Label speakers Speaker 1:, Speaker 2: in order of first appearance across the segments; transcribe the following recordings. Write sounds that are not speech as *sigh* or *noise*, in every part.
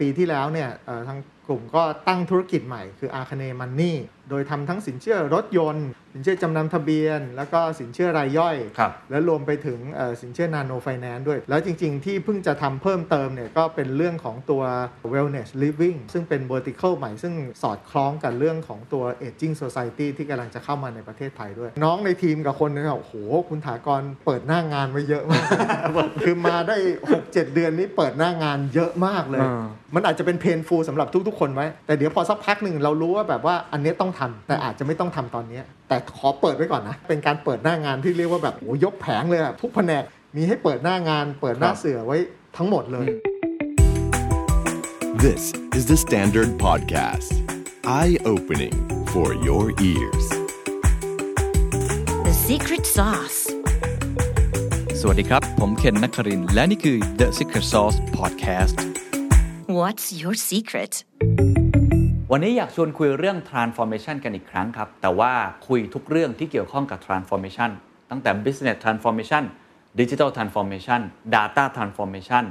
Speaker 1: ปีที่แล้วเนี่ยเอ่อทางกลุ่มก็ตั้งธุรกิจใหม่คืออาคเนมันนี่โดยทำทั้งสินเชื่อรถยนต์ สินเชื่อจำนำทะเบียน แล้วก็สินเชื่อรายย่อย
Speaker 2: ครับ
Speaker 1: แล้วรวมไปถึงเอ่อสินเชื่อนาโนไฟแนนซ์ด้วย แล้วจริง ๆ ที่เพิ่งจะทำเพิ่มเติมเนี่ยก็เป็นเรื่องของตัว wellness living ซึ่งเป็น vertical ใหม่ ซึ่งสอดคล้องกับเรื่องของตัว aging society ที่กำลังจะเข้ามาในประเทศไทยด้วย น้องในทีมกับคนเนี่ยโอ้โห คุณถากรเปิดหน้างานไว้เยอะมาก *laughs* คือมาได้ 6-7 เดือนนี้เปิดหน้างานเยอะมากเลย
Speaker 2: อ่า
Speaker 1: มันอาจจะเป็นเพนฟูสำหรับทุก ๆ คนไหมแต่เดี๋ยวพอสักพักหนึ่งเรารู้ว่าแบบว่าอันเนี้ยต้องทำแต่อาจจะไม่ต้องทำตอนเนี้ยแต่ขอเปิดไว้ก่อนนะ เป็นการเปิดหน้างานที่เรียกว่าแบบโอ้ยกแผงเลยอะทุกแผนกมีให้เปิดหน้างาน เปิดหน้า
Speaker 2: ครับ
Speaker 1: เสือไว้ทั้งหมดเลย
Speaker 3: This is the Standard Podcast. Eye opening for your ears.
Speaker 4: The secret sauce.
Speaker 5: สวัสดีครับ ผมเคนนักครินทร์และนี่คือ The Secret Sauce Podcast
Speaker 4: What's your secret?
Speaker 2: วันนี้อยากชวนคุยเรื่อง transformation กันอีกครั้งครับ แต่ว่าคุยทุกเรื่องที่เกี่ยวข้องกับ transformation ตั้งแต่ business transformation digital transformation data transformation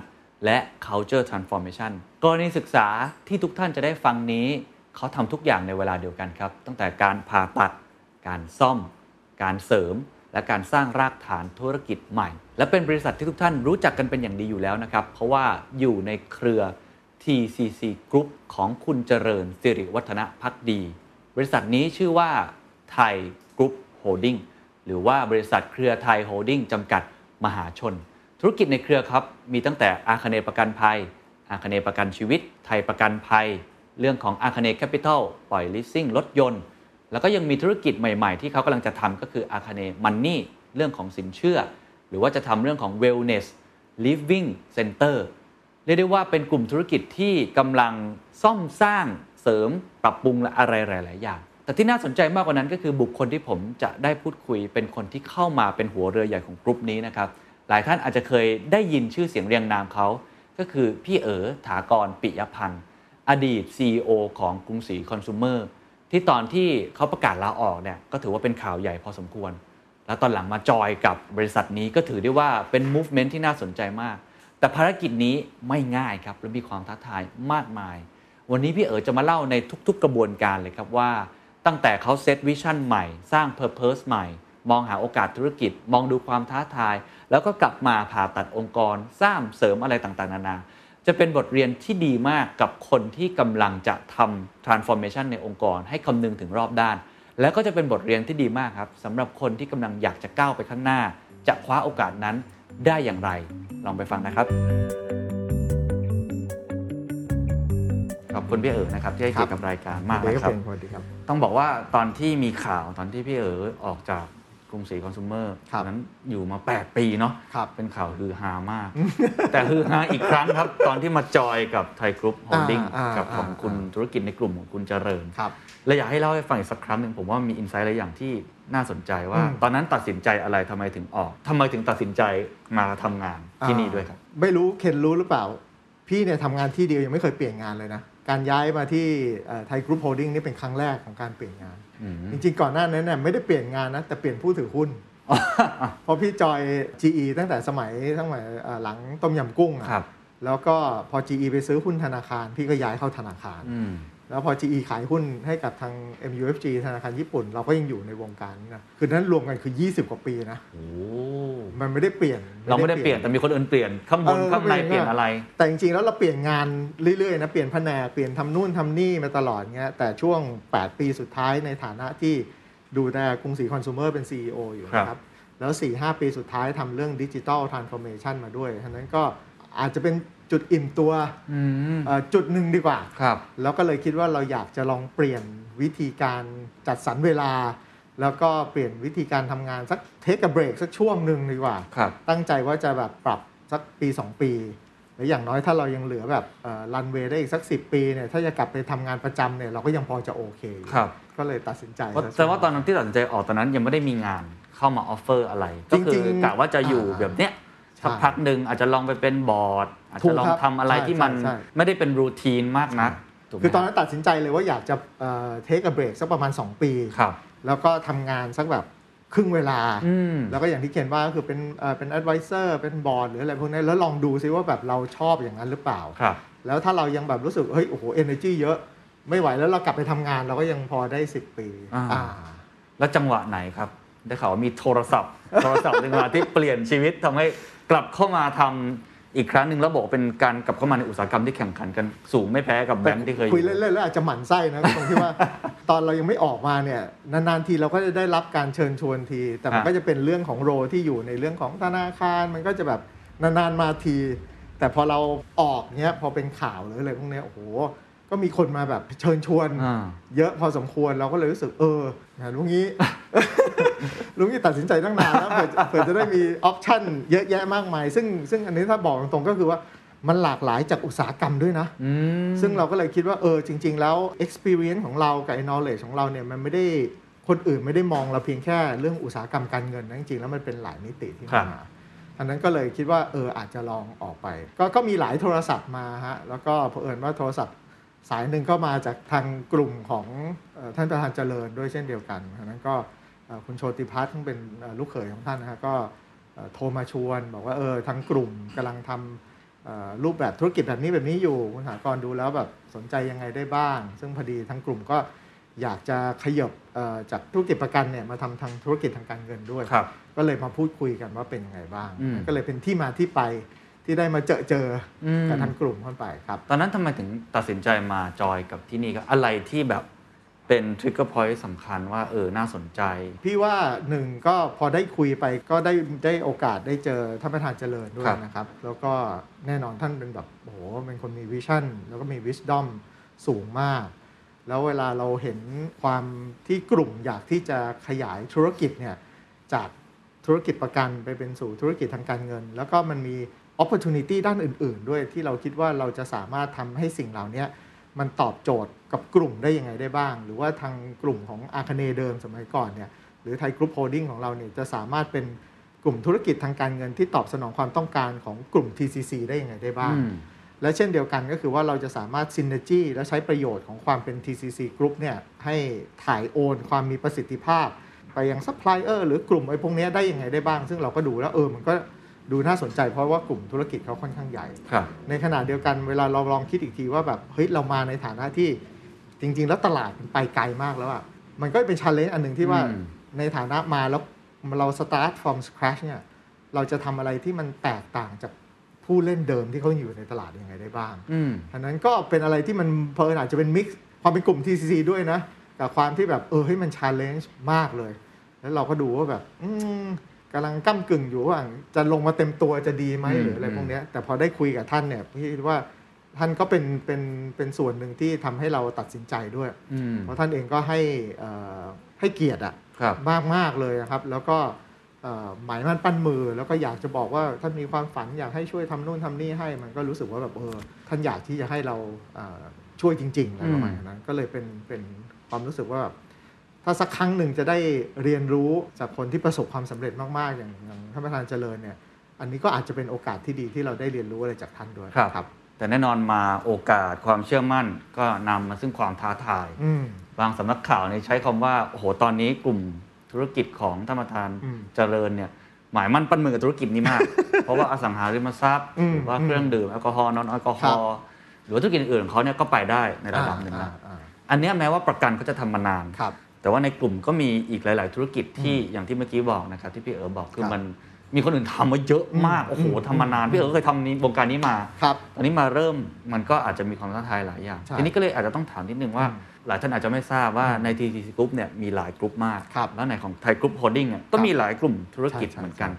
Speaker 2: และ culture transformation กรณีศึกษาที่ทุกท่านจะได้ฟังนี้ เขาทำทุกอย่างในเวลาเดียวกันครับ ตั้งแต่การผ่าตัด การซ่อม การเสริม และการสร้างรากฐานธุรกิจใหม่ และเป็นบริษัทที่ทุกท่านรู้จักกันเป็นอย่างดีอยู่แล้วนะครับ เพราะว่าอยู่ในเครือ TCC Group ของคุณเจริญสิริวัฒนพักดี บริษัทนี้ชื่อว่าไทยกรุ๊ปโฮลดิ้งหรือว่าบริษัทเครือไทยโฮลดิ้งจำกัดมหาชน ธุรกิจในเครือครับ มีตั้งแต่อาคเนประกันภัย อาคเนประกันชีวิต ไทยประกันภัย เรื่องของอาคเนแคปิตอลปล่อยลิสซิ่งรถยนต์ แล้วก็ยังมีธุรกิจใหม่ ๆ ที่เขากำลังจะทำก็คืออาคเนมันนี่เรื่องของสินเชื่อ หรือว่าจะทำเรื่องของ wellness living center เรียกได้ว่าเป็นกลุ่มธุรกิจที่กำลังซ่อมสร้างเสริมปรับปรุงและอะไรหลาย ๆ อย่าง แต่ที่น่าสนใจมากกว่านั้นก็คือบุคคลที่ผมจะได้พูดคุย เป็นคนที่เข้ามาเป็นหัวเรือใหญ่ของกลุ่มนี้นะครับ หลายท่านอาจจะเคยได้ยินชื่อเสียงเรียงนามเขาก็คือพี่เอ๋อถากรปิยพันธ์ อดีต CEO ของกรุงศรีคอน sumer ที่ตอนที่เขาประกาศลาออกเนี่ยก็ถือว่าเป็นข่าวใหญ่พอสมควร แล้วตอนหลังมาจอยกับบริษัทนี้ก็ถือได้ว่าเป็น movement ที่น่าสนใจมาก แต่ภารกิจนี้ไม่ง่ายครับ และมีความท้าทายมากมาย วันนี้พี่เอ๋จะมาเล่าในทุกๆกระบวนการเลยครับว่า ตั้งแต่เขาเซตวิชั่นใหม่ สร้างเพอร์เพสใหม่ มองหาโอกาสธุรกิจ มองดูความท้าทาย แล้วก็กลับมาผ่าตัดองค์กร สร้างเสริมอะไรต่างๆ นานา จะเป็นบทเรียนที่ดีมากกับคนที่กำลังจะทำ transformation ในองค์กร ให้คำนึงถึงรอบด้าน แล้วก็จะเป็นบทเรียนที่ดีมากครับสำหรับคนที่กำลังอยากจะก้าวไปข้างหน้า จะคว้าโอกาสนั้นได้อย่างไร ลองไปฟังนะครับ ขอบคุณพี่เอ๋นะครับ ที่ให้เกียรติกับรายการมาก
Speaker 1: เด
Speaker 2: นะ
Speaker 1: ฟ
Speaker 2: ครับ
Speaker 1: เองสวัสดีครับ
Speaker 2: ต้องบอกว่าตอนที่มีข่าวตอนที่พี่เอ๋ออกจากกรุงศรีคอน sumer
Speaker 1: ครับ
Speaker 2: นั้นอยู่มา 8 ปีเนาะ
Speaker 1: ครับ
Speaker 2: เป็นข่าวฮือฮามาก แต่ฮือฮาอีกครั้งครับ *laughs* ตอนที่มาจอยกับไทยกรุ๊ปโฮลดิ้ง
Speaker 1: อ่า
Speaker 2: กับของ
Speaker 1: อ่า
Speaker 2: คุณธุรกิจในกลุ่มของคุณเจริญ
Speaker 1: ครับ
Speaker 2: และอยากให้เล่าให้ฟังอีกสักครั้งหนึ่งผมว่ามีอินไซต์อะไรอย่างที่น่าสนใจว่า
Speaker 1: อืม
Speaker 2: ตอนนั้นตัดสินใจอะไรทำไมถึงออกทำไมถึงตัดสินใจมาทำงานที่นี่ด้วยครับ
Speaker 1: อ่าไม่รู้เคนรู้หรือเปล่า พี่เนี่ยทำงานที่เดียวยังไม่เคยเปลี่ยนงานเลยนะ การย้ายมาที่ไทยกรุ๊ปโฮลดิ้งนี่เป็นครั้งแรกของการเปลี่ยนงาน
Speaker 2: อืม
Speaker 1: จริงๆ ก่อนหน้านั้นเนี่ยไม่ได้เปลี่ยนงานนะ แต่เปลี่ยนผู้ถือหุ้น เพราะพี่จอย GE ตั้งแต่สมัยตั้งแต่เอ่อหลังต้มยำกุ้งอะ
Speaker 2: ครับ
Speaker 1: แล้วก็พอ GE ไปซื้อหุ้นธนาคาร พี่ก็ย้ายเข้าธนาคาร
Speaker 2: อืม
Speaker 1: แล้วพอ GE ขายหุ้นให้กับทาง MUFG ธนาคารญี่ปุ่น เราก็ยังอยู่ในวงการนี้นะคือนั้นรวมกันคือ 20 กว่าปีนะ
Speaker 2: โอ้
Speaker 1: มันไม่ได้เปลี่ยน
Speaker 2: เราไม่ได้เปลี่ยนแต่มีคนอื่นเปลี่ยนข้างบน
Speaker 1: เออ
Speaker 2: ข้างใน
Speaker 1: ก็
Speaker 2: เป
Speaker 1: เปลี่
Speaker 2: ลี่ย
Speaker 1: ย
Speaker 2: น
Speaker 1: น
Speaker 2: อะไร
Speaker 1: แต่จริงๆ แล้วเราเปลี่ยนงานเรื่อยๆนะเปลี่ยนแผนกเปลี่ยนทำนู่นทำนี่มาตลอดเงี้ยแต่ช่วง 8 ปีสุดท้ายในฐานะที่ดูแลกรุงศรีคอน sumer เป็น CEO อยู่นะค
Speaker 2: ครั
Speaker 1: รับบ แล้ว 4 5 ปีสุดท้ายทำเรื่องดิจิ t a ลทรานส์ฟอร์เมชันมาด้วยฉะนั้นก็อาจจะเป็นจุดอิ่มตัว
Speaker 2: อืม
Speaker 1: เอ่อจุดหนึ่งดีกว่า
Speaker 2: ครับ
Speaker 1: แล้วก็เลยคิดว่าเราอยากจะลองเปลี่ยนวิธีการจัดสรรเวลา แล้วก็เปลี่ยนวิธีการทำงานสักเทคเบรกสักช่วงหนึ่งดีกว่า
Speaker 2: ครับ
Speaker 1: ตั้งใจว่าจะแบบปรับสักปี 2 ปีหรืออย่างน้อยถ้าเรายังเหลือแบบรันเวย์ได้อีกสัก 10 ปีเนี่ยถ้าจะกลับไปทำงานประจำเนี่ยเราก็ยังพอจะโอเคอยู่
Speaker 2: ครับ
Speaker 1: ก็เลยตัดสินใจ
Speaker 2: เพราะแต่ว่าตอนนั้นที่ตัดสินใจออกตอนนั้นยังไม่ได้มีงานเข้ามาออฟเฟอร์อะไร ก็คื
Speaker 1: จริ
Speaker 2: อง
Speaker 1: ๆ
Speaker 2: กะว่าจะอยู่แบบเนี้ย
Speaker 1: ใช่
Speaker 2: สักพักหนึ่งอาจจะลองไปเป็นบอร์ด อาจ
Speaker 1: ถู
Speaker 2: จะ
Speaker 1: ก
Speaker 2: ลอง
Speaker 1: ครับ
Speaker 2: ทำอะไรที่มัน
Speaker 1: ใช่ใช่
Speaker 2: ไม่ได้เป็นรูทีนมากนักถูกไหม
Speaker 1: คือตอนนั้นตัดสินใจเลยว่าอยากจะเทคเบรกสักประมาณ 2 ปี
Speaker 2: ครับ
Speaker 1: แล้วก็ทำงานสักแบบ ครึ่งเวลา
Speaker 2: อืม
Speaker 1: แล้วก็อย่างที่เขียนว่าก็คือเป็นเอ่อเป็น advisor เป็นบอร์ดหรืออะไรพวกนี้แล้วลองดูซิว่าแบบเราชอบอย่างนั้นหรือเปล่า
Speaker 2: ครับ
Speaker 1: แล้วถ้าเรายังแบบรู้สึก เฮ้ย โอ้โห energy เยอะไม่ไหวแล้วเรากลับไปทำงานเราก็ยังพอได้ 10 ปี
Speaker 2: อ่า
Speaker 1: อ่า
Speaker 2: แล้วจังหวะไหนครับ ได้ข่าวว่ามีโทรศัพ
Speaker 1: *laughs*
Speaker 2: ท์ โทรศัพท์เป็นเวลาที่เปลี่ยนชีวิตทำให้กลับเข้ามาทำอีกครั้งหนึ่งแล้วบอกว่าเป็นการกลับเข้ามาในอุตสาหกรรมที่แข่งขันกันสูงไม่แพ้กับแบงค์ที่เคยอ
Speaker 1: คุย
Speaker 2: ยู่
Speaker 1: เล่นๆแล้วอาจจะหมั่นไส้นะ ตรงที่
Speaker 2: *laughs*
Speaker 1: ว่า ตอนเรายังไม่ออกมาเนี่ย นาน ๆ ทีเราก็จะได้รับการเชิญชวนที แต่มัน
Speaker 2: อ่า
Speaker 1: ก็จะเป็นเรื่องของโรที่อยู่ในเรื่องของธนาคาร มันก็จะแบบนาน ๆ มาที แต่พอเราออกเนี้ยพอเป็นข่าวหรืออะไรพวกเนี้ยโอ้โห ก็มีคนมาแบบเชิญชวน
Speaker 2: อ่า
Speaker 1: เยอะพอสมควรเราก็เลยรู้สึกเออนะลุงนี้ *laughs* ลุงนี้ตัดสินใจตั้งนานแล้วเผื่อเผื่อจะได้มีออปชั่นเยอะแยะมากมาย ซึ่งซึ่งอันนี้ถ้าบอกตรงๆก็คือว่ามันหลากหลายจากอุตสาหกรรมด้วยนะ ซึ่งเราก็เลยคิดว่าเออจริง ๆ แล้ว experience ของเรากับ knowledge ของเราเนี่ยมันไม่ได้คนอื่นไม่ได้มองเราเพียงแค่เรื่องอุตสาหกรรมการเงินนะจริงๆแล้วมันเป็นหลายมิติที่
Speaker 2: ครั
Speaker 1: มา
Speaker 2: บ
Speaker 1: อันนั้นก็เลยคิดว่าเอออาจจะลองออกไป ก็ก็มีหลายโทรศัพท์มาฮะแล้วก็เผอิญว่าโทรศัพท์ สายหนึ่งก็มาจากทางกลุ่มของเอ่อท่านประธานเจริญด้วยเช่นเดียวกันเพราะฉะนั้นก็เอ่อคุณโชติพัฒน์ซึ่งเป็นเอ่อลูกเขยของท่านนะฮะก็เอ่อโทรมาชวน บอกว่าเออทางกลุ่มกำลังทำเอ่อรูปแบบธุรกิจแบบนี้แบบนี้อยู่คุณหากรดูแล้วแบบสนใจยังไงได้บ้าง ซึ่งพอดีทางกลุ่มก็อยากจะขยบเอ่อจากธุรกิจประกันเนี่ยมาทำทางธุรกิจทางการเงินด้วย
Speaker 2: ครับ
Speaker 1: ก็เลยมาพูดคุยกันว่าเป็นยังไงบ้าง
Speaker 2: อืม
Speaker 1: ก็เลยเป็นที่มาที่ไปที่ได้มาเจอเจอ
Speaker 2: อืม
Speaker 1: กับทางกลุ่มคนไปครับ
Speaker 2: ตอนนั้นทำไมถึงตัดสินใจมาจอยกับที่นี่ครับอะไรที่แบบเป็นทริกเกอร์พอยต์สำคัญว่าเออน่าสนใจ
Speaker 1: พี่ว่าหนึ่งก็พอได้คุยไปก็ได้ได้โอกาสได้เจอท่านประธานเจริญด้วย
Speaker 2: ครับ
Speaker 1: นะครับ แล้วก็แน่นอนท่านเป็นแบบโอ้โหเป็นคนมีวิชั่น แล้วก็มีวิส d อมสูงมาก แล้วเวลาเราเห็นความที่กลุ่มอยากที่จะขยายธุรกิจเนี่ยจากธุรกิจประกันไปเป็นสู่ธุรกิจทางการเงิน แล้วก็มันมี opportunity ด้านอื่น ๆ ด้วยที่เราคิดว่าเราจะสามารถทำให้สิ่งเหล่านี้ มันตอบโจทย์กับกลุ่มได้ยังไงได้บ้าง หรือว่าทางกลุ่มของอาคเนเดิมสมัยก่อนเนี่ยหรือไทยกรุ๊ปโฮลดิ้งของเราเนี่ยจะสามารถเป็นกลุ่มธุรกิจทางการเงินที่ตอบสนองความต้องการของกลุ่ม TCC ได้ยังไงได้บ้าง
Speaker 2: อืม
Speaker 1: และเช่นเดียวกันก็คือว่าเราจะสามารถซินเนจีและใช้ประโยชน์ของความเป็น TCC Group เนี่ยให้ถ่ายโอนความมีประสิทธิภาพ ไปยังซัพพลายเออร์หรือกลุ่มไอ้พวกเนี้ยได้ยังไงได้บ้าง ซึ่งเราก็ดูแล้วเออมันก็ดูน่าสนใจเพราะว่ากลุ่มธุรกิจเขาค่อนข้างใหญ่
Speaker 2: ครับ
Speaker 1: ในขณะเดียวกันเวลาเราลองคิดอีกทีว่าแบบเฮ้ยเรามาในฐานะที่จริง ๆ แล้วตลาดมันไปไกลมากแล้วอะมันก็เป็นชาเลนจ์อันหนึ่งที่ว่า
Speaker 2: อืม
Speaker 1: ในฐานะมาแล้วเราสตาร์ท from scratch เนี่ยเราจะทำอะไรที่มันแตกต่างจากผู้เล่นเดิมที่เขาอยู่ในตลาดยังไงได้บ้าง
Speaker 2: อืม
Speaker 1: อันนั้นก็เป็นอะไรที่มันเพลินอาจจะเป็นมิกซ์ความเป็นกลุ่ม TCC ด้วยนะ กับความที่แบบเออเฮ้ยมันชาเลนจ์มากเลย แล้วเราก็ดูว่าแบบ อืมกำลังก้ากึ่งอยู่ว่าจะลงมาเต็มตัวจะดีไหม
Speaker 2: อืม
Speaker 1: หรืออะไรพวกเนี้ยแต่พอได้คุยกับท่านเนี่ยพี่คิดว่าท่านก็เป็นเป็นเป็นส่วนหนึ่งที่ทำให้เราตัดสินใจด้วย
Speaker 2: อืม
Speaker 1: เพราะท่านเองก็ให้เอ่อให้เกียรติอะ
Speaker 2: ครับ
Speaker 1: มากมากๆเลยนะครับ แล้วก็เอ่อหมายมั่นปั้นมือ แล้วก็อยากจะบอกว่าท่านมีความฝันอยากให้ช่วยทำนู่นทำนี่ให้ มันก็รู้สึกว่าแบบเออท่านอยากที่จะให้เราเอ่อช่วยจริงๆอะไรประมาณนั้นก็เลยเป็นเป็นความรู้สึกว่าแบบถ้าสักครั้งหนึ่งจะได้เรียนรู้จากคนที่ประสบความสำเร็จมากๆอย่างอย่างท่านประธานเจริญเนี่ย อันนี้ก็อาจจะเป็นโอกาสที่ดีที่เราได้เรียนรู้อะไรจากท่านด้วย
Speaker 2: ครับ แต่แน่นอนมาโอกาสความเชื่อมั่นก็นำมาซึ่งความท้าทาย
Speaker 1: อืม
Speaker 2: บางสำนักข่าวเนี่ยใช้คำว่า โอ้โห ตอนนี้กลุ่มธุรกิจของธรรมทาน
Speaker 1: อืม
Speaker 2: เจริญเนี่ย หมายมั่นปั้นมือกับธุรกิจนี้มาก *laughs* เพราะว่าอสังหาริมทรัพย์
Speaker 1: อืม
Speaker 2: หรือว่าเครื่องดื่ม แอลกอฮอล์นอนแอลกอฮอล์หรือว่าธุรกิจอื่นๆของเขาเนี่ยก็ไปได้ในระดับหนึ่ง
Speaker 1: า
Speaker 2: นะ
Speaker 1: อ่า
Speaker 2: อันเนี้ยแม้ว่าประกันเขาจะทำมานาน
Speaker 1: ครับ
Speaker 2: แต่ว่าในกลุ่มก็มีอีกหลาย ๆ ธุรกิจที่อย่างที่เมื่อกี้บอกนะครับที่พี่เอ๋บอกคือ
Speaker 1: ครับ
Speaker 2: มันมีคนอื่นทำมาเยอะมาก
Speaker 1: อืม
Speaker 2: โอ้โห
Speaker 1: อืม
Speaker 2: ทำมานานพี่เอ๋ก็เคยทำนี้วงการนี้มา
Speaker 1: ครับ
Speaker 2: ตอนนี้มาเริ่มมันก็อาจจะมีความท้าทายหลายอย่าง
Speaker 1: ใช่
Speaker 2: ทีนี้ก็เลยอาจจะต้องถามนิดนึงว่า
Speaker 1: อืม
Speaker 2: หลายท่านอาจจะไม่ทราบว่าใน TTC Group เนี่ยมีหลายกลุ่มมาก
Speaker 1: ครับ
Speaker 2: แล้วในของไทยกรุ๊ปโฮลดิ้งเนี่ยก็มีหลายกลุ่มธุรกิจ
Speaker 1: ใช่ใช่
Speaker 2: เหมือนกัน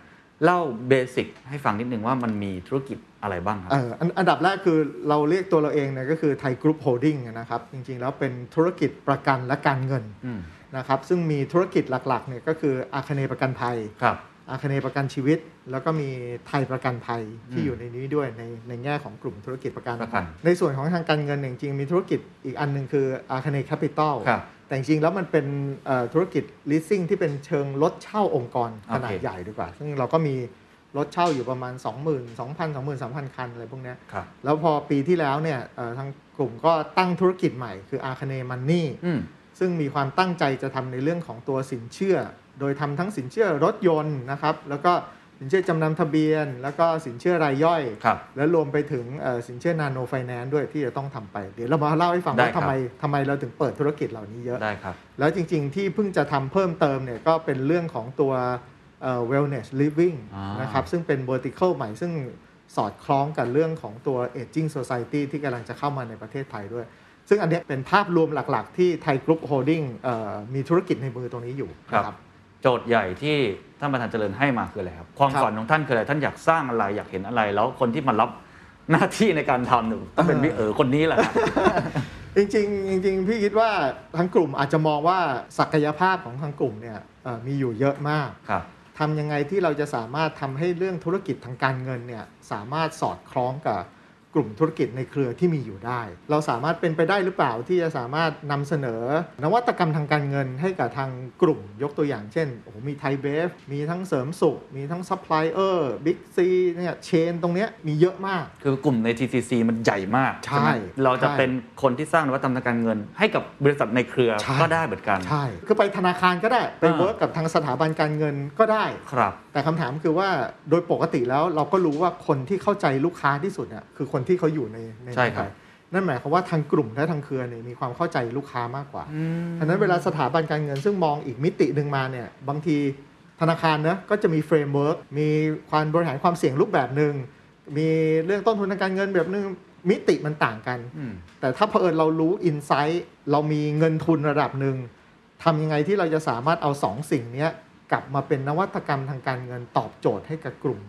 Speaker 2: เล่าเบสิกให้ฟังนิดนึงว่ามันมีธุรกิจอะไรบ้างครับ
Speaker 1: เอ่ออันอันดับแรกคือเราเรียกตัวเราเองเนี่ยก็คือไทยกรุ๊ปโฮลดิ้งนะครับ จริงๆ แล้วเป็นธุรกิจประกันและการเงิน
Speaker 2: อืม
Speaker 1: นะครับ ซึ่งมีธุรกิจหลักๆเนี่ยก็คืออาคเนประกันภัย
Speaker 2: ครับ
Speaker 1: อาคเนประกันชีวิต แล้วก็มีไทยประกันภัยที่อยู่ในนี้ด้วยในในแง่ของกลุ่มธุรกิจประกัน
Speaker 2: ประกัน
Speaker 1: ในส่วนของทางการเงินเนี่ยจริงๆมีธุรกิจอีกอันหนึ่งคืออาคเนแคปิตอล
Speaker 2: ครับ
Speaker 1: แต่จริงๆแล้วมันเป็นเอ่อธุรกิจ leasing ที่เป็นเชิงรถเช่าองค์กรขนาด
Speaker 2: โอเค
Speaker 1: ใหญ่ดีกว่า ซึ่งเราก็มีรถเช่าอยู่ประมาณ 20,000 2,000 20,000 3,000 คันอะไรพวกเนี้ย
Speaker 2: ครับ
Speaker 1: แล้วพอปีที่แล้วเนี่ยเอ่อทางกลุ่มก็ตั้งธุรกิจใหม่คืออาคเนมันนี่
Speaker 2: อืม
Speaker 1: ซึ่งมีความตั้งใจจะทำในเรื่องของตัวสินเชื่อ โดยทำทั้งสินเชื่อรถยนต์นะครับแล้วก็สินเชื่อจำนำทะเบียน แล้วก็สินเชื่อรายย่อย
Speaker 2: ครับ
Speaker 1: และรวมไปถึงเอ่อสินเชื่อนาโนไฟแนนซ์ด้วยที่จะต้องทำไป เดี๋ยวเรามาเล่าให้ฟัง
Speaker 2: ได้
Speaker 1: ว่า
Speaker 2: ครับ
Speaker 1: ทำไมทำไมเราถึงเปิดธุรกิจเหล่านี้เยอะ
Speaker 2: ได้ครับ
Speaker 1: แล้วจริงๆ ที่เพิ่งจะทำเพิ่มเติมเนี่ยก็เป็นเรื่องของตัวเอ่อ wellness living
Speaker 2: อ่าน
Speaker 1: นะครับซึ่งเป็น vertical ใหม่ซึ่งสอดคล้องกับเรื่องของตัว aging society ที่กำลังจะเข้ามาในประเทศไทยด้วย ซึ่งอันเนี้ยเป็นภาพรวมหลักๆ ที่ไทยกรุ๊ปโฮลดิ้งมีธุรกิจในมือตรงนี้อยู่
Speaker 2: ครับ
Speaker 1: นะครับ
Speaker 2: โจทย์ใหญ่ที่ท่านประธานเจริญให้มาคืออะไรครับ ความ
Speaker 1: ครับ
Speaker 2: ฝันของท่านคืออะไร ท่านอยากสร้างอะไร อยากเห็นอะไร แล้วคนที่มารับหน้าที่ในการทำหนึ่งต้องเป็นพี่เอ๋อคนนี้แหละครับ
Speaker 1: จริงๆจริงๆพี่คิดว่าทางกลุ่มอาจจะมองว่าศักยภาพของทางกลุ่มเนี่ยเอ่อมีอยู่เยอะมาก
Speaker 2: ครับ
Speaker 1: ทำยังไงที่เราจะสามารถทำให้เรื่องธุรกิจทางการเงินเนี่ยสามารถสอดคล้องกับกลุ่มธุรกิจในเครือที่มีอยู่ได้ เราสามารถเป็นไปได้หรือเปล่าที่จะสามารถนำเสนอ นวัตกรรมทางการเงินให้กับทางกลุ่มยกตัวอย่างเช่นโอ้โหมีไทยเบฟมีทั้งเสริมสุข มีทั้งซัพพลายเออร์บิ๊กซีเนี่ยเชนตรงเนี้ยมีเยอะมาก
Speaker 2: คือกลุ่มใน TCC มันใหญ่มาก
Speaker 1: ใช่
Speaker 2: ไหมเราจะ
Speaker 1: ใช่
Speaker 2: เป็นคนที่สร้างนวัตกรรมทางการเงิน ให้กับบริษัทในเครือ
Speaker 1: ใช่
Speaker 2: ก็ได้เหมือนกัน
Speaker 1: ใช่ คือไปธนาคารก็ได้ไป
Speaker 2: อ่า
Speaker 1: เวิร์กกับทางสถาบันการเงินก็ได้
Speaker 2: ครับ
Speaker 1: แต่คำถามคือว่าโดยปกติแล้วเราก็รู้ว่าคนที่เข้าใจลูกค้าที่สุดเนี่ยคือคนที่เขาอยู่ในใน
Speaker 2: ใช่ครับ
Speaker 1: ไทยนั่นหมายความว่าทางกลุ่มและทางเครือเนี่ยมีความเข้าใจลูกค้ามากกว่าฉะนั้นเวลาสถาบันการเงินซึ่งมองอีกมิติหนึ่งมาเนี่ยบางทีธนาคารนะก็จะมีเฟรมเวิร์กมีความบริหารความเสี่ยงรูปแบบหนึ่งมีเรื่องต้นทุนทางการเงินแบบหนึงมิติมันต่างกัน
Speaker 2: อืม
Speaker 1: แต่ถ้าเผอิญเรารู้อินไซต์เรามีเงินทุนระดับหนึ่งทำยังไงที่เราจะสามารถเอาสองสิ่งเนี้ยกลับมาเป็นนวัตกรรมทางการเงินตอบโจทย์ให้กับกลุ่ม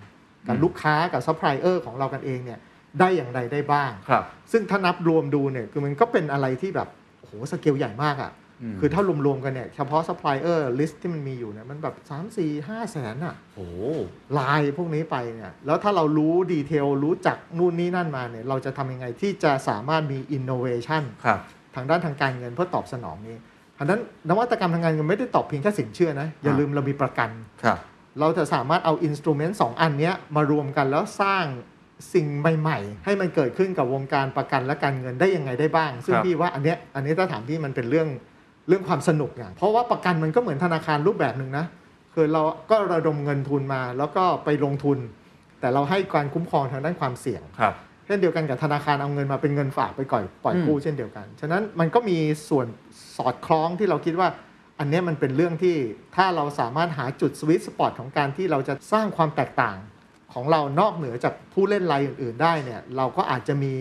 Speaker 1: กับ
Speaker 2: อืม
Speaker 1: ลูกค้ากับซัพพลายเออร์ของเรากันเองเนี่ยได้อย่างไรได้บ้าง
Speaker 2: ครับ
Speaker 1: ซึ่งถ้านับรวมดูเนี่ยคือมันก็เป็นอะไรที่แบบโอ้โหสเกลใหญ่มากอะ่ะ
Speaker 2: อืม
Speaker 1: คือถ้ารวมๆกันเนี่ยเฉพาะซัพพลายเออร์ลิสต์ที่มันมีอยู่เนี่ยมันแบบ 3 4 5แสนอ่ะ
Speaker 2: โอ้
Speaker 1: ลายพวกนี้ไปเนี่ยแล้วถ้าเรารู้ดีเทลรู้จักนู่นนี่นั่นมาเนี่ยเราจะทำยังไงที่จะสามารถมีอินโนเวชัน
Speaker 2: ครับ
Speaker 1: ทางด้านทางการเงินเพื่อตอบสนองนี้อันนั้นนวัตกรรมทางการเงินไม่ได้ตอบเพียงแค่สินเชื่อนะ อย่า
Speaker 2: อ่า
Speaker 1: ลืมเรามีประกัน
Speaker 2: ครับ
Speaker 1: เราจะสามารถเอาอินสตูเมนต์สองอันเนี้ยมารวมกันแล้วสร้างสิ่งใหม่ ๆ ให้มันเกิดขึ้นกับวงการประกันและการเงินได้ยังไงได้บ้าง ซึ่ง
Speaker 2: ครับ
Speaker 1: พี่ว่าอันเนี้ยอันนี้ถ้าถามพี่มันเป็นเรื่องเรื่องความสนุกไงเพราะว่าประกันมันก็เหมือนธนาคารรูปแบบหนึ่งนะคือเราก็ระดมเงินทุนมาแล้วก็ไปลงทุน แต่เราให้การคุ้มครองทางด้านความเสี่ยง
Speaker 2: ครับ
Speaker 1: เช่นเดียวกันกับธนาคารเอาเงินมาเป็นเงินฝากไปก่อยปล่อย
Speaker 2: อืม
Speaker 1: กู้เช่นเดียวกัน ฉะนั้นมันก็มีส่วนสอดคล้องที่เราคิดว่า อันเนี้ยมันเป็นเรื่องที่ถ้าเราสามารถหาจุดสวิตสปอตของการที่เราจะสร้างความแตกต่างของเรานอกเหนือจากผู้เล่นรายอื่น ๆ ได้เนี่ยเราก็อาจจะมี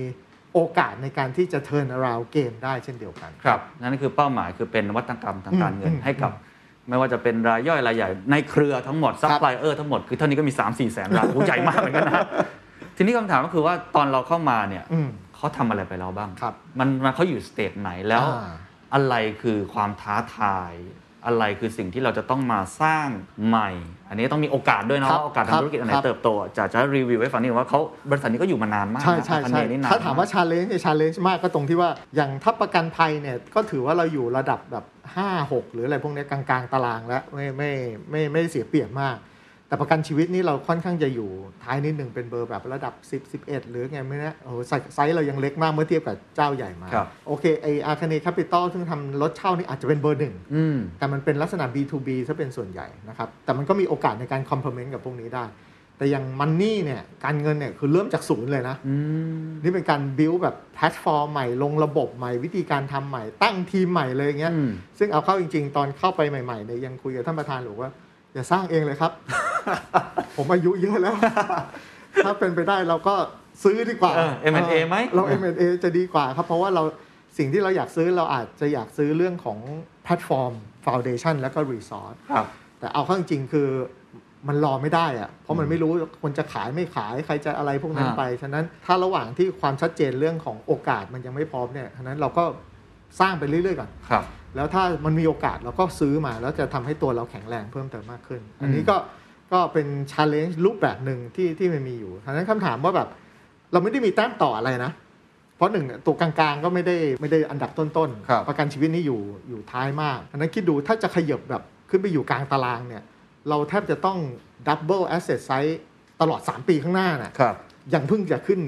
Speaker 1: โอกาสในการที่จะเทิร์นราวเกมได้เช่นเดียวกัน
Speaker 2: ครับ นั่นคือเป้าหมายคือเป็นนวัตกรรมทางการเงิน
Speaker 1: อืม
Speaker 2: ให้กับ ไม่ว่าจะเป็นรายย่อยรายใหญ่ในเครือทั้งหมดซัพพลายเออร์ทั้งหมดคือเท่านี้ก็มี 3 4 แสนราย
Speaker 1: *laughs*
Speaker 2: โอ้ใหญ่มากเหมือนกันนะ ทีนี้คำถามก็คือว่าตอนเราเข้ามาเนี่ย
Speaker 1: อืม
Speaker 2: เขาทำอะไรไปเราบ้าง
Speaker 1: ครับ
Speaker 2: มันมันเขาอยู่สเตจไหนแล้ว
Speaker 1: อ่า
Speaker 2: อะไรคือความท้าทาย อะไรคือสิ่งที่เราจะต้องมาสร้างใหม่ อันนี้ต้องมีโอกาสด้วยเนาะ
Speaker 1: ครับ
Speaker 2: ว่าโอกาสทา
Speaker 1: ครั
Speaker 2: ง
Speaker 1: บ
Speaker 2: ธุรกิจอันไหน
Speaker 1: ครับ
Speaker 2: เติบโตจะจะรีวิวให้ฟังนิดนึงว่าเขาบริษัทนี้ก็อยู่มานานมากนะ
Speaker 1: ใช่ใช่
Speaker 2: อัน
Speaker 1: ใช่
Speaker 2: เนนี่นน
Speaker 1: ถ้าถามว่า
Speaker 2: าก
Speaker 1: ชาเลนจ์ชาเลนจ์มากก็ตรงที่ว่าอย่างถ้าประกันภัยเนี่ยก็ถือว่าเราอยู่ระดับแบบ 5 6 หรืออะไรพวกเนี้ยกลางๆ ตารางแล้วไม่ไม่ไม่ไม่ได้เสียเปรียบมาก แต่ประกันชีวิตนี่เราค่อนข้างจะอยู่ท้ายนิดหนึ่งเป็นเบอร์แบบระดับ 10 11 หรือไงไม่แนะโอ้โหไซส์ไซส์เรายังเล็กมากเมื่อเทียบกับเจ้าใหญ่มา
Speaker 2: ครับ
Speaker 1: โอเคไออาคเนแคปิตอลซึ่งทำรถเช่านี่อาจจะเป็นเบอร์หนึ่ง
Speaker 2: อืม
Speaker 1: แต่มันเป็นลักษณะ B2B ซะเป็นส่วนใหญ่นะครับ แต่มันก็มีโอกาสในการ complement กับพวกนี้ได้ แต่อย่างมันนี่เนี่ย การเงินเนี่ยคือเริ่มจากศูนย์เลยนะ นี่เป็นการ build แบบแพลตฟอร์มใหม่ ลงระบบใหม่ วิธีการทำใหม่ ตั้งทีมใหม่เลยอย่างเงี้ย
Speaker 2: อืม
Speaker 1: ซึ่งเอาเข้าจริง ๆ ตอนเข้าไปใหม่ๆเนี่ยยังคุยกับท่านประธานหรือกว่า อย่าสร้างเองเลยครับ *laughs* ผมอายุเยอะแล้ว *laughs* ถ้าเป็นไปได้เราก็ซื้อดีกว่า
Speaker 2: เออ M&A ไหม
Speaker 1: เรา M&A จะดีกว่าครับ เพราะว่าเราสิ่งที่เราอยากซื้อเราอาจจะอยากซื้อเรื่องของแพลตฟอร์ม Foundation แล้วก็ Resource
Speaker 2: ครับ
Speaker 1: แต่เอาเข้าจริงๆคือมันรอไม่ได้อะเพราะมันไม่รู้คนจะขายไม่ขายใครจะอะไรพวกนั้น
Speaker 2: อ่า
Speaker 1: ไป ฉะนั้นถ้าระหว่างที่ความชัดเจนเรื่องของโอกาสมันยังไม่พร้อมเนี่ยฉะนั้นเราก็สร้างไปเรื่อยๆก่อน
Speaker 2: ครับ
Speaker 1: แล้วถ้ามันมีโอกาสเราก็ซื้อมา แล้วจะทำให้ตัวเราแข็งแรงเพิ่มเติมมากขึ้น อันนี้ก็ก็เป็นชาเลนจ์รูปแบบหนึ่งที่ที่มันมีอยู่ฉะนั้นคำถามว่าแบบ เราไม่ได้มีแต้มต่ออะไรนะ เพราะหนึ่งตัวกลางๆก็ไม่ได้ไม่ได้อันดับต้น
Speaker 2: ครับ
Speaker 1: ประกันชีวิตนี่อยู่อยู่ท้ายมากฉะนั้นคิดดูถ้าจะขยับแบบขึ้นไปอยู่กลางตารางเนี่ย เราแทบจะต้องดับเบิลแอสเซทไซส์ตลอด 3 ปีข้างหน้าน่ะ
Speaker 2: ครับ
Speaker 1: ยังเพิ่งจะขึ้น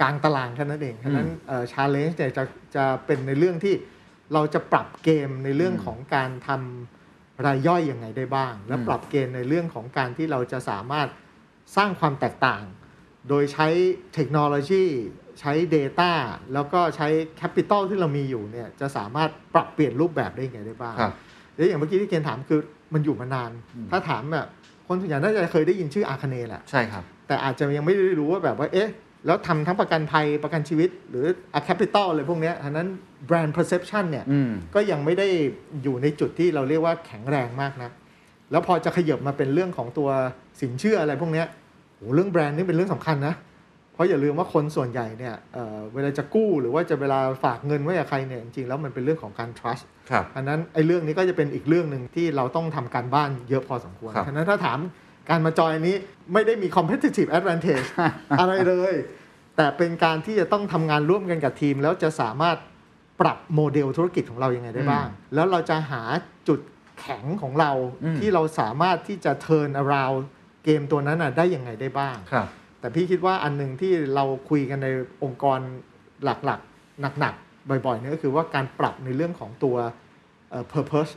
Speaker 1: กลางตารางแค่นั้นเองฉะนั้นชาเลนจ์เนี่ยจะจะเป็นในเรื่องที่เราจะปรับเกมในเรื่องของการทำ รายย่อยยังไงได้บ้าง และปรับเกณฑ์ในเรื่องของการที่เราจะสามารถสร้างความแตกต่าง โดยใช้เทคโนโลยีใช้ Data แล้วก็ใช้แคปิตอลที่เรามีอยู่เนี่ยจะสามารถปรับเปลี่ยนรูปแบบได้ยังไงได้บ้าง
Speaker 6: ครับ
Speaker 1: แล้วอย่างเมื่อกี้ที่เคนถามคือมันอยู่มานาน ถ้าถามแบบคนส่วนใหญ่น่าจะเคยได้ยินชื่ออาคเนแหละ
Speaker 6: ใช่ครับ
Speaker 1: แต่อาจจะยังไม่ได้รู้ว่าแบบว่า เอ๊ะ แล้วทำทั้งประกันภัยประกันชีวิต หรืออะแคปิตอลอะไรพวกเนี้ยอันนั้นแบรนด์เพอร์เซพชันเนี่ย
Speaker 2: อืม
Speaker 1: ก็ยังไม่ได้อยู่ในจุดที่เราเรียกว่าแข็งแรงมากนะ แล้วพอจะขยับมาเป็นเรื่องของตัวสินเชื่ออะไรพวกเนี้ยโหเรื่องแบรนด์นี่เป็นเรื่องสำคัญนะ เพราะอย่าลืมว่าคนส่วนใหญ่เนี่ยเอ่อเวลาจะกู้หรือว่าจะเวลาฝากเงินไว้กับใครเนี่ยจริงๆแล้วมันเป็นเรื่องของการ trust
Speaker 6: ครับ
Speaker 1: อันนั้นไอ้เรื่องนี้ก็จะเป็นอีกเรื่องหนึ่งที่เราต้องทำการบ้านเยอะพอสมควร
Speaker 6: ครับ
Speaker 1: ฉะนั้นถ้าถามการมาจอยนี้ไม่ได้มี competitive
Speaker 6: *laughs*
Speaker 1: advantage อะไรเลย แต่เป็นการที่จะต้องทำงานร่วมกันกับทีม แล้วจะสามารถปรับโมเดลธุรกิจของเรายัางไงได้บ้าง แล้วเราจะหาจุดแข็งของเราที่เราสามารถที่จะ turn around เกมตัวนั้นน่ะได้ยังไงได้บ้าง
Speaker 6: ครับ
Speaker 1: แต่พี่คิดว่าอันหนึ่งที่เราคุยกันในองค์กรหลักๆ หนักๆ บ่อยๆเนี่ยก็คือว่าการปรับในเรื่องของตัวเอ่อ purpose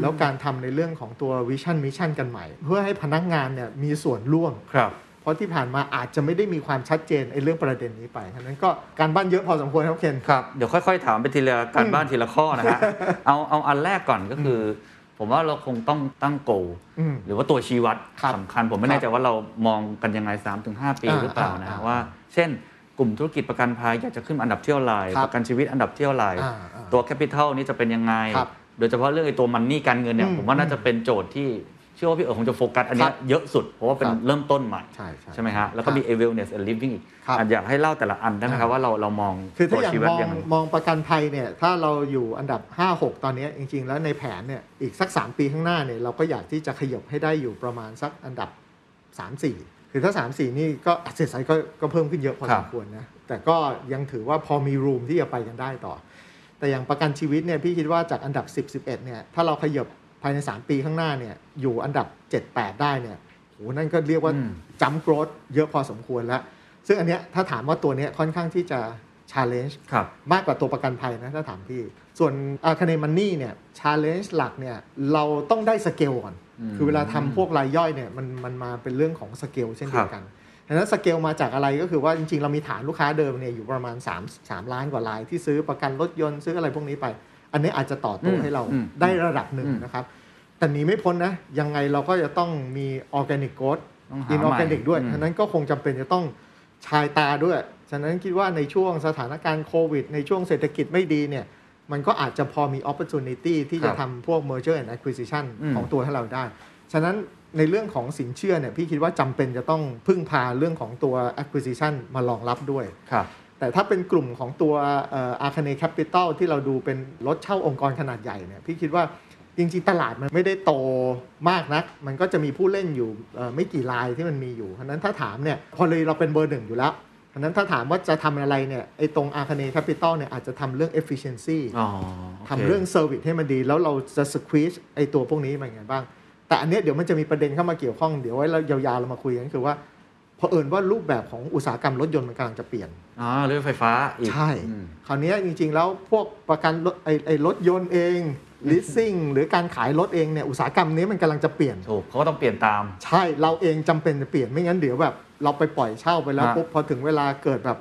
Speaker 1: แล้วการทำในเรื่องของตัว vision mission กันใหม่ เพื่อให้พนักงานเนี่ยมีส่วนร่วม
Speaker 6: ครับ
Speaker 1: เพราะที่ผ่านมาอาจจะไม่ได้มีความชัดเจนไอ้เรื่องประเด็นนี้ไปฉะนั้นก็การบ้านเยอะพอสมควรครับเคน
Speaker 6: ครับ
Speaker 2: เดี๋ยวค่อยๆ ถามไปทีละการบ้านทีละข้อนะ
Speaker 1: *laughs*
Speaker 2: ฮะ เอาเอาอันแรกก่อนก็คืออผมว่าเราคงต้องตั้งโกล
Speaker 1: อืม
Speaker 2: หรือว่าตัวชี้วัด
Speaker 1: ครับ
Speaker 2: สำคัญ ผมไม่แน่ใจว่าเรามองกันยังไง 3-5 ปี
Speaker 1: อ่า
Speaker 2: หรือเปล่านะฮะ
Speaker 1: อ่า
Speaker 2: ว่า เช่น กลุ่มธุรกิจประกันภัยอยากจะขึ้นอันดับเที่ยวไลน์
Speaker 1: ครับ
Speaker 2: ประกันชีวิตอันดับเที่ยวไลน์
Speaker 1: อ่าอ่า
Speaker 2: ตัวแคปิต a ลนี่จะเป็นยังไง
Speaker 1: ครับ
Speaker 2: โดยเฉพาะเรื่องไอ้ตัวมันนี่การเงินเนี่ย
Speaker 1: อืม
Speaker 2: ผมว่าน่าจะเป็นโจทย์ที่เชื่อว่าพี่เอ๋คงจะโฟกัสอัน
Speaker 1: ค
Speaker 2: เนี้ย
Speaker 1: รับ
Speaker 2: เยอะสุด เพราะว่าเป็น
Speaker 1: ครับ
Speaker 2: เริ่มต้นใหม่
Speaker 1: ใช่ใช่
Speaker 2: ไหมฮะแล้วก็มี a w a r e n e s s and living อีก
Speaker 1: ครับ
Speaker 2: อาจอยากให้เล่าแต่ละอันได้ไหมครับว่าเราเรามอง
Speaker 1: คือถ้า
Speaker 2: ตัว
Speaker 1: อย่าง
Speaker 2: ชี้วัด
Speaker 1: มอง
Speaker 2: ยังไง
Speaker 1: มองประกันภัยเนี่ยถ้าเราอยู่อันดับ 5-6 ตอนเนี้ยจริง ๆ แล้วในแผนเนี่ยอีกสัก 3 ปีข้างหน้าเนี่ยเราก็อยากที่จะขยบให้ได้อยู่ประมาณสักอันดับ 3-4 คือถ้า 3-4 นี่ก็เศษไซก็ก็เพิ่มขึ้นเยอะพอ
Speaker 6: ครั
Speaker 1: ส
Speaker 6: บ
Speaker 1: มควรนะแต่ก็ยังถือว่าพอมีรูมที่จะไปกันได้ต่อ แต่อย่างประกันชีวิตเนี่ยพี่คิดว่าจากอันดับ 10-11เนี่ยถ้าเราขยบภายใน 3 ปีข้างหน้าเนี่ยอยู่อันดับ 7-8 ได้เนี่ยโหนั่นก็เรียกว่าจัมป์โกรดเยอะพอสมควรแล้ว ซึ่งอันเนี้ยถ้าถามว่าตัวเนี้ยค่อนข้างที่จะ challenge
Speaker 6: ครับ
Speaker 1: มากกว่าตัวประกันภัยนะ ถ้าถามพี่ ส่วนอาคาเนมันนี่เนี่ยชาเลนจ์หลักเนี่ยเราต้องได้สเกลก่อน คือเวลาทำพวกรายย่อยเนี่ยมันมันมาเป็นเรื่องของสเกลเช่นเดียวกันฉะนั้นสเกลมาจากอะไรก็คือว่าจริง ๆ เรามีฐานลูกค้าเดิมเนี่ยอยู่ประมาณ3 3ล้านกว่ารายที่ซื้อประกันรถยนต์ซื้ออะไรพวกนี้ไป อันนี้อาจจะต่อตัวให้เรา
Speaker 2: อืม
Speaker 1: ได้ระดับหนึ่งนะครับ แต่หนีไม่พ้นนะ ยังไงเราก็จะต้องมีออร์แกนิก o ก t
Speaker 2: ต้องหา
Speaker 1: อินออร์แกนิก
Speaker 2: ใหม่
Speaker 1: ด้วย
Speaker 2: อืม
Speaker 1: ฉะนั้นก็คงจำเป็นจะต้องชายตาด้วย ฉะนั้นคิดว่าในช่วงสถานการณ์โควิด ในช่วงเศรษฐกิจไม่ดีเนี่ย มันก็อาจจะพอมี opportunity ที่
Speaker 6: ครั
Speaker 1: จะ
Speaker 6: บ
Speaker 1: ทำพวก merger and acquisition ของตัวให้เราได้ ฉะนั้นในเรื่องของสินเชื่อเนี่ยพี่คิดว่าจำเป็นจะต้องพึ่งพาเรื่องของตัว acquisition มารองรับด้วย
Speaker 6: ครับ
Speaker 1: แต่ถ้าเป็นกลุ่มของตัวอาคาเนแคปิตอลที่เราดูเป็นรถเช่าองค์กรขนาดใหญ่เนี่ยพี่คิดว่าจริงๆ ตลาดมันไม่ได้โตมากนัก มันก็จะมีผู้เล่นอยู่เอ่อไม่กี่รายที่มันมีอยู่เพราะฉะนั้นถ้าถามเนี่ยพอเลยเราเป็นเบอร์หนึ่งอยู่แล้วเพราะฉะนั้นถ้าถามว่าจะทำอะไรเนี่ยไอ้ตรงอาคาเนแคปิตอลเนี่ยอาจจะทำเรื่อง efficiency
Speaker 2: อ๋อโค
Speaker 1: ทำเรื่องเซอร์วิสให้มันดี แล้วเราจะสควีชไอตัวพวกนี้มันยังไงบ้าง แต่อันเนี้ยเดี๋ยวมันจะมีประเด็นเข้ามาเกี่ยวข้อง เดี๋ยวไว้เรายาวๆเรามาคุยกันคือว่าเผอิญว่ารูปแบบของอุตสาหกรรมรถยนต์มันกำลังจะเปลี่ยน
Speaker 2: อ๋อเรื่องไฟฟ้าอีก
Speaker 1: ใช่ คราวเนี้ยจริงๆ แล้วพวกประกันรถไอ้ไอ้รถยนต์เอง leasing หรือการขายรถเองเนี่ยอุตสาหกรรมนี้มันกำลังจะเปลี่ยน
Speaker 2: ถูกเขาก็ต้องเปลี่ยนตาม
Speaker 1: ใช่เราเองจำเป็นจะเปลี่ยนไม่งั้นเดี๋ยวแบบ เราไปปล่อยเช่าไปแล้ว
Speaker 2: ฮะ
Speaker 1: ปุ๊บพอถึงเวลาเกิดแบบ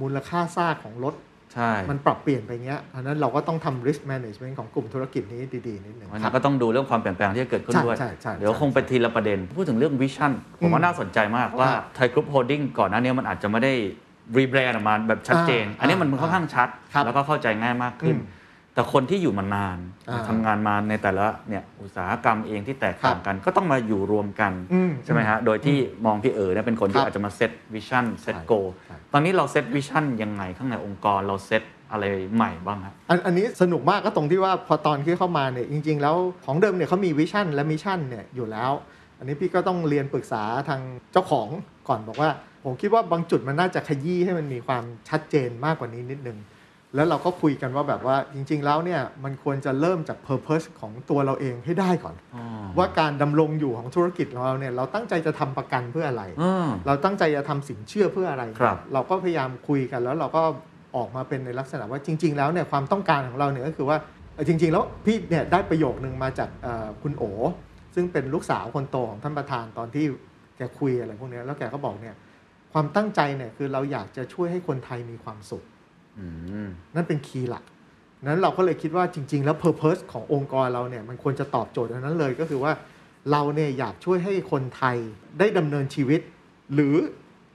Speaker 1: มูลค่าซากของรถ
Speaker 2: ใช่
Speaker 1: มันปรับเปลี่ยนไปเงี้ยอันนั้นเราก็ต้องทำ risk management ของกลุ่มธุรกิจนี้ดีๆ นิดหนึ่ง
Speaker 2: วัน
Speaker 1: ครั
Speaker 2: นั้
Speaker 1: บ
Speaker 2: นก็ต้องดูเรื่องความเปลี่ยนแปลงที่จะเกิดขึ้น
Speaker 1: ใช่
Speaker 2: ด้วย
Speaker 1: ใช่ใช่
Speaker 2: เดี๋ยวคงไปทีละประเด็น พูดถึงเรื่องวิชั่นผมว่าน่าสนใจมากว่า
Speaker 1: ครับ
Speaker 2: ไทยกรุ๊ปโฮดดิ้งก่อนหน้านี้มันอาจจะไม่ได้รีแบรนด์ออกมาแบบชัดเจน
Speaker 1: อ่า
Speaker 2: อันนี้มัน
Speaker 1: อ่า
Speaker 2: ค่อนข้างชัด
Speaker 1: ครับ
Speaker 2: แล้วก็เข้าใจง่ายมากขึ้น
Speaker 1: อืม
Speaker 2: แต่คนที่อยู่มานาน
Speaker 1: อ่า
Speaker 2: ทำงานมาในแต่ละเนี่ยอุตสาหกรรมเองที่แตกต่างกัน ก็ต้องมาอยู่รวมกัน
Speaker 1: อืม
Speaker 2: ใช่ไหมฮะโดยที่มองพี่เอ๋อเนี่ยเป็นคน
Speaker 1: ค
Speaker 2: ที่
Speaker 1: รับ
Speaker 2: อาจจะมาเซตวิชั่นเซต
Speaker 1: ใช่
Speaker 2: โก
Speaker 1: ใช่
Speaker 2: ตอนนี้เราเซตวิชั่นยังไงข้างในองค์กรเราเซตอะไรใหม่บ้างฮะ
Speaker 1: อันอันนี้สนุกมากก็ตรงที่ว่าพอตอนที่เข้ามาเนี่ยจริง ๆ แล้วของเดิมเนี่ยเขามีวิชั่นและมิชั่นเนี่ยอยู่แล้ว อันนี้พี่ก็ต้องเรียนปรึกษาทางเจ้าของก่อนบอกว่า ผมคิดว่าบางจุดมันน่าจะขยี้ให้มันมีความชัดเจนมากกว่านี้นิดนึง แล้วเราก็คุยกันว่าแบบว่าจริง ๆ แล้วเนี่ยมันควรจะเริ่มจาก Purpose ของตัวเราเองให้ได้ก่อน ว่าการดำรงอยู่ของธุรกิจของเราเนี่ยเราตั้งใจจะทำประกันเพื่ออะไร
Speaker 2: อ่า
Speaker 1: เราตั้งใจจะทำสินเชื่อเพื่ออะไร
Speaker 2: ครับ
Speaker 1: เราก็พยายามคุยกันแล้วเราก็ออกมาเป็นในลักษณะว่าจริง ๆ แล้วเนี่ยความต้องการของเราเนี่ยก็คือว่าไอ จริง ๆ แล้วพี่เนี่ยได้ประโยคนึงมาจากเอ่อคุณโอ ซึ่งเป็นลูกสาวคนโตของท่านประธานตอนที่แกคุยอะไรพวกเนี้ยแล้วแกก็บอกเนี่ยความตั้งใจเนี่ยคือเราอยากจะช่วยให้คนไทยมีความสุข
Speaker 2: อืม
Speaker 1: นั่นเป็นคีย์หลัก นั้นเราก็เลยคิดว่าจริง ๆ แล้ว Purpose ขององค์กรเราเนี่ยมันควรจะตอบโจทย์อันนั้นเลยก็คือว่าเราเนี่ยอยากช่วยให้คนไทยได้ดำเนินชีวิต หรือ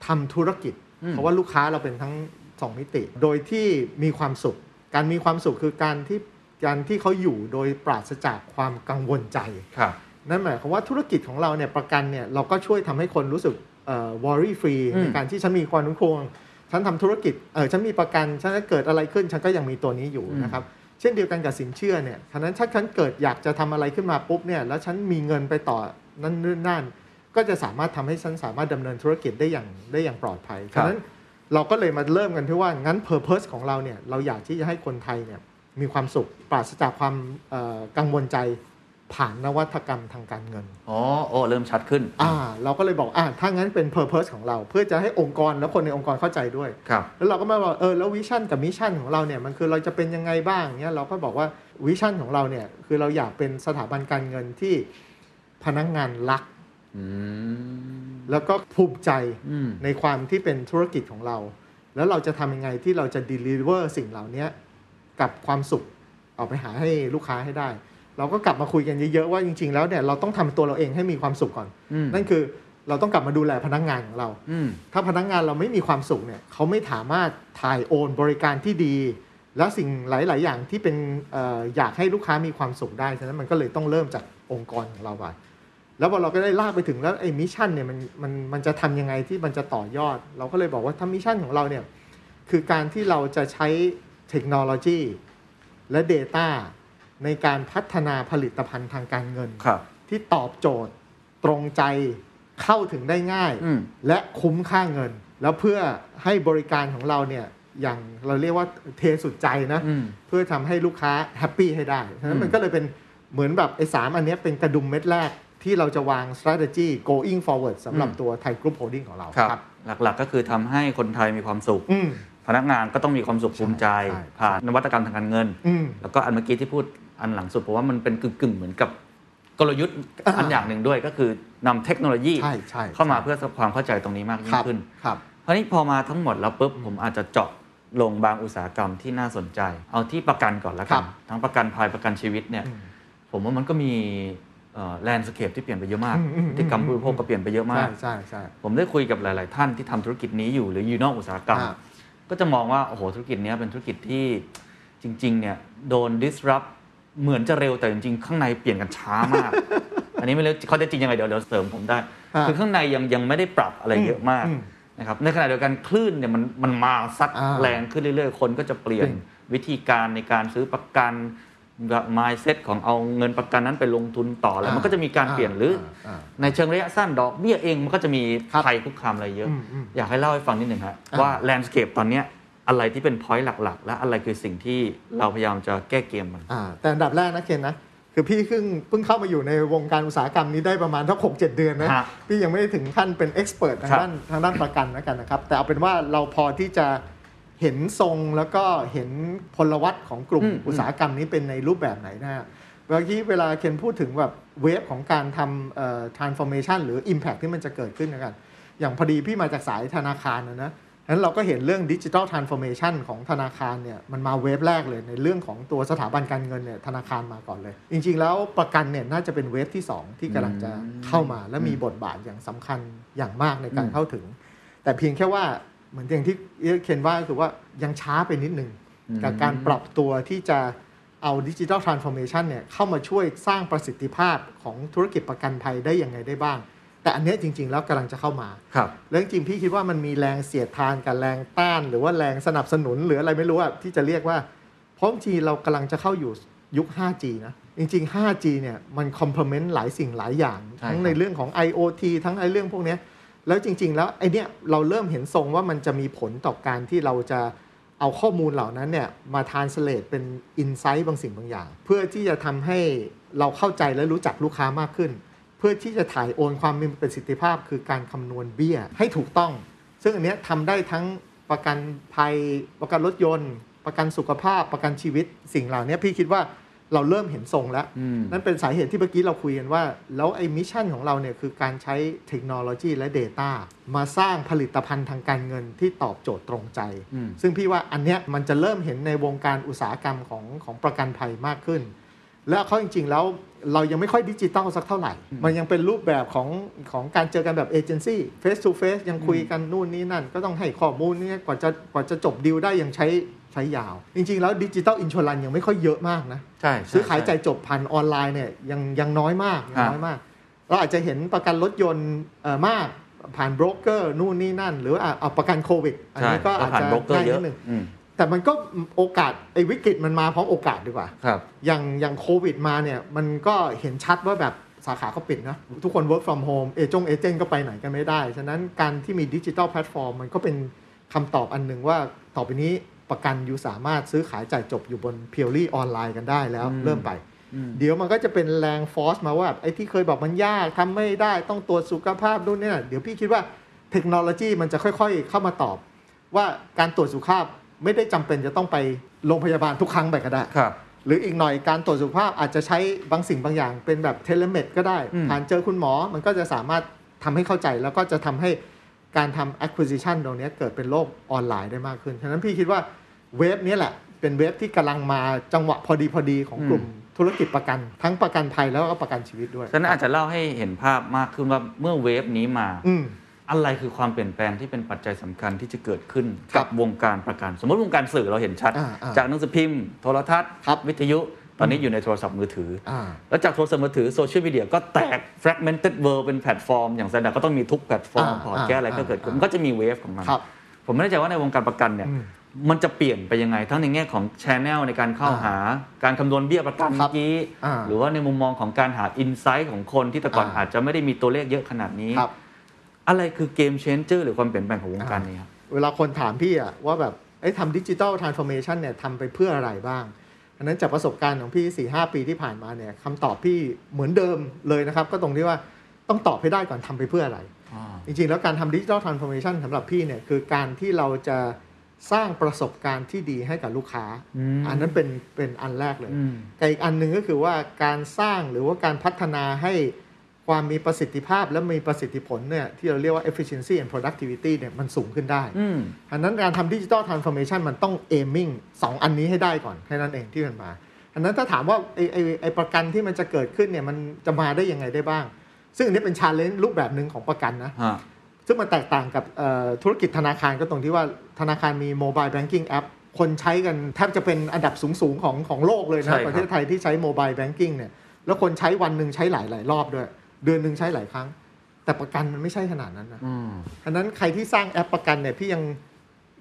Speaker 1: ทำธุรกิจ
Speaker 2: อืม
Speaker 1: เพราะว่าลูกค้าเราเป็นทั้ง 2 มิติ โดยที่มีความสุข การมีความสุขคือการที่การที่เขาอยู่โดยปราศจากความกังวลใจ
Speaker 2: ครับ
Speaker 1: นั่นหมายความว่าธุรกิจของเราเนี่ยประกันเนี่ยเราก็ช่วยทำให้คนรู้สึกเอ่อ worry free
Speaker 2: อืม
Speaker 1: ในการที่ฉันมีความมั่นคงฉันทำธุรกิจเออฉันมีประกันฉันถ้าเกิดอะไรขึ้นฉันก็ยังมีตัวนี้อยู่นะครับเช่นเดียวกันกับสินเชื่อเนี่ยฉะนั้นถ้าฉันเกิดอยากจะทำอะไรขึ้นมาปุ๊บเนี่ยแล้วฉันมีเงินไปต่อนั่นนู่นนั่นก็จะสามารถทำให้ฉันสามารถดำเนินธุรกิจได้อย่างได้อย่างปลอดภัยฉะนั้นเราก็เลยมาเริ่มกันที่ว่างั้น purpose ของเราเนี่ยเราอยากที่จะให้คนไทยเนี่ยมีความสุขปราศจากความเอ่อกังวลใจ ผ่านนวัตกรรมทางการเงิน
Speaker 2: อ๋อโอ้เริ่มชัดขึ้น
Speaker 1: อ่า เราก็เลยบอก อ่าถ้างั้นเป็น purpose ของเรา เพื่อจะให้องค์กรและคนในองค์กรเข้าใจด้วย
Speaker 2: ครับ
Speaker 1: แล้วเราก็มาบอกเออ แล้ววิชั่นกับมิชชั่นของเราเนี่ย มันคือเราจะเป็นยังไงบ้างเนี่ยเราก็บอกว่าวิชั่นของเราเนี่ย คือเราอยากเป็นสถาบันการเงินที่พนักงานรัก
Speaker 2: อืม
Speaker 1: แล้วก็ภูมิใจ
Speaker 2: อืม
Speaker 1: ในความที่เป็นธุรกิจของเรา แล้วเราจะทำยังไงที่เราจะ deliver สิ่งเหล่านี้กับความสุขเอาไปหาให้ลูกค้าให้ได้ เราก็กลับมาคุยกันเยอะๆว่าจริง ๆ แล้วเนี่ยเราต้องทำตัวเราเองให้มีความสุขก่อน
Speaker 2: อืม
Speaker 1: นั่นคือเราต้องกลับมาดูแลพนักงานของเรา
Speaker 2: อืม
Speaker 1: ถ้าพนักงานเราไม่มีความสุขเนี่ยเขาไม่สามารถถ่ายโอนบริการที่ดี และสิ่งหลาย ๆ อย่างที่เป็นเอออยากให้ลูกค้ามีความสุขได้ฉะนั้นมันก็เลยต้องเริ่มจากองค์กรของเราไปแล้วพอเราก็ได้ลากไปถึงแล้วไอ้มิชชั่นเนี่ยมันมันมันจะทำยังไงที่มันจะต่อยอด เราก็เลยบอกว่าถ้ามิชชั่นของเราเนี่ยคือการที่เราจะใช้เทคโนโลยีและ Data ในการพัฒนาผลิตภัณฑ์ทางการเงิน
Speaker 2: ครับ
Speaker 1: ที่ตอบโจทย์ตรงใจเข้าถึงได้ง่าย
Speaker 2: อืม
Speaker 1: และคุ้มค่าเงิน แล้วเพื่อให้บริการของเราเนี่ยอย่างเราเรียกว่าเทสุดใจนะ
Speaker 2: อืม
Speaker 1: เพื่อทำให้ลูกค้าแฮปปี้ให้ได้ฉะนั้
Speaker 2: อื
Speaker 1: น
Speaker 2: ม
Speaker 1: มันก็เลยเป็นเหมือนแบบไอ้สามอันเนี้ยเป็นกระดุมเม็ดแรกที่เราจะวาง strategy going forward สำหรับตัวไทยกรุ๊ปโฮลดิ้งของเรา
Speaker 2: ครับ หลักๆก็คือทำให้คนไทยมีความสุข
Speaker 1: อืม
Speaker 2: พนักงานก็ต้องมีความสุขภูมิใจ
Speaker 1: ใช่ใช่
Speaker 2: ผ่านนวัตกรรมทางการเงิน
Speaker 1: อืม
Speaker 2: แล้วก็อันเมื่อกี้ที่พูดอันหลังสุดเพราะว่ามันเป็นกึ่งๆ เหมือนกับกลยุทธ์
Speaker 1: อ่า
Speaker 2: อันอย่างหนึ่งด้วยก็คือนำเทคโนโลยี
Speaker 1: ใช่ใช่ใช่
Speaker 2: เข้ามาเพื่อความเข้าใจตรงนี้มาก
Speaker 1: ค
Speaker 2: ยิ่ง
Speaker 1: รับ
Speaker 2: ขึ้น
Speaker 1: ครับ
Speaker 2: คราวนี้พอมาทั้งหมดแล้วปุ๊บผมอาจจะเจาะลงบางอุตสาหกรรมที่น่าสนใจ เอาที่ประกันก่อนละ
Speaker 1: ครั
Speaker 2: กัน
Speaker 1: บ
Speaker 2: ทั้งประกันภัยประกันชีวิตเนี่ย
Speaker 1: อืม
Speaker 2: ผมว่ามันก็มีแลนด์สเคปที่เปลี่ยนไปเยอะมาก
Speaker 1: อืมอืม
Speaker 2: พฤติกรรมผู้บริโภคก็เปลี่ยนไปเยอะมา
Speaker 1: ใช่
Speaker 2: ก
Speaker 1: ใช่ใช่
Speaker 2: ผมได้คุยกับหลาย ๆ ท่านที่ทำธุรกิจนี้อยู่หรืออยู่นอกอุตสาหกรรม
Speaker 1: อ่า
Speaker 2: ก็จะมองว่า โอ้โห ธุรกิจเนี้ยเป็นธุรกิจที่จริง ๆ เนี่ยโดน disrupt เหมือนจะเร็วแต่จริง ๆ ข้างในเปลี่ยนกันช้ามาก *laughs* อันนี้ไม่รู้เขาจะจริงยังไงเดี๋ยวเดี๋ยวเสริมผมได้
Speaker 1: อ่า
Speaker 2: คือข้างในยังยังไม่ได้ปรับอะไรเยอะมาก
Speaker 1: อืม
Speaker 2: นะครับในขณะเดียวกันคลื่นเนี่ยมันมันมาซัด
Speaker 1: อ่า
Speaker 2: แรงขึ้นเรื่อย ๆ คนก็จะเปลี่ยน
Speaker 1: จริง
Speaker 2: วิธีการในการซื้อประกัน mindset ของเอาเงินประกันนั้นไปลงทุนต่อแล้วมันก็จะมีการเปลี่ยนหรืออ
Speaker 1: าา
Speaker 2: ในเชิงระยะสั้นดอกเบี้ยเองมันก็จะมี
Speaker 1: ครับ
Speaker 2: ภัยคุกคามอะไรเยอะ
Speaker 1: อืมอืม
Speaker 2: อยากให้เล่าให้ฟังนิดหนึ่งฮะ
Speaker 1: อ่า
Speaker 2: ว่าแลนด์สเคปตอนเนี้ยอะไรที่เป็นพอยต์หลัก ๆ และอะไรคือสิ่งที่เราพยายามจะแก้เกมมัน
Speaker 1: อ่าแต่อันดับแรกนะเคนนะ คือพี่เพิ่งเพิ่งเข้ามาอยู่ในวงการอุตสาหกรรมนี้ได้ประมาณทักหกเจ็ดเดือนนะ
Speaker 2: ฮะ
Speaker 1: พี่ยังไม่ได้ถึงขั้นเป็นเอ็กซ์เพรสทาง
Speaker 2: ครับ
Speaker 1: ด้านทางด้านประกันแล้วกันนะครับ แต่เอาเป็นว่าเราพอที่จะเห็นทรงแล้วก็เห็นพลวัตของกลุ่ม
Speaker 2: อืม
Speaker 1: อุตสาหกรรมนี้เป็นในรูปแบบไหนนะฮะเมื่อกี้เวลาเคนพูดถึงแบบเวฟของการทำเอ่อ transformation หรือ impact ที่มันจะเกิดขึ้นนะกัน อย่างพอดีพี่มาจากสายธนาคารนะนะฉะนั้นเราก็เห็นเรื่องดิจิ t a ลทรานส์ฟอร์เมชันของธนาคารเนี่ยมันมาเวฟแรกเลยในเรื่องของตัวสถาบันการเงินเนี่ยธนาคารมาก่อนเลย จริง ๆ แล้วประกันเนี่ยน่าจะเป็นเวฟที่ 2 ที่กำลังจะเข้ามา และมีบทบาทอย่างสำคัญอย่างมากในการเข้าถึง แต่เพียงแค่ว่าเหมือนอย่างที่เคนว่าก็คือว่ายังช้าไปนิดนึงกับการปรับตัวที่จะเอาดิจิ t a ลทรานส์ฟอร์เมชันเนี่ยเข้ามาช่วยสร้างประสิทธิภาพของธุรกิจประกันภัยได้ยังไงได้บ้าง แต่อันเนี้ยจริง ๆ แล้วกำลังจะเข้ามา
Speaker 2: ครับ
Speaker 1: แล้วจริงๆพี่คิดว่ามันมีแรงเสียดทานกับแรงต้าน หรือว่าแรงสนับสนุนหรืออะไรไม่รู้อะที่จะเรียกว่าเพราะจริงๆเรากำลังจะเข้าอยู่ยุค 5G นะ จริง ๆ 5G เนี่ยมันคอมเพลเมนต์หลายสิ่งหลายอย่าง
Speaker 2: ใช่ครับ
Speaker 1: ทั้งในเรื่องของ IoT ทั้งในเรื่องพวกเนี้ยแล้วจริง ๆ แล้วไอเนี้ยเราเริ่มเห็นทรงว่ามันจะมีผลต่อการที่เราจะเอาข้อมูลเหล่านั้นเนี่ยมาทานสเลตเป็นอินไซต์บางสิ่งบางอย่าง เพื่อที่จะทำให้เราเข้าใจและรู้จักลูกค้ามากขึ้น เพื่อที่จะถ่ายโอนความมีประสิทธิภาพ คือการคำนวณเบี้ยให้ถูกต้อง ซึ่งอันเนี้ยทำได้ทั้งประกันภัย ประกันรถยนต์ ประกันสุขภาพประกันชีวิต สิ่งเหล่านี้พี่คิดว่า เราเริ่มเห็นทรงแล้ว
Speaker 2: อืม
Speaker 1: นั่นเป็นสาเหตุที่เมื่อกี้เราคุยกันว่า แล้วไอ้มิชชั่นของเราเนี่ยคือการใช้เทคโนโลยีและ Data มาสร้างผลิตภัณฑ์ทางการเงินที่ตอบโจทย์ตรงใจ
Speaker 2: อืม
Speaker 1: ซึ่งพี่ว่าอันเนี้ยมันจะเริ่มเห็นในวงการอุตสาหกรรมของของประกันภัยมากขึ้น แล้วเขาจริงๆแล้วเรายังไม่ค่อยดิจิตอลสักเท่าไหร่ มันยังเป็นรูปแบบของของการเจอกันแบบเอเจนซี่เฟสทูเฟสยังคุยกันนู่นนี่นั่น ก็ต้องให้ข้อมูลเนี่ยกว่าจะกว่าจะจบดีลได้ยังใช้ใช้ยาว จริงๆแล้วดิจิตอลอินช r a ันยังไม่ค่อยเยอะมากนะ
Speaker 2: ใช่
Speaker 1: ซื้อขายจ่ายจบผ่านออนไลน์เนี่ยยังยังน้อยมากยังน้อยมาก เราอาจจะเห็นประกันรถยนต์เอ่อมากผ่านโบรกเกอร์นู่นนี่นั่น หรืออ่ะเอาประกันโควิดอัน
Speaker 2: ใช่
Speaker 1: นี้ก็อาจ
Speaker 2: ผ่าน
Speaker 1: จะ
Speaker 2: โบรกเกอ
Speaker 1: ง่า
Speaker 2: ร์
Speaker 1: ย
Speaker 2: เย
Speaker 1: นิ
Speaker 2: อะ
Speaker 1: ดนึง
Speaker 2: อืม
Speaker 1: แต่มันก็โอกาสไอ้วิกฤตมันมาพร้อมโอกาสดีกว่า
Speaker 2: ครับ
Speaker 1: อย่างอย่างโควิดมาเนี่ยมันก็เห็นชัดว่าแบบสาขาก็ปิดนะ ทุกคน work from home เอจงเอเจนต์ก็ไปไหนกันไม่ได้ ฉะนั้นการที่มีดิจิทัลแพลตฟอร์มมันก็เป็นคำตอบอันหนึ่งว่าต่อไปนี้ประกันอยู่สามารถซื้อขายจ่ายจบอยู่บนเพียวรี่ออนไลน์กันได้แล้ว
Speaker 2: อืม
Speaker 1: เริ่มไป เดี๋ยวมันก็จะเป็นแรงฟอสมาว่าไอ้ที่เคยบอกมันยากทำไม่ได้ต้องตรวจสุขภาพนู่นนี่น่ะเดี๋ยวพี่คิดว่าเทคโนโลยีมันจะค่อยๆ เข้ามาตอบ ว่าการตรวจสุขภาพไม่ได้จำเป็นจะต้องไปโรงพยาบาลทุกครั้งไปก็ได้
Speaker 2: ครับ
Speaker 1: หรืออีกหน่อยการตรวจสุขภาพอาจจะใช้บางสิ่งบางอย่างเป็นแบบเทเลเมดก็ได้
Speaker 2: อืม
Speaker 1: ผ่านเจอคุณหมอมันก็จะสามารถทำให้เข้าใจ แล้วก็จะทำให้การทำ acquisition ตรงเนี้ยเกิดเป็นโลกออนไลน์ได้มากขึ้น ฉะนั้นพี่คิดว่าเวฟเนี้ยแหละ เป็นเวฟที่กำลังมาจังหวะพอดีพอดีของกลุ่มธุรกิจประกัน ทั้งประกันภัยแล้วก็ประกันชีวิตด้วย
Speaker 2: ฉะนั้นอาจจะเล่าให้เห็นภาพมากขึ้นว่าเมื่อเวฟนี้มา
Speaker 1: อืม
Speaker 2: อะไรคือความเปลี่ยนแปลงที่เป็นปัจจัยสำคัญที่จะเกิดขึ้น
Speaker 1: ครั
Speaker 2: กับบ วงการประกัน สมมติวงการสื่อเราเห็นชัด
Speaker 1: อ่าอ่า
Speaker 2: จากหนังสือพิมพ์ โทรทัศน์
Speaker 1: ครับ
Speaker 2: วิทยุ ตอนนี้อยู่ในโทรศัพท์มือถืออ
Speaker 1: อ่า
Speaker 2: แล้วจากโทรศัพท์มือถือโซเชียลมีเดียก็แตก fragmented world เป็นแพลตฟอร์ม อย่างแซนด์ก็ต้องมีทุกแพลตฟอร์ม
Speaker 1: อ่า
Speaker 2: พอร์ตแก้อะไรก็เกิดขึ้น
Speaker 1: อ่าอ่ามั
Speaker 2: นก็จะมีเวฟของมัน
Speaker 1: ครับ
Speaker 2: ผมไม่แน่ใจว่าในวงการประกันเนี่ย
Speaker 1: อืม
Speaker 2: มันจะเปลี่ยนไปยังไง ทั้งในแง่ของชแนลในการเข้า
Speaker 1: อ่า
Speaker 2: หาการคำนวณเบี้ยประกัน
Speaker 1: ครั
Speaker 2: เมื่
Speaker 1: บ
Speaker 2: อกี้
Speaker 1: อ่า
Speaker 2: หรือว่าในมุมมองของการหาอินไซต์ของคนที่แต่ก่อน
Speaker 1: อ่า
Speaker 2: อาจจะไม่ได้มีตัวเลขเยอะขนาดนี้
Speaker 1: ครับ
Speaker 2: อะไรคือเกมเชนเจอร์หรือความเปลี่ยนแปลงของวงการนี้ครับ
Speaker 1: เวลาคนถามพี่อะว่าแบบไอ้ยทำดิจิ t a ลทรานส์ฟอร์เมชันเนี่ยทำไปเพื่ออะไรบ้าง อันนั้นจากประสบการณ์ของพี่4ีหปีที่ผ่านมาเนี่ยคำตอบพี่เหมือนเดิมเลยนะครับ ก็ตรงที่ว่าต้องตอบให้ได้ก่อนทำไปเพื่ออะไร จริงๆ แล้วการทำดิจิ t a ลทรานส์ฟอร์เมชันสำหรับพี่เนี่ยคือการที่เราจะสร้างประสบการณ์ที่ดีให้กับลูกค้า
Speaker 2: อืม
Speaker 1: อันนั้นเป็นเป็นอันแรกเลย
Speaker 2: อืม
Speaker 1: กับอีกอันหนึ่งก็คือว่าการสร้างหรือว่าการพัฒนาให้ความมีประสิทธิภาพและมีประสิทธิผลเนี่ยที่เราเรียกว่า efficiency and productivity เนี่ยมันสูงขึ้นได้
Speaker 2: อืม
Speaker 1: อันนั้นการทำดิจิ t a ลทรานส์ฟอร์เมชันมันต้อง aiming สองอันนี้ให้ได้ก่อน แค่นั้นเองที่มันมา อันนั้นถ้าถามว่าไอไอไอประกันที่มันจะเกิดขึ้นเนี่ยมันจะมาได้ยังไงได้บ้าง ซึ่งอันนี้เป็นชาเลนจ์รูปแบบหนึ่งของประกันนะ
Speaker 2: ฮะ
Speaker 1: ซึ่งมันแตกต่างกับเอ่อธุรกิจธนาคารก็ตรงที่ว่าธนาคารมีโมบายแบงกิ้งแอปคนใช้กันแทบจะเป็นอันดับสูง ๆ ของของโลกเลย
Speaker 2: ใช่
Speaker 1: นะ
Speaker 2: ครับ
Speaker 1: ประเทศไทยที่ใช้โมบายแบงกิ้งเนี่ย แล้วคนใช้วันหนึ่งใช้หลายหลายๆรอบด้วย เดือนหนึ่งใช้หลายครั้ง แต่ประกันมันไม่ใช่ขนาดนั้นนะ
Speaker 2: อืม
Speaker 1: อันนั้นใครที่สร้างแอปประกันเนี่ยพี่ยัง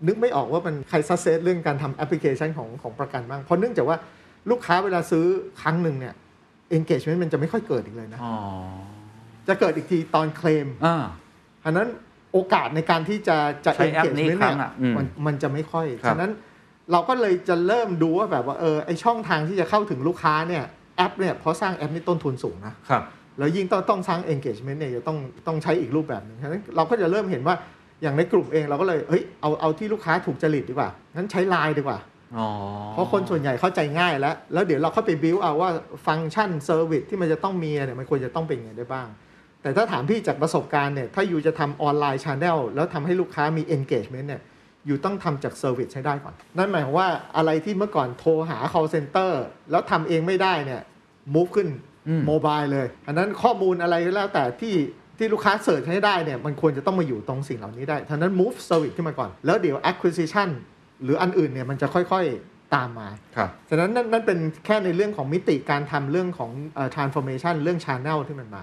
Speaker 1: นึกไม่ออกว่ามันใครซัสเซสเรื่องการทำแอปพลิเคชันของของประกันบ้างเพราะเนื่องจากว่าลูกค้าเวลาซื้อครั้งหนึ่งเนี่ย engagement มันจะไม่ค่อยเกิดอีกเลยนะ
Speaker 2: อ๋อ
Speaker 1: จะเกิดอีกทีตอนเคลม
Speaker 2: อ่า
Speaker 1: อันนั้นโอกาสในการที่จะจะ
Speaker 2: ใช้แอป
Speaker 1: engagement
Speaker 2: นี้ครั้งอะ
Speaker 1: เนี่ยมัน
Speaker 2: อืม
Speaker 1: มันจะไม่ค่อย
Speaker 2: ครับ
Speaker 1: ฉะนั้นเราก็เลยจะเริ่มดูว่าแบบว่าเออไอช่องทางที่จะเข้าถึงลูกค้าเนี่ยแอปเนี่ยเพราะสร้างแอปนี่ต้นทุนสูงนะ
Speaker 2: ครับ
Speaker 1: แล้วยิ่งต้องต้องสร้าง engagement เนี่ยจะต้องต้องใช้อีกรูปแบบหนึ่งฉะนั้นเราก็จะเริ่มเห็นว่าอย่างในกลุ่มเองเราก็เลยเฮ้ยเอาเอาที่ลูกค้าถูกจริตดีกว่างั้นใช้ไลน์ดีกว่า
Speaker 2: อ๋อ
Speaker 1: เพราะคนส่วนใหญ่เข้าใจง่ายแล้ว แล้วเดี๋ยวเราเข้าไปบิวเอาว่าฟังก์ชันเซอร์วิสที่มันจะต้องมีเนี่ยมันควรจะต้องเป็นยังไงได้บ้าง แต่ถ้าถามพี่จากประสบการณ์เนี่ย ถ้าอยู่จะทำออนไลน์ชา n e l แล้วทำให้ลูกค้ามี engagement เนี่ย อยู่ต้องทำจากเซอร์วิสให้ได้ก่อน นั่นหมายความว่าอะไรที่เมื่อก่อนโทรหา call center แล้วทำเองไม่ได้เนี่ย move ขึ้นโมบายเลย อันนั้นข้อมูลอะไรก็แล้วแต่ที่ที่ลูกค้าเสิร์ชให้ได้เนี่ยมันควรจะต้องมาอยู่ตรงสิ่งเหล่านี้ได้ทั้งนั้น move service ขึ้นมาก่อน แล้วเดี๋ยว acquisition หรืออันอื่นเนี่ยมันจะค่อยๆตามมา
Speaker 2: ครับ
Speaker 1: ฉะนั้นนั่นนั่นเป็นแค่ในเรื่องของมิติการทำเรื่องของเอ่อ transformation เรื่อง channel ที่มันมา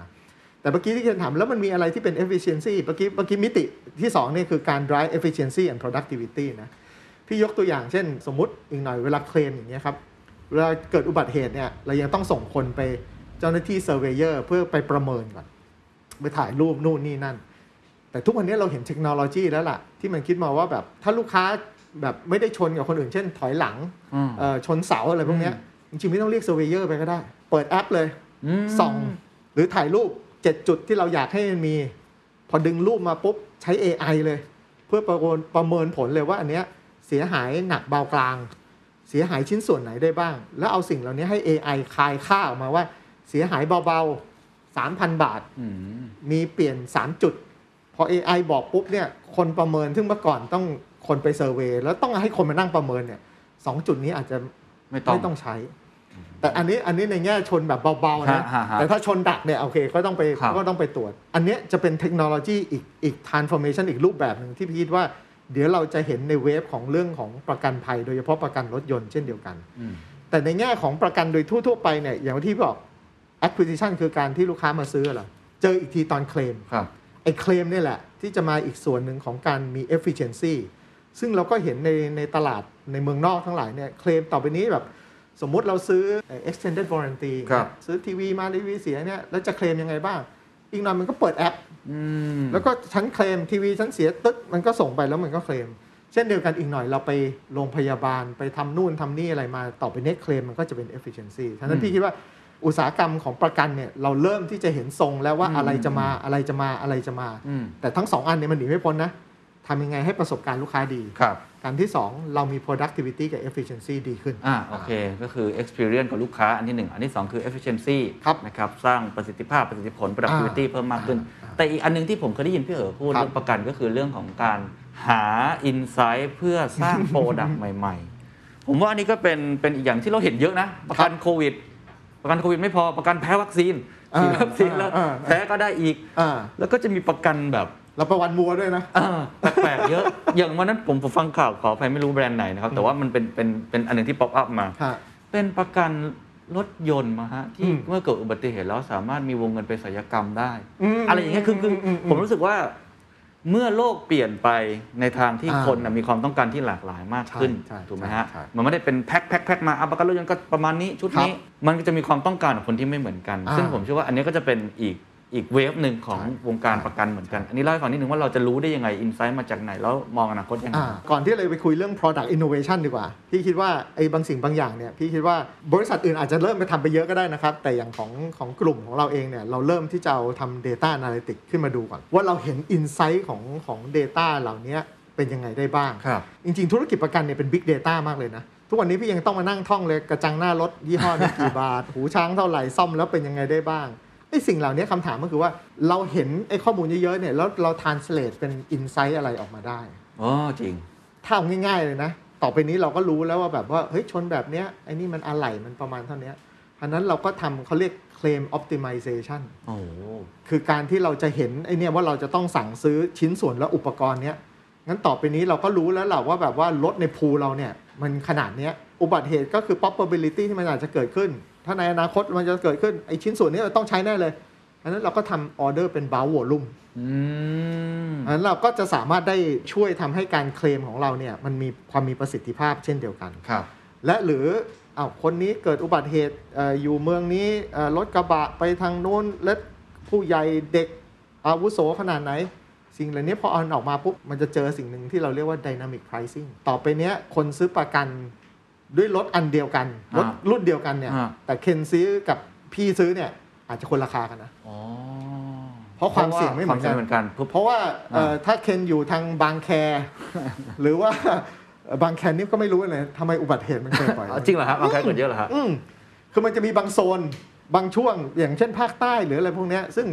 Speaker 1: แต่เมื่อกี้ที่เคนถามแล้วมันมีอะไรที่เป็น efficiency เมื่อกี้เมื่อกี้มิติที่สองเนี่ยคือการ drive efficiency and productivity นะ พี่ยกตัวอย่างเช่น สมมติอีกหน่อยเวลาเคลนอย่างเงี้ยครับ เวลาเกิดอุบัติเหตุเนี่ยเรายังต้องส่งคนไปเจ้าหน้าที่ surveyor เพื่อไปประเมินก่อน ไปถ่ายรูปนู่นนี่นั่น แต่ทุกวันนี้เราเห็นเทคโนโลยีแล้วล่ะ ที่มันคิดมาว่าแบบถ้าลูกค้าแบบไม่ได้ชนกับคนอื่น เช่นถอยหลัง
Speaker 2: อืม
Speaker 1: เอ่อชนเสาอะไรพวกเนี้ยจริงๆไม่ต้องเรียกเซอร์เวเยอร์ไปก็ได้ เปิดแอปเลย
Speaker 2: อืม
Speaker 1: ส่อง หรือถ่ายรูป 7 จุดที่เราอยากให้มันมี พอดึงรูปมาปุ๊บ ใช้ AI เลย เพื่อประเมินประเมินผลเลยว่าอันเนี้ยเสียหายหนักเบากลาง เ สียหายชิ้นส่วนไหนได้บ้าง แล้วเอาสิ่งเหล่านี้ให้ AI คายค่าออกมาว่า เสียหายเบาๆ 3,000 บาท
Speaker 2: อืม
Speaker 1: มีเปลี่ยน 3 จุด พอ AI บอกปุ๊บเนี่ยคนประเมินซึ่งเมื่อก่อนต้องคนไปเซอร์เวยแล้วต้องให้คนมานั่งประเมินเนี่ยสองจุดนี้อาจจะ
Speaker 2: ไม่ต้อง
Speaker 1: ไม่ต้องใช้ แต่อันนี้อันนี้ในแง่ชนแบบเบาๆนะ
Speaker 2: ฮะฮะฮะ
Speaker 1: แต่ถ้าชนดักเนี่ยโอเคก็ต้องไป
Speaker 2: ครับ
Speaker 1: ก็ต้องไปตรวจ อันเนี้ยจะเป็นเทคโนโลยีอีกอีก transformation อีกรูปแบบหนึ่งที่พี่คิดว่า เดี๋ยวเราจะเห็นในเวฟของเรื่องของประกันภัย โดยเฉพาะประกันรถยนต์เช่นเดียวกัน
Speaker 2: อืม
Speaker 1: แต่ในแง่ของประกันโดยทั่ว ๆ ไปเนี่ยอย่างที่บอก acquisition คือการที่ลูกค้ามาซื้อเหรอเจออีกทีตอนเคลม
Speaker 2: ครับ
Speaker 1: ไอ้เคลมเนี่ยแหละ ที่จะมาอีกส่วนหนึ่งของการมี efficiency ซึ่งเราก็เห็นในในตลาดในเมืองนอกทั้งหลายเนี่ยเคลมต่อไปนี้แบบสมมุติเราซื้อเอ่อ extended warranty
Speaker 2: ครับ
Speaker 1: ซื้อทีวีมาทีวีเสียเนี่ยแล้วจะเคลมยังไงบ้าง อีกหน่อยมันก็เปิดแอป
Speaker 2: อืม
Speaker 1: แล้วก็ฉันเคลมทีวีฉันเสียตึ๊ดมันก็ส่งไปแล้วมันก็เคลม เช่นเดียวกันอีกหน่อยเราไปโรงพยาบาลไปทำนู่นทำนี่อะไรมาต่อไปเน็ตเคลมมันก็จะเป็น efficiency ฉะนั้
Speaker 2: อื
Speaker 1: น
Speaker 2: ม
Speaker 1: พี่คิดว่าอุตสาหกรรมของประกันเนี่ยเราเริ่มที่จะเห็นทรงแล้วว่า
Speaker 2: อืม
Speaker 1: อะไรจะมาอะไรจะมาอะไรจะมา
Speaker 2: อืม
Speaker 1: แต่ทั้งสองอันเนี่ยมันหนีไม่พ้นนะทำยังไงให้ประสบการณ์ลูกค้าดี
Speaker 2: ครับ
Speaker 1: การที่สองเรามี productivity กับ efficiency ดีขึ้น
Speaker 2: อ่าโอเค ก็คือ experience กับลูกค้าอันที่หนึ่งอันที่สองคือ efficiency
Speaker 1: ครับ
Speaker 2: นะครับ สร้างประสิทธิภาพประสิทธิผล productivity
Speaker 1: อ่า
Speaker 2: เพิ่มมากขึ้น
Speaker 1: อ่าอ่า
Speaker 2: แต่อีกอันหนึงที่ผมเคยได้ยินพี่เอ๋อพูด
Speaker 1: ครับ
Speaker 2: เรื่องประกันก็คือเรื่องของการหา insight เพื่อส
Speaker 1: *laughs*
Speaker 2: ร้าง product ใหม่ ๆ ผมว่าอันนี้ก็เป็นเป็นอีกอย่างที่เราเห็นเยอะนะ ประกันโควิด ประกันโควิดไม่พอประกันแพ้วัคซีนฉีดวัคซีนแล้วแพ้ก็ได้อีก
Speaker 1: อ่า
Speaker 2: แล้วก็จะมีประกันแบบ
Speaker 1: เราประวันมัวด้วยนะ
Speaker 2: เออแปลกๆเยอะ อย่างวันนั้นผมผมฟังข่าวขออภัยไม่รู้แบรนด์ไหนนะครับ แต่ว่ามันเป็นเป็นเป็นอันหนึงที่ป๊อปอัพมา
Speaker 1: ค่ะ
Speaker 2: เป็นประกันรถยนต์มาฮะ ที่
Speaker 1: อืม
Speaker 2: เมื่อเกิดอุบัติเหตุแล้วสามารถมีวงเงินเป็นศัลยกรรมได้
Speaker 1: อืม
Speaker 2: อะไรอย่างเงี้ยคือคืออ
Speaker 1: มอืม
Speaker 2: ผมรู้สึกว่าเมื่อโลกเปลี่ยนไปในทางที่
Speaker 1: อ่า
Speaker 2: คนน่ะมีความต้องการที่หลากหลายมากขึ้น
Speaker 1: ใช่ใช่
Speaker 2: ถูกไหมฮะ
Speaker 1: ใช่ใช่
Speaker 2: มันไม่ได้เป็นแพ็คแพ็คแพ็คมาเอาประกันรถยนต์ก็ประมาณนี้ชุดนี้ มันก็จะมีความต้องการของคนที่ไม่เหมือนกัน
Speaker 1: อ่า
Speaker 2: ซึ่งผมเชื่อว่าอันเนี้ยก็จะเป็นอีกอีกเวฟหนึ่งของ
Speaker 1: ใช่
Speaker 2: วงการประกันเหมือนกัน อันนี้เล่าให้ฟังนิดนึงว่าเราจะรู้ได้ยังไงอินไซต์มาจากไหนแล้วมองอนาคตยังไง
Speaker 1: อ่าก่อนที่เราไปคุยเรื่อง product innovation ดีกว่า พี่คิดว่าไอ้บางสิ่งบางอย่างเนี่ยพี่คิดว่าบริษัทอื่นอาจจะเริ่มไปทำไปเยอะก็ได้นะครับ แต่อย่างของของกลุ่มของเราเองเนี่ยเราเริ่มที่จะเอาทำ data analytics ขึ้นมาดูก่อน ว่าเราเห็น insight ของของ data เหล่านี้เป็นยังไงได้บ้าง
Speaker 2: ครับ
Speaker 1: จริง ๆ ธุรกิจประกันเนี่ยเป็น big data มากเลยนะ ทุกวันนี้พี่ยังต้องมานั่งท่องเลยกระจังหน้ารถยี่ห้อนี้กี่บาท หูช้างเท่าไหร่ซ่อมแล้วเป็นยังไงได้บ้างไอ้สิ่งเหล่านี้คำถามก็คือว่าเราเห็นไอ้ข้อมูลเยอะๆเนี่ยแล้วเรา translate เป็น insight อะไรออกมาได้
Speaker 2: อ๋อจริง
Speaker 1: ถ้าเอาง่ายๆเลยนะ ต่อไปนี้เราก็รู้แล้วว่าแบบว่า เฮ้ย ชนแบบเนี้ยไอ้นี่มันอะไหล่มันประมาณเท่าเนี้ยอันนั้นเราก็ทำเขาเรียก claim optimization
Speaker 2: โอ้โห
Speaker 1: คือการที่เราจะเห็นไอ้เนี่ยว่าเราจะต้องสั่งซื้อชิ้นส่วนและอุปกรณ์เนี้ย งั้นต่อไปนี้เราก็รู้แล้วแหละว่าแบบว่ารถในภูเราเนี่ย มันขนาดเนี้ย อุบัติเหตุก็คือ probability ที่มันอาจจะเกิดขึ้น ถ้าในอนาคตมันจะเกิดขึ้นไอ้ชิ้นส่วนนี้เราต้องใช้แน่เลยอันนั้นเราก็ทำออเดอร์เป็นบาวโวลุ่ม
Speaker 2: อืม
Speaker 1: อันนั้นเราก็จะสามารถได้ช่วยทำให้การเคลมของเราเนี่ยมันมีความมีประสิทธิภาพเช่นเดียวกัน
Speaker 2: ครับ
Speaker 1: และหรืออ้าวคนนี้เกิดอุบัติเหตุเอออยู่เมืองนี้เอ่อรถกระบะไปทางนู้นและผู้ใหญ่เด็กอาวุโสขนาดไหน สิ่งเหล่านี้พอเอาออกมาปุ๊บ มันจะเจอสิ่งหนึ่งที่เราเรียกว่า dynamic pricing ต่อไปเนี้ยคนซื้อประกันด้วยรถอันเดียวกัน รถ
Speaker 2: อ่ารุ่
Speaker 1: รุ่นเดียวกันเนี่ย
Speaker 2: อ่า
Speaker 1: แต่เคนซื้อกับพี่ซื้อเนี่ยอาจจะคนราคากันนะ
Speaker 2: อ๋อ
Speaker 1: เพราะความเสี่ยงไม่เหมือนกัน
Speaker 2: ควาสี่ยงเหมือนกันเพราะ
Speaker 1: เพราะว่าเอ่อถ้าเคนอยู่ทางบางแค *laughs* หรือว่าเอ่อบางแคนี่ก็ไม่รู้เลยทำไมอุบัติเหตุมันเกิดบ่อย
Speaker 2: จริงเหรอฮะบางครั้งเกิดเยอะเหรอฮะ
Speaker 1: อืมคือมันจะมีบางโซนบางช่วงอย่างเช่นภาคใต้หรืออะไรพวกเนี้ยซึ่ง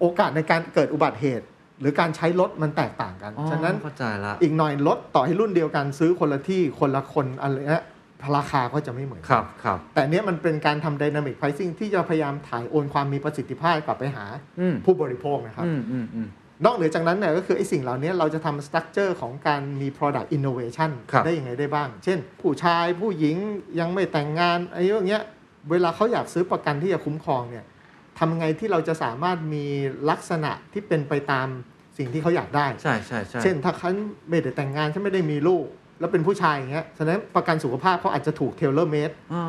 Speaker 1: โอกาสในการเกิดอุบัติเหตุ หรือการใช้รถมันแตกต่างกัน
Speaker 2: อ๋อ
Speaker 1: ฉะนั้น
Speaker 2: เข้าใจละ
Speaker 1: อีกหน่อยรถต่อให้รุ่นเดียวกันซื้อคนละที่คนละคนอะไรเงี้ยราคาก็จะไม่เหมือน
Speaker 2: ครับครับ
Speaker 1: แต่เนี้ยมันเป็นการทำ dynamic pricing ที่จะพยายามถ่ายโอนความมีประสิทธิภาพกลับไปหา
Speaker 2: อืม
Speaker 1: ผู้บริโภคนะครับ
Speaker 2: อืมอืมอืม
Speaker 1: นอกเหนือจากนั้นเนี่ยก็คือไอ้สิ่งเหล่านี้เราจะทำสต r ั c เจอร์ของการมี product innovation
Speaker 2: ครับ
Speaker 1: ได้ยังไงได้บ้าง เช่น ผู้ชายผู้หญิงยังไม่แต่งงานไอ้พวกเนี้ยเวลาเขาอยากซื้อประกันที่จะคุ้มครองเนี่ยทำไงที่เราจะสามารถมีลักษณะที่เป็นไปตามสิ่งที่เขาอยากได้
Speaker 2: ใช่ใช่ใช่
Speaker 1: เช่นถ้าฉันไม่ได้แต่งงานฉันไม่ได้มีลูก แล้วเป็นผู้ชายอย่างเงี้ยฉะนั้นประกันสุขภาพเขาอาจจะถูกเทเลเมด
Speaker 2: อ๋อ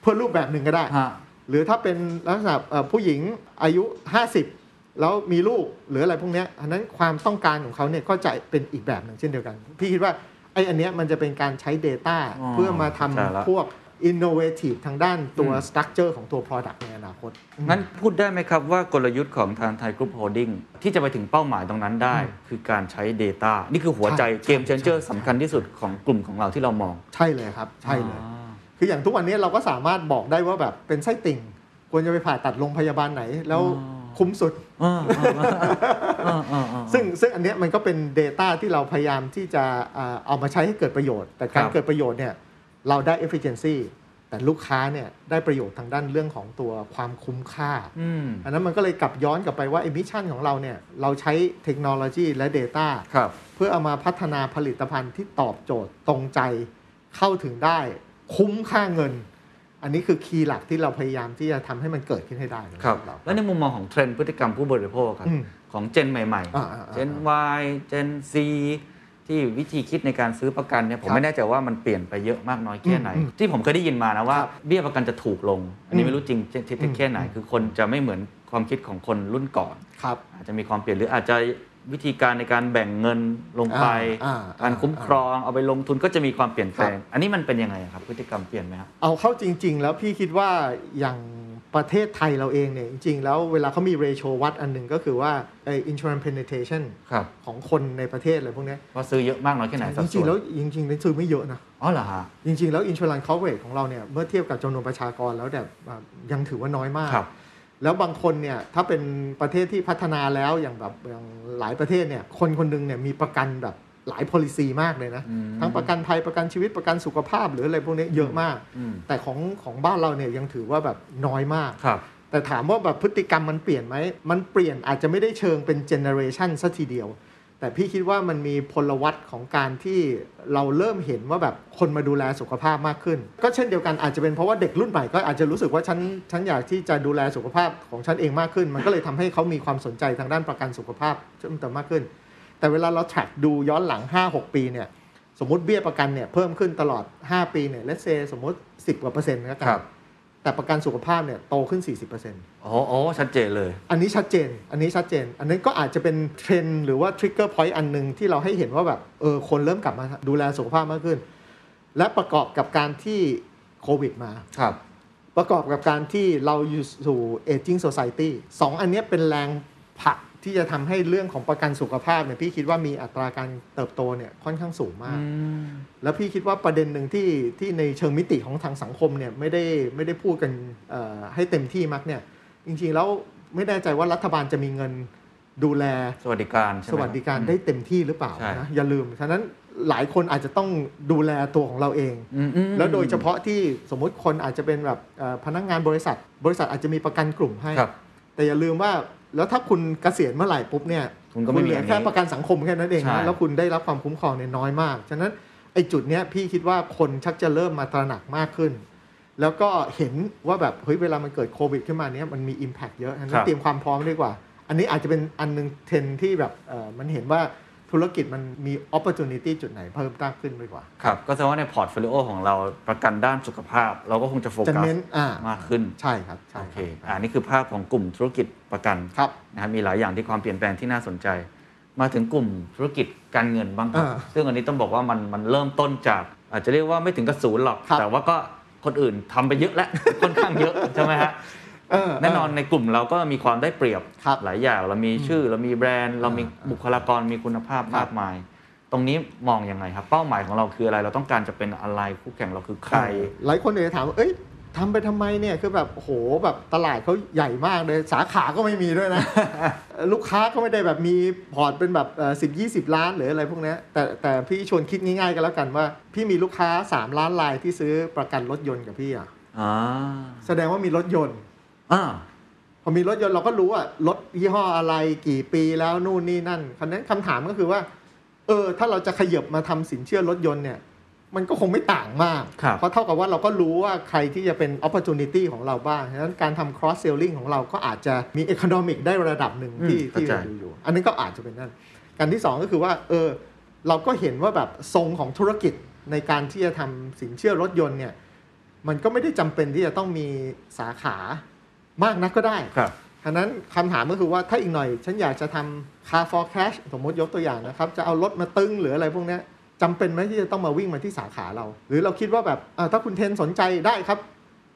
Speaker 1: เพื่อรูปแบบหนึ่งก็ได้
Speaker 2: ฮะ
Speaker 1: หรือถ้าเป็นลักษณะเอ่อผู้หญิงอายุ 50 แล้วมีลูกหรืออะไรพวกเนี้ยอันนั้นความต้องการของเขาเนี่ยก็จะเป็นอีกแบบหนึ่งเช่นเดียวกัน พี่คิดว่าไอ้อันเนี้ยมันจะเป็นการใช้ Data
Speaker 2: อ๋อ
Speaker 1: เพื่อมาทำ
Speaker 2: เข้าใจละ
Speaker 1: พวก innovative ทางด้านตัว structure ของตัว product ในอนาคต
Speaker 2: งั้นพูดได้ไหมครับว่ากลยุทธ์ของทางไทยกรุ๊ปโฮลดิ้งที่จะไปถึงเป้าหมายตรงนั้นได้ คือการใช้ Data นี่คือหัวใจ
Speaker 1: ใช่
Speaker 2: เกมเชนเจอร์
Speaker 1: ใช่
Speaker 2: สำคัญที่สุดของกลุ่มของเราที่เรามอง
Speaker 1: ใช่เลยครับ ใช่เลย คืออย่างทุกวันนี้เราก็สามารถบอกได้ว่าแบบเป็นไส้ติ่ง ควรจะไปผ่าตัดโรงพยาบาลไหน แล้วคุ้มสุด
Speaker 2: อ่าอ่าอ่าอ่าอ่า
Speaker 1: ซึ่งซึ่งอันเนี้ยมันก็เป็น Data ที่เราพยายามที่จะอ่าเอามาใช้ให้เกิดประโยชน์ แต่การ
Speaker 2: ครับ
Speaker 1: เกิดประโยชน์เนี่ยเราได้ efficiency แต่ลูกค้าเนี่ยได้ประโยชน์ทางด้านเรื่องของตัวความคุ้มค่า
Speaker 2: อืม
Speaker 1: อันนั้นมันก็เลยกลับย้อนกลับไปว่าไอ้มิชชั่นของเราเนี่ยเราใช้เทคโนโลยีและ Data
Speaker 2: ครับ
Speaker 1: เพื่อเอามาพัฒนาผลิตภัณฑ์ที่ตอบโจทย์ตรงใจเข้าถึงได้คุ้มค่าเงิน อันนี้คือคีย์หลักที่เราพยายามที่จะทำให้มันเกิดขึ้นให้ได้นะครับ เรา
Speaker 2: แล้วในมุมมองของเทรนด์พฤติกรรมผู้บริโภคครับ
Speaker 1: อืม
Speaker 2: ของเจนใหม่
Speaker 1: อ่าอ่าอ่า
Speaker 2: เจน Y เจน Z ที่วิธีคิดในการซื้อประกันเนี่ยผม
Speaker 1: ครับ
Speaker 2: ไม่แน่ใจว่ามันเปลี่ยนไปเยอะมากน้อยแค่ไหน
Speaker 1: อืมอืม
Speaker 2: ที่ผมเคยได้ยินมานะว่า
Speaker 1: ครับ
Speaker 2: เบี้ยประกันจะถูกลง อันนี้
Speaker 1: อืม
Speaker 2: ไม่รู้จริงเท็จเท็จ
Speaker 1: อืม
Speaker 2: แค่ไหน คือคนจะไม่เหมือนความคิดของคนรุ่นก่อน
Speaker 1: ครับ
Speaker 2: อาจจะมีความเปลี่ยนหรืออาจจะวิธีการในการแบ่งเงินลงไป
Speaker 1: อ่าอ่า
Speaker 2: การคุ้มครองเอาไปลงทุนก็จะมีความเปลี่ยนแปลง
Speaker 1: ครับ
Speaker 2: อันนี้มันเป็นยังไงครับพฤติกรรมเปลี่ยนไหมครับ
Speaker 1: เอาเข้าจริง ๆ แล้วพี่คิดว่าอย่างประเทศไทยเราเองเนี่ย จริง ๆ แล้วเวลาเขามีเรโชวัดอันหนึ่งก็คือว่าไอ้ insurance penetration
Speaker 2: ครับ
Speaker 1: ของคนในประเทศอะไรพวกเนี้ย
Speaker 2: ว่าซื้อเยอะมากน้อยแค่ไหน
Speaker 1: จริ
Speaker 2: สัดส่
Speaker 1: งๆ
Speaker 2: ว
Speaker 1: แล้ว
Speaker 2: น
Speaker 1: จริงๆแล้วซื้อไม่เยอะนะ
Speaker 2: อ๋อเหรอฮะ
Speaker 1: จริง ๆ แล้ว insurance coverage ของเราเนี่ย เมื่อเทียบกับจำนวนประชากรแล้วแบบอ่ะยังถือว่าน้อยมาก
Speaker 2: ครับ
Speaker 1: แล้วบางคนเนี่ย ถ้าเป็นประเทศที่พัฒนาแล้วอย่างแบบอย่างหลายประเทศเนี่ย คนคนหนึงเนี่ยมีประกันแบบหลาย policy มากเลยนะ ทั้งประกันภัยประกันชีวิตประกันสุขภาพหรืออะไรพวกเนี้ยเยอะมาก
Speaker 2: อืม
Speaker 1: แต่ของของบ้านเราเนี่ยยังถือว่าแบบน้อยมาก
Speaker 2: ครับ
Speaker 1: แต่ถามว่าแบบพฤติกรรมมันเปลี่ยนไหม มันเปลี่ยนอาจจะไม่ได้เชิงเป็นเจเนอเรชันซะทีเดียว แต่พี่คิดว่ามันมีพลวัตของการที่เราเริ่มเห็นว่าแบบคนมาดูแลสุขภาพมากขึ้น ก็เช่นเดียวกันอาจจะเป็นเพราะว่าเด็กรุ่นใหม่ก็อาจจะรู้สึกว่าฉันฉันอยากที่จะดูแลสุขภาพของฉันเองมากขึ้น มันก็เลยทำให้เขามีความสนใจทางด้านประกันสุขภาพเพิ่มเติมมากขึ้น แต่เวลาเรา track ดูย้อนหลัง 5-6 ปีเนี่ยสมมติเบี้ยประกันเนี่ยเพิ่มขึ้นตลอด 5 ปีเนี่ยเลเซสมมติ 10กว่าเปอร์เซ็นต์ก็ตา
Speaker 2: ครั
Speaker 1: ม
Speaker 2: บ
Speaker 1: แต่ประกันสุขภาพเนี่ยโตขึ้น 40%
Speaker 2: อ๋ออ๋อชัดเจนเลย
Speaker 1: อันนี้ชัดเจน อันนี้ชัดเจน อันนี้ก็อาจจะเป็นเทรนด์หรือว่าทริกเกอร์พอยต์อันหนึ่งที่เราให้เห็นว่าแบบเออคนเริ่มกลับมาดูแลสุขภาพมากขึ้น และประกอบกับการที่โควิดมา
Speaker 2: ครับ
Speaker 1: ประกอบกับการที่เราอยู่สู่ aging society สองอันเนี้ยเป็นแรงผลักที่จะทำให้เรื่องของประกันสุขภาพเนี่ยพี่คิดว่ามีอัตราการเติบโตเนี่ยค่อนข้างสูงมาก แล้วพี่คิดว่าประเด็นหนึ่งที่ที่ในเชิงมิติของทางสังคมเนี่ยไม่ได้ไม่ได้พูดกันเอ่อให้เต็มที่มักเนี่ยจริงๆแล้วไม่แน่ใจว่ารัฐบาลจะมีเงินดูแล
Speaker 2: สวัสดิการใช่ไหม
Speaker 1: สวัสดิการได้เต็มที่หรือเปล่า
Speaker 2: ใช่
Speaker 1: นะอย่าลืม ฉะนั้นหลายคนอาจจะต้องดูแลตัวของเราเอง
Speaker 2: อืมอืม
Speaker 1: แล้วโดยเฉพาะที่สมมุติคนอาจจะเป็นแบบเอ่อพนักงานบริษัท บริษัทอาจจะมีประกันกลุ่มให้
Speaker 2: ครับ
Speaker 1: แต่อย่าลืมว่าแล้วถ้าคุณเกษียณเมื่อไหร่ปุ๊บเนี่ย
Speaker 2: คุณก็ไม่มี
Speaker 1: เหลื
Speaker 2: อั
Speaker 1: อน
Speaker 2: นี้
Speaker 1: แค่ประกันสังคมแค่นั้นเอง
Speaker 2: ใช่
Speaker 1: นะแล้วคุณได้รับความคุ้มครองเนี่ยน้อยมาก ฉะนั้นไอ้จุดเนี้ยพี่คิดว่าคนชักจะเริ่มมาตระหนักมากขึ้น แล้วก็เห็นว่าแบบเฮ้ยเวลามันเกิดโควิดขึ้นมาเนี้ยมันมี Impact เยอะฉะนั้
Speaker 2: ครั
Speaker 1: น
Speaker 2: บ
Speaker 1: เตรียมความพร้อมดีกว่า อันนี้อาจจะเป็นอันหนึงเทรนด์ที่แบบเอ่อมันเห็นว่าธุรกิจมันมี opportunity จุดไหนเพิ่มตั้งขึ้นดีกว่า
Speaker 2: ครับ ก็แสดงว่าในพอร์ตโฟลิโอของเราประกันด้านสุขภาพ เราก็คงจะโฟ
Speaker 1: จะ
Speaker 2: กัส
Speaker 1: เน้นอ่าม
Speaker 2: ากขึ้น
Speaker 1: ใช่ครับใช่
Speaker 2: โอ
Speaker 1: ค
Speaker 2: เค
Speaker 1: รับ
Speaker 2: อ่านี่คือภาพของกลุ่มธุรกิจประกัน
Speaker 1: ครับ
Speaker 2: นะครับ มีหลายอย่างที่ความเปลี่ยนแปลงที่น่าสนใจ มาถึงกลุ่มธุรกิจการเงินบ้างครับ
Speaker 1: อ่า
Speaker 2: ซึ่งอันนี้ต้องบอกว่ามันมันเริ่มต้นจาก อาจจะเรียกว่าไม่ถึงกับศูนย์หรอก
Speaker 1: ครับ
Speaker 2: แต่ว่าก็คนอื่นทำไปเยอะแล้ว *laughs* ค่อนข้างเยอะใช่ไหมฮะ
Speaker 1: เอ
Speaker 2: แน่นอนในกลุ่มเราก็มีความได้เปรียบ
Speaker 1: ครับ
Speaker 2: หลายอย่างเรามีชื่อเรามีแบรนด์ เรามีบุคลากรมีคุณภาพ
Speaker 1: ครับ
Speaker 2: มากมาย ตรงนี้มองยังไงครับ เป้าหมายของเราคืออะไรเราต้องการจะเป็นอะไรคู่แข่งเราคือใคร
Speaker 1: หลายคนเลยถามว่าเอ้ยทำไปทำไมเนี่ย คือแบบโอ้โหแบบตลาดเขาใหญ่มากเลย สาขาก็ไม่มีด้วยนะ เอ่อลูกค้าก็ไม่ได้แบบมีพอร์ตเป็นแบบสิบยี่สิบล้านหรืออะไรพวกเนี้ยแต่แต่พี่ชวนคิดง่ายๆกันแล้วกันว่า พี่มีลูกค้า 3 ล้านรายที่ซื้อประกันรถยนต์กับพี่อ่ะ
Speaker 2: อ่า
Speaker 1: แสดงว่ามีรถยนต์
Speaker 2: อ่า
Speaker 1: พอมีรถยนต์เราก็รู้ว่ารถยี่ห้ออะไรกี่ปีแล้วนู่นนี่นั่นคำนั้นคำถามก็คือว่า เออ ถ้าเราจะขยบมาทำสินเชื่อรถยนต์เนี่ย มันก็คงไม่ต่างมาก
Speaker 2: ครับ
Speaker 1: เพราะเท่ากับว่าเราก็รู้ว่าใครที่จะเป็น opportunity ของเราบ้างฉะนั้นการทำ cross selling ของเราก็อาจจะมี economic ได้ระดับหนึ่งที่
Speaker 2: อื
Speaker 1: ที่
Speaker 2: มเข้าใจ
Speaker 1: เราดูอยู่ อันนี้ก็อาจจะเป็นนั่นการที่สองก็คือว่า เออ เราก็เห็นว่าแบบทรงของธุรกิจในการที่จะทำสินเชื่อรถยนต์เนี่ย มันก็ไม่ได้จำเป็นที่จะต้องมีสาขามากนักก็ได้
Speaker 2: ครับ
Speaker 1: ฉะนั้นคำถามก็คือว่าถ้าอีกหน่อย ฉันอยากจะทำ car for cash สมมติยกตัวอย่างนะครับ จะเอารถมาตึงหรืออะไรพวกเนี้ยจ จำเป็นไหมที่จะต้องมาวิ่งมาที่สาขาเรา หรือเราคิดว่าแบบอ่ะถ้าคุณเทนสนใจได้ครับ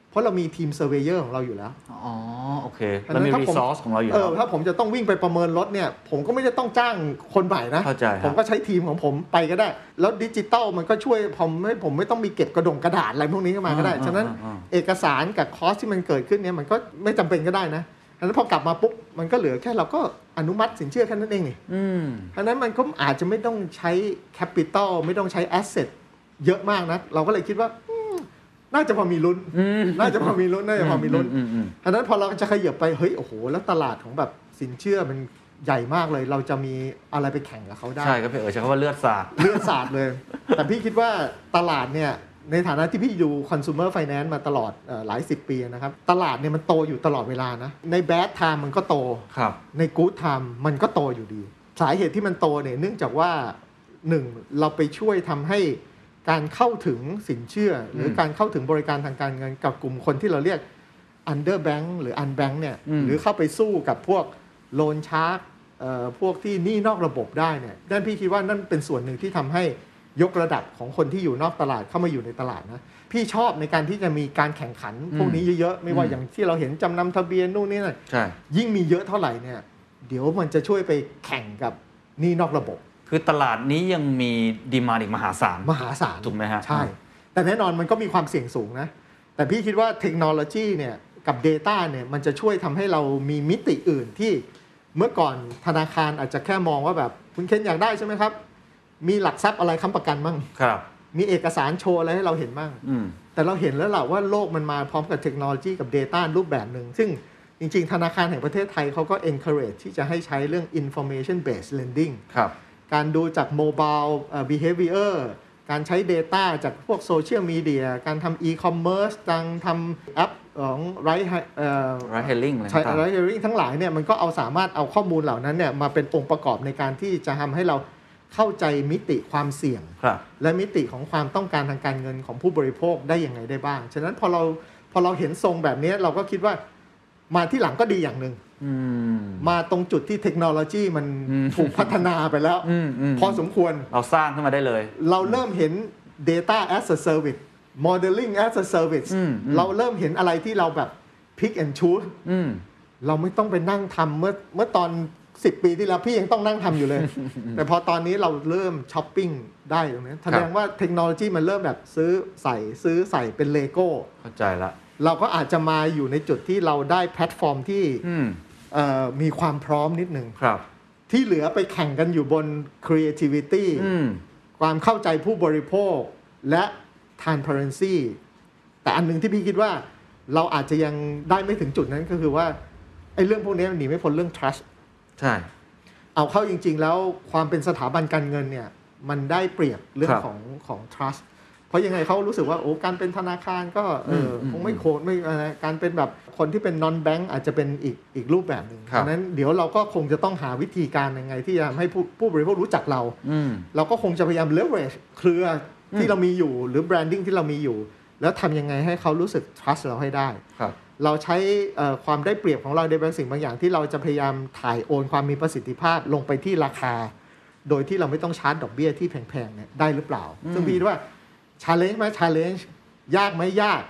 Speaker 1: เพราะเรามีทีมเซอร์เวเยอร์ของเราอยู่แล้ว
Speaker 2: อ๋อโอเค
Speaker 1: อันนั้น
Speaker 2: เรามี
Speaker 1: ถ้า
Speaker 2: รี
Speaker 1: ผม
Speaker 2: ซอสของเราอยู่
Speaker 1: เออ
Speaker 2: แล้ว
Speaker 1: ถ้าผมจะต้องวิ่งไปประเมินรถเนี่ย ผมก็ไม่ได้ต้องจ้างคนใหม่นะ
Speaker 2: เข้าใจครับ
Speaker 1: ผมก็ใช้ทีมของผมไปก็ได้ แล้วดิจิตอลมันก็ช่วยผมให้ผมไม่ต้องมีเก็บกระดงกระดาษอะไรพวกนี้เข้ามาก็ได้
Speaker 2: อ่
Speaker 1: ฉะนั้น
Speaker 2: อ่า
Speaker 1: เอกสารกับคอสที่มันเกิดขึ้นเนี่ยมันก็ไม่จำเป็นก็ได้นะฉะนั้นพอกลับมาปุ๊บมันก็เหลือแค่เราก็อนุมัติสินเชื่อแค่นั้นเองนี่
Speaker 2: อืม
Speaker 1: ฉะนั้นมันก็อาจจะไม่ต้องใช้แคปิตอลไม่ต้องใช้แอสเซทเยอะมากนะเราก็เลยคิดว่าอืมน่าจะพอมีลุ้น น่าจะพอมีลุ้นน่าจะพอมีลุ้น
Speaker 2: อืมอืม
Speaker 1: อันนั้นพอเราจะขยับไปเฮ้ยโอ้โห แล้วตลาดของแบบสินเชื่อมันใหญ่มากเลย เราจะมีอะไรไปแข่งกับเขาได้
Speaker 2: ใช่ครับพี่เอ๋ใช้คำว่าเลือดสาด
Speaker 1: เรื่องศาสตร์เลย แต่พี่คิดว่าตลาดเนี่ย ในฐานะที่พี่อยู่ consumer finance มาตลอดเอ่อหลายสิบปีนะครับ ตลาดเนี่ยมันโตอยู่ตลอดเวลานะ ใน bad time มันก็โต
Speaker 2: ครับ
Speaker 1: ใน good time มันก็โตอยู่ดี สาเหตุที่มันโตเนี่ยเนื่องจากว่าหนึ่งเราไปช่วยทำให้การเข้าถึงสินเชื่อ หรือการเข้าถึงบริการทางการเงินกับกลุ่มคนที่เราเรียก underbank หรือ unbank เนี่ย
Speaker 2: อืม
Speaker 1: หรือเข้าไปสู้กับพวกโลนชาร์กพวกที่หนี้นอกระบบได้เนี่ยด้านพี่คิดว่านั่นเป็นส่วนหนึ่งที่ทำให้ยกระดับของคนที่อยู่นอกตลาดเข้ามาอยู่ในตลาดนะพี่ชอบในการที่จะมีการแข่งขันพวกนี้เยอะๆไม่ว่าอย่างที่เราเห็นจำนำทะเบียนนู่นนี่นั่น
Speaker 2: ใช่
Speaker 1: ยิ่งมีเยอะเท่าไหร่เนี่ย เดี๋ยวมันจะช่วยไปแข่งกับหนี่นอกระบบ
Speaker 2: คือตลาดนี้ยังมีดีมาอีกมหาศาล
Speaker 1: มหาศาล
Speaker 2: ถูกไหมฮะ
Speaker 1: ใช่ แต่แน่นอนมันก็มีความเสี่ยงสูงนะ แต่พี่คิดว่าเทคโนโลยีเนี่ย กับ Data เนี่ย มันจะช่วยทำให้เรามีมิติอื่นที่เมื่อก่อนธนาคารอาจจะแค่มองว่าแบบ คุณเคนอยากได้ใช่ไหมครับ มีหลักทรัพย์อะไรค้ำประกันมั่ง
Speaker 2: ครับ
Speaker 1: มีเอกสารโชว์อะไรให้เราเห็นมั่ง
Speaker 2: อืม
Speaker 1: แต่เราเห็นแล้วแหละว่าโลกมันมาพร้อมกับเทคโนโลยีกับ Data รูปแบบหนึ่ง ซึ่งจริงๆ ธนาคารแห่งประเทศไทยเขาก็ encourage ที่จะให้ใช้เรื่อง information based lending
Speaker 2: ครับ
Speaker 1: การดูจาก mobile เอ่อ behavior การใช้ Data จากพวกโซเชียลมีเดียการทำ e-commerce การทำแอปของ right Hi- เอ่อ
Speaker 2: ไรเฮลิ่งอะไร
Speaker 1: ใช่
Speaker 2: ต่าง
Speaker 1: ไรเอริงทั้งหลายเนี่ยมันก็เอาสามารถเอาข้อมูลเหล่านั้นเนี่ยมาเป็นองค์ประกอบในการที่จะทำให้เราเข้าใจมิติความเสี่ยง
Speaker 2: ๆครับ
Speaker 1: และมิติของความต้องการทางการเงินของผู้บริโภคได้ยังไงได้บ้าง ฉะนั้นพอเราพอเราเห็นทรงแบบนี้เราก็คิดว่ามาที่หลังก็ดีอย่างหนึ่ง
Speaker 2: อืม
Speaker 1: มาตรงจุดที่เทคโนโลยีมัน
Speaker 2: อืม
Speaker 1: ถูกพัฒนาไปแล้ว
Speaker 2: อืมอืม
Speaker 1: พอสมควร
Speaker 2: เราสร้างขึ้นมาได้เลย
Speaker 1: เราเริ่มเห็น Data as a Service Modeling as a Service
Speaker 2: อืมอืม
Speaker 1: เราเริ่มเห็นอะไรที่เราแบบ Pick and choose
Speaker 2: อืม
Speaker 1: เราไม่ต้องไปนั่งทำเมื่อเมื่อตอน 10 ปีที่แล้วพี่ยังต้องนั่งทำอยู่
Speaker 2: *laughs*
Speaker 1: เลย แต่พอตอนนี้เราเริ่มช้อปปิ้งได้ตรงนี้แสดงว่าเทคโนโลยีมันเริ่มแบบซื้อใส่ซื้อใส่เป็นเลโก้
Speaker 2: เข้าใจละ
Speaker 1: เราก็อาจจะมาอยู่ในจุดที่เราได้แพลตฟอร์มที่
Speaker 2: อืม
Speaker 1: เอ่อมีความพร้อมนิดหนึ่ง
Speaker 2: ครับ
Speaker 1: ที่เหลือไปแข่งกันอยู่บน creativity
Speaker 2: อืม
Speaker 1: ความเข้าใจผู้บริโภคและ transparency แต่อันหนึ่งที่พี่คิดว่าเราอาจจะยังได้ไม่ถึงจุดนั้นก็คือว่าไอ้เรื่องพวกนี้มันหนีไม่พ้นเรื่อง trust
Speaker 2: ใช่
Speaker 1: เอาเข้าจริง ๆ แล้วความเป็นสถาบันการเงินเนี่ยมันได้เปรียบเรื่อง
Speaker 2: ครับ
Speaker 1: ของของ trust เพราะยังไงเขารู้สึกว่าโอ้การเป็นธนาคารก็เอออ
Speaker 2: ม
Speaker 1: คงไม่โคตรไม่อะไรการเป็นแบบคนที่เป็น non bank อาจจะเป็นอีกอีกรูปแบบหนึ่ง
Speaker 2: ครับ
Speaker 1: ฉะนั้นเดี๋ยวเราก็คงจะต้องหาวิธีการยังไง ที่จะทำให้ผู้ผู้บริโภครู้จักเรา
Speaker 2: อืม
Speaker 1: เราก็คงจะพยายาม leverage เครือที่เรามีอยู่หรือ branding ที่เรามีอยู่ แล้วทำยังไงให้เขารู้สึก trust เราให้ได้
Speaker 2: ครับ
Speaker 1: เราใช้เอ่อความได้เปรียบของเราในบางสิ่งบางอย่างที่เราจะพยายามถ่ายโอนความมีประสิทธิภาพลงไปที่ราคา โดยที่เราไม่ต้องชาร์จดอกเบี้ยที่แพงๆเนี่ยได้หรือเปล่า ซึ่งพี่ว่า challenge ไหม challenge ยากไหมยาก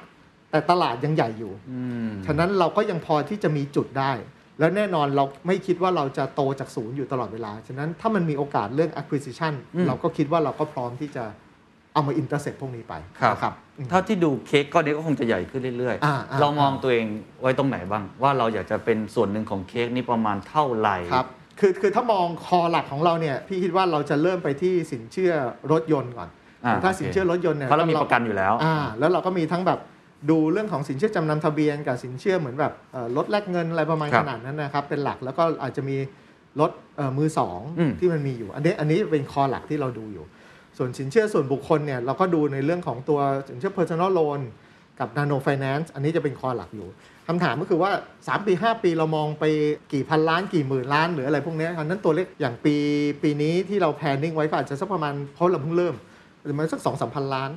Speaker 1: แต่ตลาดยังใหญ่อยู่
Speaker 2: อืม
Speaker 1: ฉะนั้นเราก็ยังพอที่จะมีจุดได้ แล้วแน่นอนเราไม่คิดว่าเราจะโตจากศูนย์อยู่ตลอดเวลา ฉะนั้นถ้ามันมีโอกาสเรื่อง acquisition
Speaker 2: อืม
Speaker 1: เราก็คิดว่าเราก็พร้อมที่จะเอามา intercept พวกนี้ไป
Speaker 2: ครับ
Speaker 1: นะครับอืม
Speaker 2: เท่าที่ดูเค้กก้อนนี้ก็คงจะใหญ่ขึ้นเรื่อย
Speaker 1: อ่าอ่า
Speaker 2: เรามองตัวเองไว้ตรงไหนบ้าง ว่าเราอยากจะเป็นส่วนหนึ่งของเค้กนี้ประมาณเท่าไหร่
Speaker 1: ครับ คือคือถ้ามองคอหลักของเราเนี่ย พี่คิดว่าเราจะเริ่มไปที่สินเชื่อรถยนต์ก่อน
Speaker 2: อ่า
Speaker 1: ถ้า
Speaker 2: โอเค
Speaker 1: สินเชื่อรถยนต์เนี่ย
Speaker 2: เพราะเรามีประกันอยู่แล้ว
Speaker 1: อ่า แล้วเราก็มีทั้งแบบดูเรื่องของสินเชื่อจำนำทะเบียนกับสินเชื่อเหมือนแบบเอ่อรถแลกเงินอะไรประมาณ
Speaker 2: ครั
Speaker 1: ข
Speaker 2: บ
Speaker 1: นาดนั้นนะครับ เป็นหลักแล้วก็อาจจะมีรถเอ่อมือสอง
Speaker 2: อืม
Speaker 1: ที่มันมีอยู่ อันนี้อันนี้เป็นคอหลักที่เราดูอยู่ ส่วนสินเชื่อส่วนบุคคลเนี่ยเราก็ดูในเรื่องของตัวสินเชื่อ personal loan กับ nano finance อันนี้จะเป็นคอหลักอยู่คำถามก็คือว่า 3 ปี 5 ปีเรามองไปกี่พันล้านกี่หมื่นล้านหรืออะไรพวกเนี้ยอันนั้นตัวเลขอย่างปีปีนี้ที่เราแพนนิ่งไว้ก็อาจจะสักประมาณเพราะเราเพิ่งเริ่มประมาณสัก2 3 พันล้าน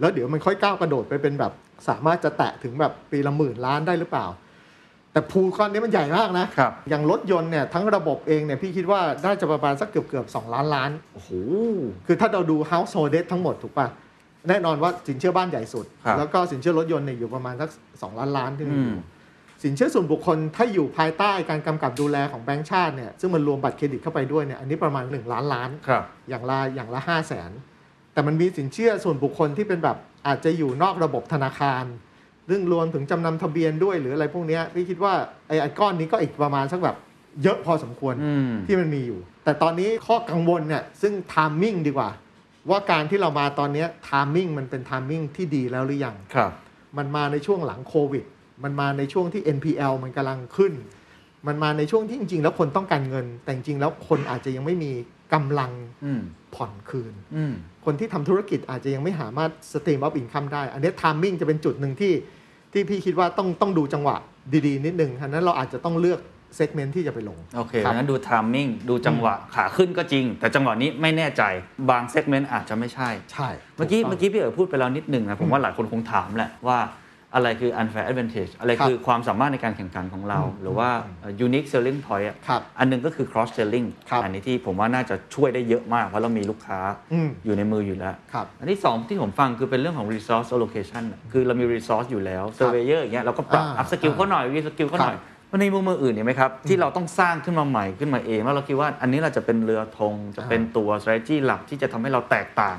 Speaker 1: แล้วเดี๋ยวมันค่อยก้าวกระโดดไปเป็นแบบสามารถจะแตะถึงแบบปีละหมื่นล้านได้หรือเปล่า แต่พูลก้อนนี้มันใหญ่มากนะครับ อย่างรถยนต์เนี่ยทั้งระบบเองเนี่ยพี่คิดว่าน่าจะประมาณสักเกือบเกือบๆ2ล้านล้าน
Speaker 2: โอ้โห
Speaker 1: คือถ้าเราดู household debt ทั้งหมดถูกป่ะ แน่นอนว่าสินเชื่อบ้านใหญ่สุด
Speaker 2: ครับ
Speaker 1: แล้วก็สินเชื่อรถยนต์เนี่ยอยู่ประมาณสักสองล้านล้านที่มีอ
Speaker 2: อืม
Speaker 1: ยู่สินเชื่อส่วนบุคคลถ้าอยู่ภายใต้การกำกับดูแลของแบงก์ชาติเนี่ยซึ่งมันรวมบัตรเครดิตเข้าไปด้วยเนี่ยอันนี้ประมาณ 1 ล้านล้าน
Speaker 2: ครับ
Speaker 1: อย่างละอย่างละห้าแสนแต่มันมีสินเชื่อส่วนบุคคลที่เป็นแบบอาจจะอยู่นอกระบบธนาคารซึ่งรวมถึงจำนำทะเบียนด้วยหรืออะไรพวกเนี้ยพี่คิดว่าไอ้ไอ้ก้อนนี้ก็อีกประมาณสักแบบเยอะพอสมควร
Speaker 2: อืม
Speaker 1: ที่มันมีอยู่ แต่ตอนนี้ข้อกังวลเนี่ยซึ่งทามมิ่งดีกว่า ว่าการที่เรามาตอนเนี้ทามมิ่งมันเป็นทามมิ่งที่ดีแล้วหรือยัง
Speaker 2: ครับ
Speaker 1: มันมาในช่วงหลังโควิด มันมาในช่วงที่ NPL มันกำลังขึ้น มันมาในช่วงที่จริง ๆ แล้วคนต้องการเงิน แต่จริงๆแล้วคนอาจจะยังไม่มีกำลัง
Speaker 2: อืม
Speaker 1: ผ่อนคืน
Speaker 2: อืม
Speaker 1: คนที่ทำธุรกิจอาจจะยังไม่สามารถสตรีมออฟอินคัมได้ อันนี้ทามมิ่งจะเป็นจุดหนึ่งที่ที่พี่คิดว่าต้องต้องดูจังหวะดีๆ นิดนึงอันนั้นเราอาจจะต้องเลือกเซกเมนต์ที่จะไปลง
Speaker 2: โอเค
Speaker 1: ครับ
Speaker 2: งั้นดูทามมิ่ง ดูจังหวะ ขาขึ้นก็จริง แต่จังหวะนี้ไม่แน่ใจ บางเซกเมนต์อาจจะไม่ใช่
Speaker 1: ใช่
Speaker 2: เมื่อกี้
Speaker 1: ถูต้ง
Speaker 2: เมื่อกี้พี่เอ๋พูดไปแล้วนิดหนึ่งนะ ผมว่าหลายคนคงถามแหละว่าอะไรคือ unfair advantage อะไร
Speaker 1: ครับ
Speaker 2: คือความสามารถในการแข่งขันของเรา หรือว่า unique selling point อะ
Speaker 1: ครับ
Speaker 2: อันหนึงก็คือ cross selling
Speaker 1: ครับ
Speaker 2: อันี้ที่ผมว่าน่าจะช่วยได้เยอะมาก เพราะเรามีลูกค้า
Speaker 1: อืม
Speaker 2: อยู่ในมืออยู่แล้ว
Speaker 1: ครับ
Speaker 2: อันที่สองที่ผมฟังคือเป็นเรื่องของ resource allocation อะคือเรามี resource อยู่แล้ว surveyor อย่างเงี้ยเราก็ปรับ
Speaker 1: อ่า
Speaker 2: up skill เขาหน่อย re skill เขาหน่อย
Speaker 1: ครับ
Speaker 2: มันในมุมมืออื่นเนี่ยไหมครับ ที่เราต้องสร้างขึ้นมาใหม่ขึ้นมาเอง แล้วเราคิดว่าอันนี้เราจะเป็นเรือธงจะเป็นตัว strategy หลักที่จะทำให้เราแตกต่าง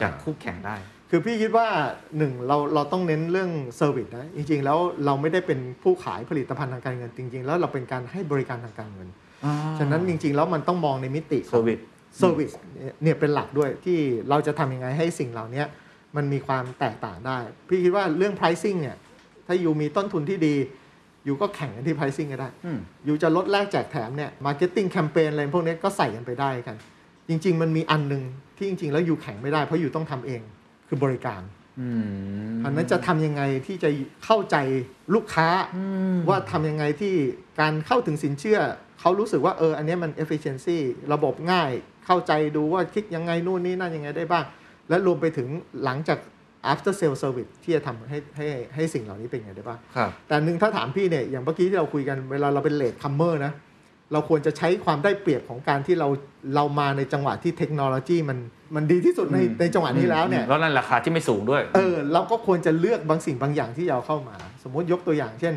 Speaker 2: จากคู่แข่งได้
Speaker 1: คือพี่คิดว่าหนึ่งเราเราต้องเน้นเรื่องเซอร์วิสนะ จริง ๆ แล้วเราไม่ได้เป็นผู้ขายผลิตภัณฑ์ทางการเงินจริง ๆ แล้วเราเป็นการให้บริการทางการเงิน ฉะนั้นจริง ๆ แล้วมันต้องมองในมิติของ
Speaker 2: Service
Speaker 1: เซอร์วิสเนี่ยเป็นหลักด้วยที่เราจะทำยังไงให้สิ่งเหล่านี้มันมีความแตกต่างได้ พี่คิดว่าเรื่อง pricing เนี่ยถ้าอยู่มีต้นทุนที่ดี อยู่ก็แข่งกันที่ pricing ก็ได้
Speaker 2: อืม
Speaker 1: อยู่จะลดแลกแจกแถมเนี่ย marketing campaign อะไรพวกนี้ก็ใส่กันไปได้กัน จริง ๆ มันมีอันหนึ่งที่จริง ๆ แล้วอยู่แข่งไม่ได้เพราะอยู่ต้องทำเองคือบริการ
Speaker 2: อืม
Speaker 1: อันนั้นจะทำยังไงที่จะเข้าใจลูกค้าว่าทำยังไงที่การเข้าถึงสินเชื่อ เขารู้สึกว่าเอออันเนี้ยมัน efficiency ระบบง่าย เข้าใจดูว่าคลิกยังไงนู่นนี่นั่นยังไงได้บ้าง และรวมไปถึงหลังจาก after sale service ที่จะทำให้ให้ให้สิ่งเหล่านี้เป็นยังไงได้บ้าง
Speaker 2: ครับ
Speaker 1: แต่หนึ่งถ้าถามพี่เนี่ยอย่างเมื่อกี้ที่เราคุยกันเวลาเราเป็นเลทคัมเมอร์นะเราควรจะใช้ความได้เปรียบของการที่เราเรามาในจังหวะที่เทคโนโลยีมันมันดีที่สุดในในจังหวะนี้แล้วเนี่ย
Speaker 2: แล้วนั่นราคาที่ไม่สูงด้วย
Speaker 1: เออเราก็ควรจะเลือกบางสิ่งบางอย่างที่จะเอาเข้ามา สมมติยกตัวอย่าง เช่น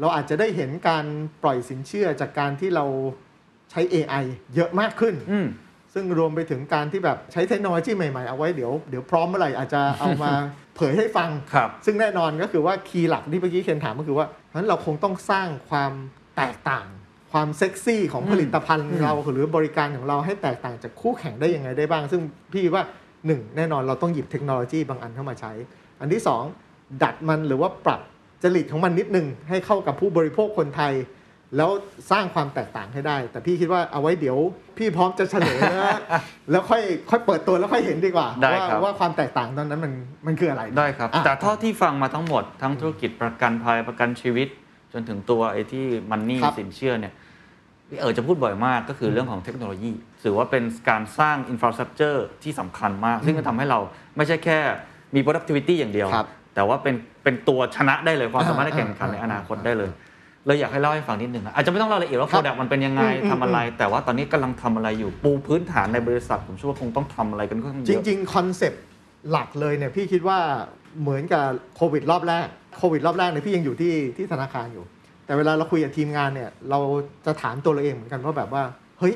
Speaker 1: เราอาจจะได้เห็นการปล่อยสินเชื่อจากการที่เราใช้ AI เยอะมากขึ้น
Speaker 2: อืม
Speaker 1: ซึ่งรวมไปถึงการที่แบบใช้เทคโนโลยีใหม่ๆ เอาไว้เดี๋ยวเดี๋ยวพร้อมเมื่อไหร่อาจจะเอา
Speaker 2: *laughs*
Speaker 1: มา เผยให้ฟัง
Speaker 2: ครับ
Speaker 1: ซึ่งแน่นอนก็คือว่าคีย์หลักที่เมื่อกี้เคนถามก็คือว่าเพราะฉะนั้นเราคงต้องสร้างความแตกต่าง ความเซ็กซี่ของผลิตภัณฑ์เราหรือบริการของเราให้แตกต่างจากคู่แข่งได้ยังไงได้บ้าง ซึ่งพี่ว่าหนึ่งแน่นอนเราต้องหยิบเทคโนโลยีบางอันเข้ามาใช้ อันที่สองดัดมันหรือว่าปรับจริตของมันนิดนึงให้เข้ากับผู้บริโภคคนไทย แล้วสร้างความแตกต่างให้ได้ แต่พี่คิดว่าเอาไว้เดี๋ยวพี่พร้อมจะเฉลยนะ แล้วค่อยค่อยเปิดตัวแล้วค่อยเห็นดีกว่า
Speaker 2: ได้
Speaker 1: ว่า
Speaker 2: ครับ
Speaker 1: ว่าความแตกต่างตอนนั้นมันมันคืออะไร
Speaker 2: ได้ครับ
Speaker 1: อ่ะ
Speaker 2: แต่เท่าที่ฟังมาทั้งหมด ทั้งธุรกิจประกันภัยประกันชีวิต จนถึงตัวไอ้ที่มันนี่
Speaker 1: ครับ
Speaker 2: สินเชื่อเนี่ยพี่เออจะพูดบ่อยมากก็คือเรื่องของเทคโนโลยีถือว่าเป็นการสร้างอินฟราสตรักเจอร์ที่สำคัญมาก ซึ่งจะทำให้เราไม่ใช่แค่มี productivity อย่างเดียว
Speaker 1: ครับ
Speaker 2: แต่ว่าเป็นเป็นตัวชนะได้เลยความสามารถในการแข่งขันใน
Speaker 1: อ่า
Speaker 2: อ
Speaker 1: อ่า
Speaker 2: นาคตได้เลยเราอยากให้เล่าให้ฟังนิดหนึ่งนะอาจจะไม่ต้องเล่าละเอียดว่า
Speaker 1: ครับ
Speaker 2: product มันเป็นยังไงทำอะไร แต่ว่าตอนนี้กำลังทำอะไรอยู่ปูพื้นฐานในบริษัท ผมเชื่อว่าคงต้องทำอะไรกันค่อนข้างเย
Speaker 1: จ
Speaker 2: อะ
Speaker 1: ริงๆคอนเซปต์หลักเลยเนี่ยพี่คิดว่าเหมือนกับโควิดรอบแรกโควิดรอบแรกเนี่ยพี่ยังอยู่ที่ที่ธนาคารอยู่ แต่เวลาเราคุยกับทีมงานเนี่ยเราจะถามตัวเราเองเหมือนกันว่าแบบว่า เฮ้ย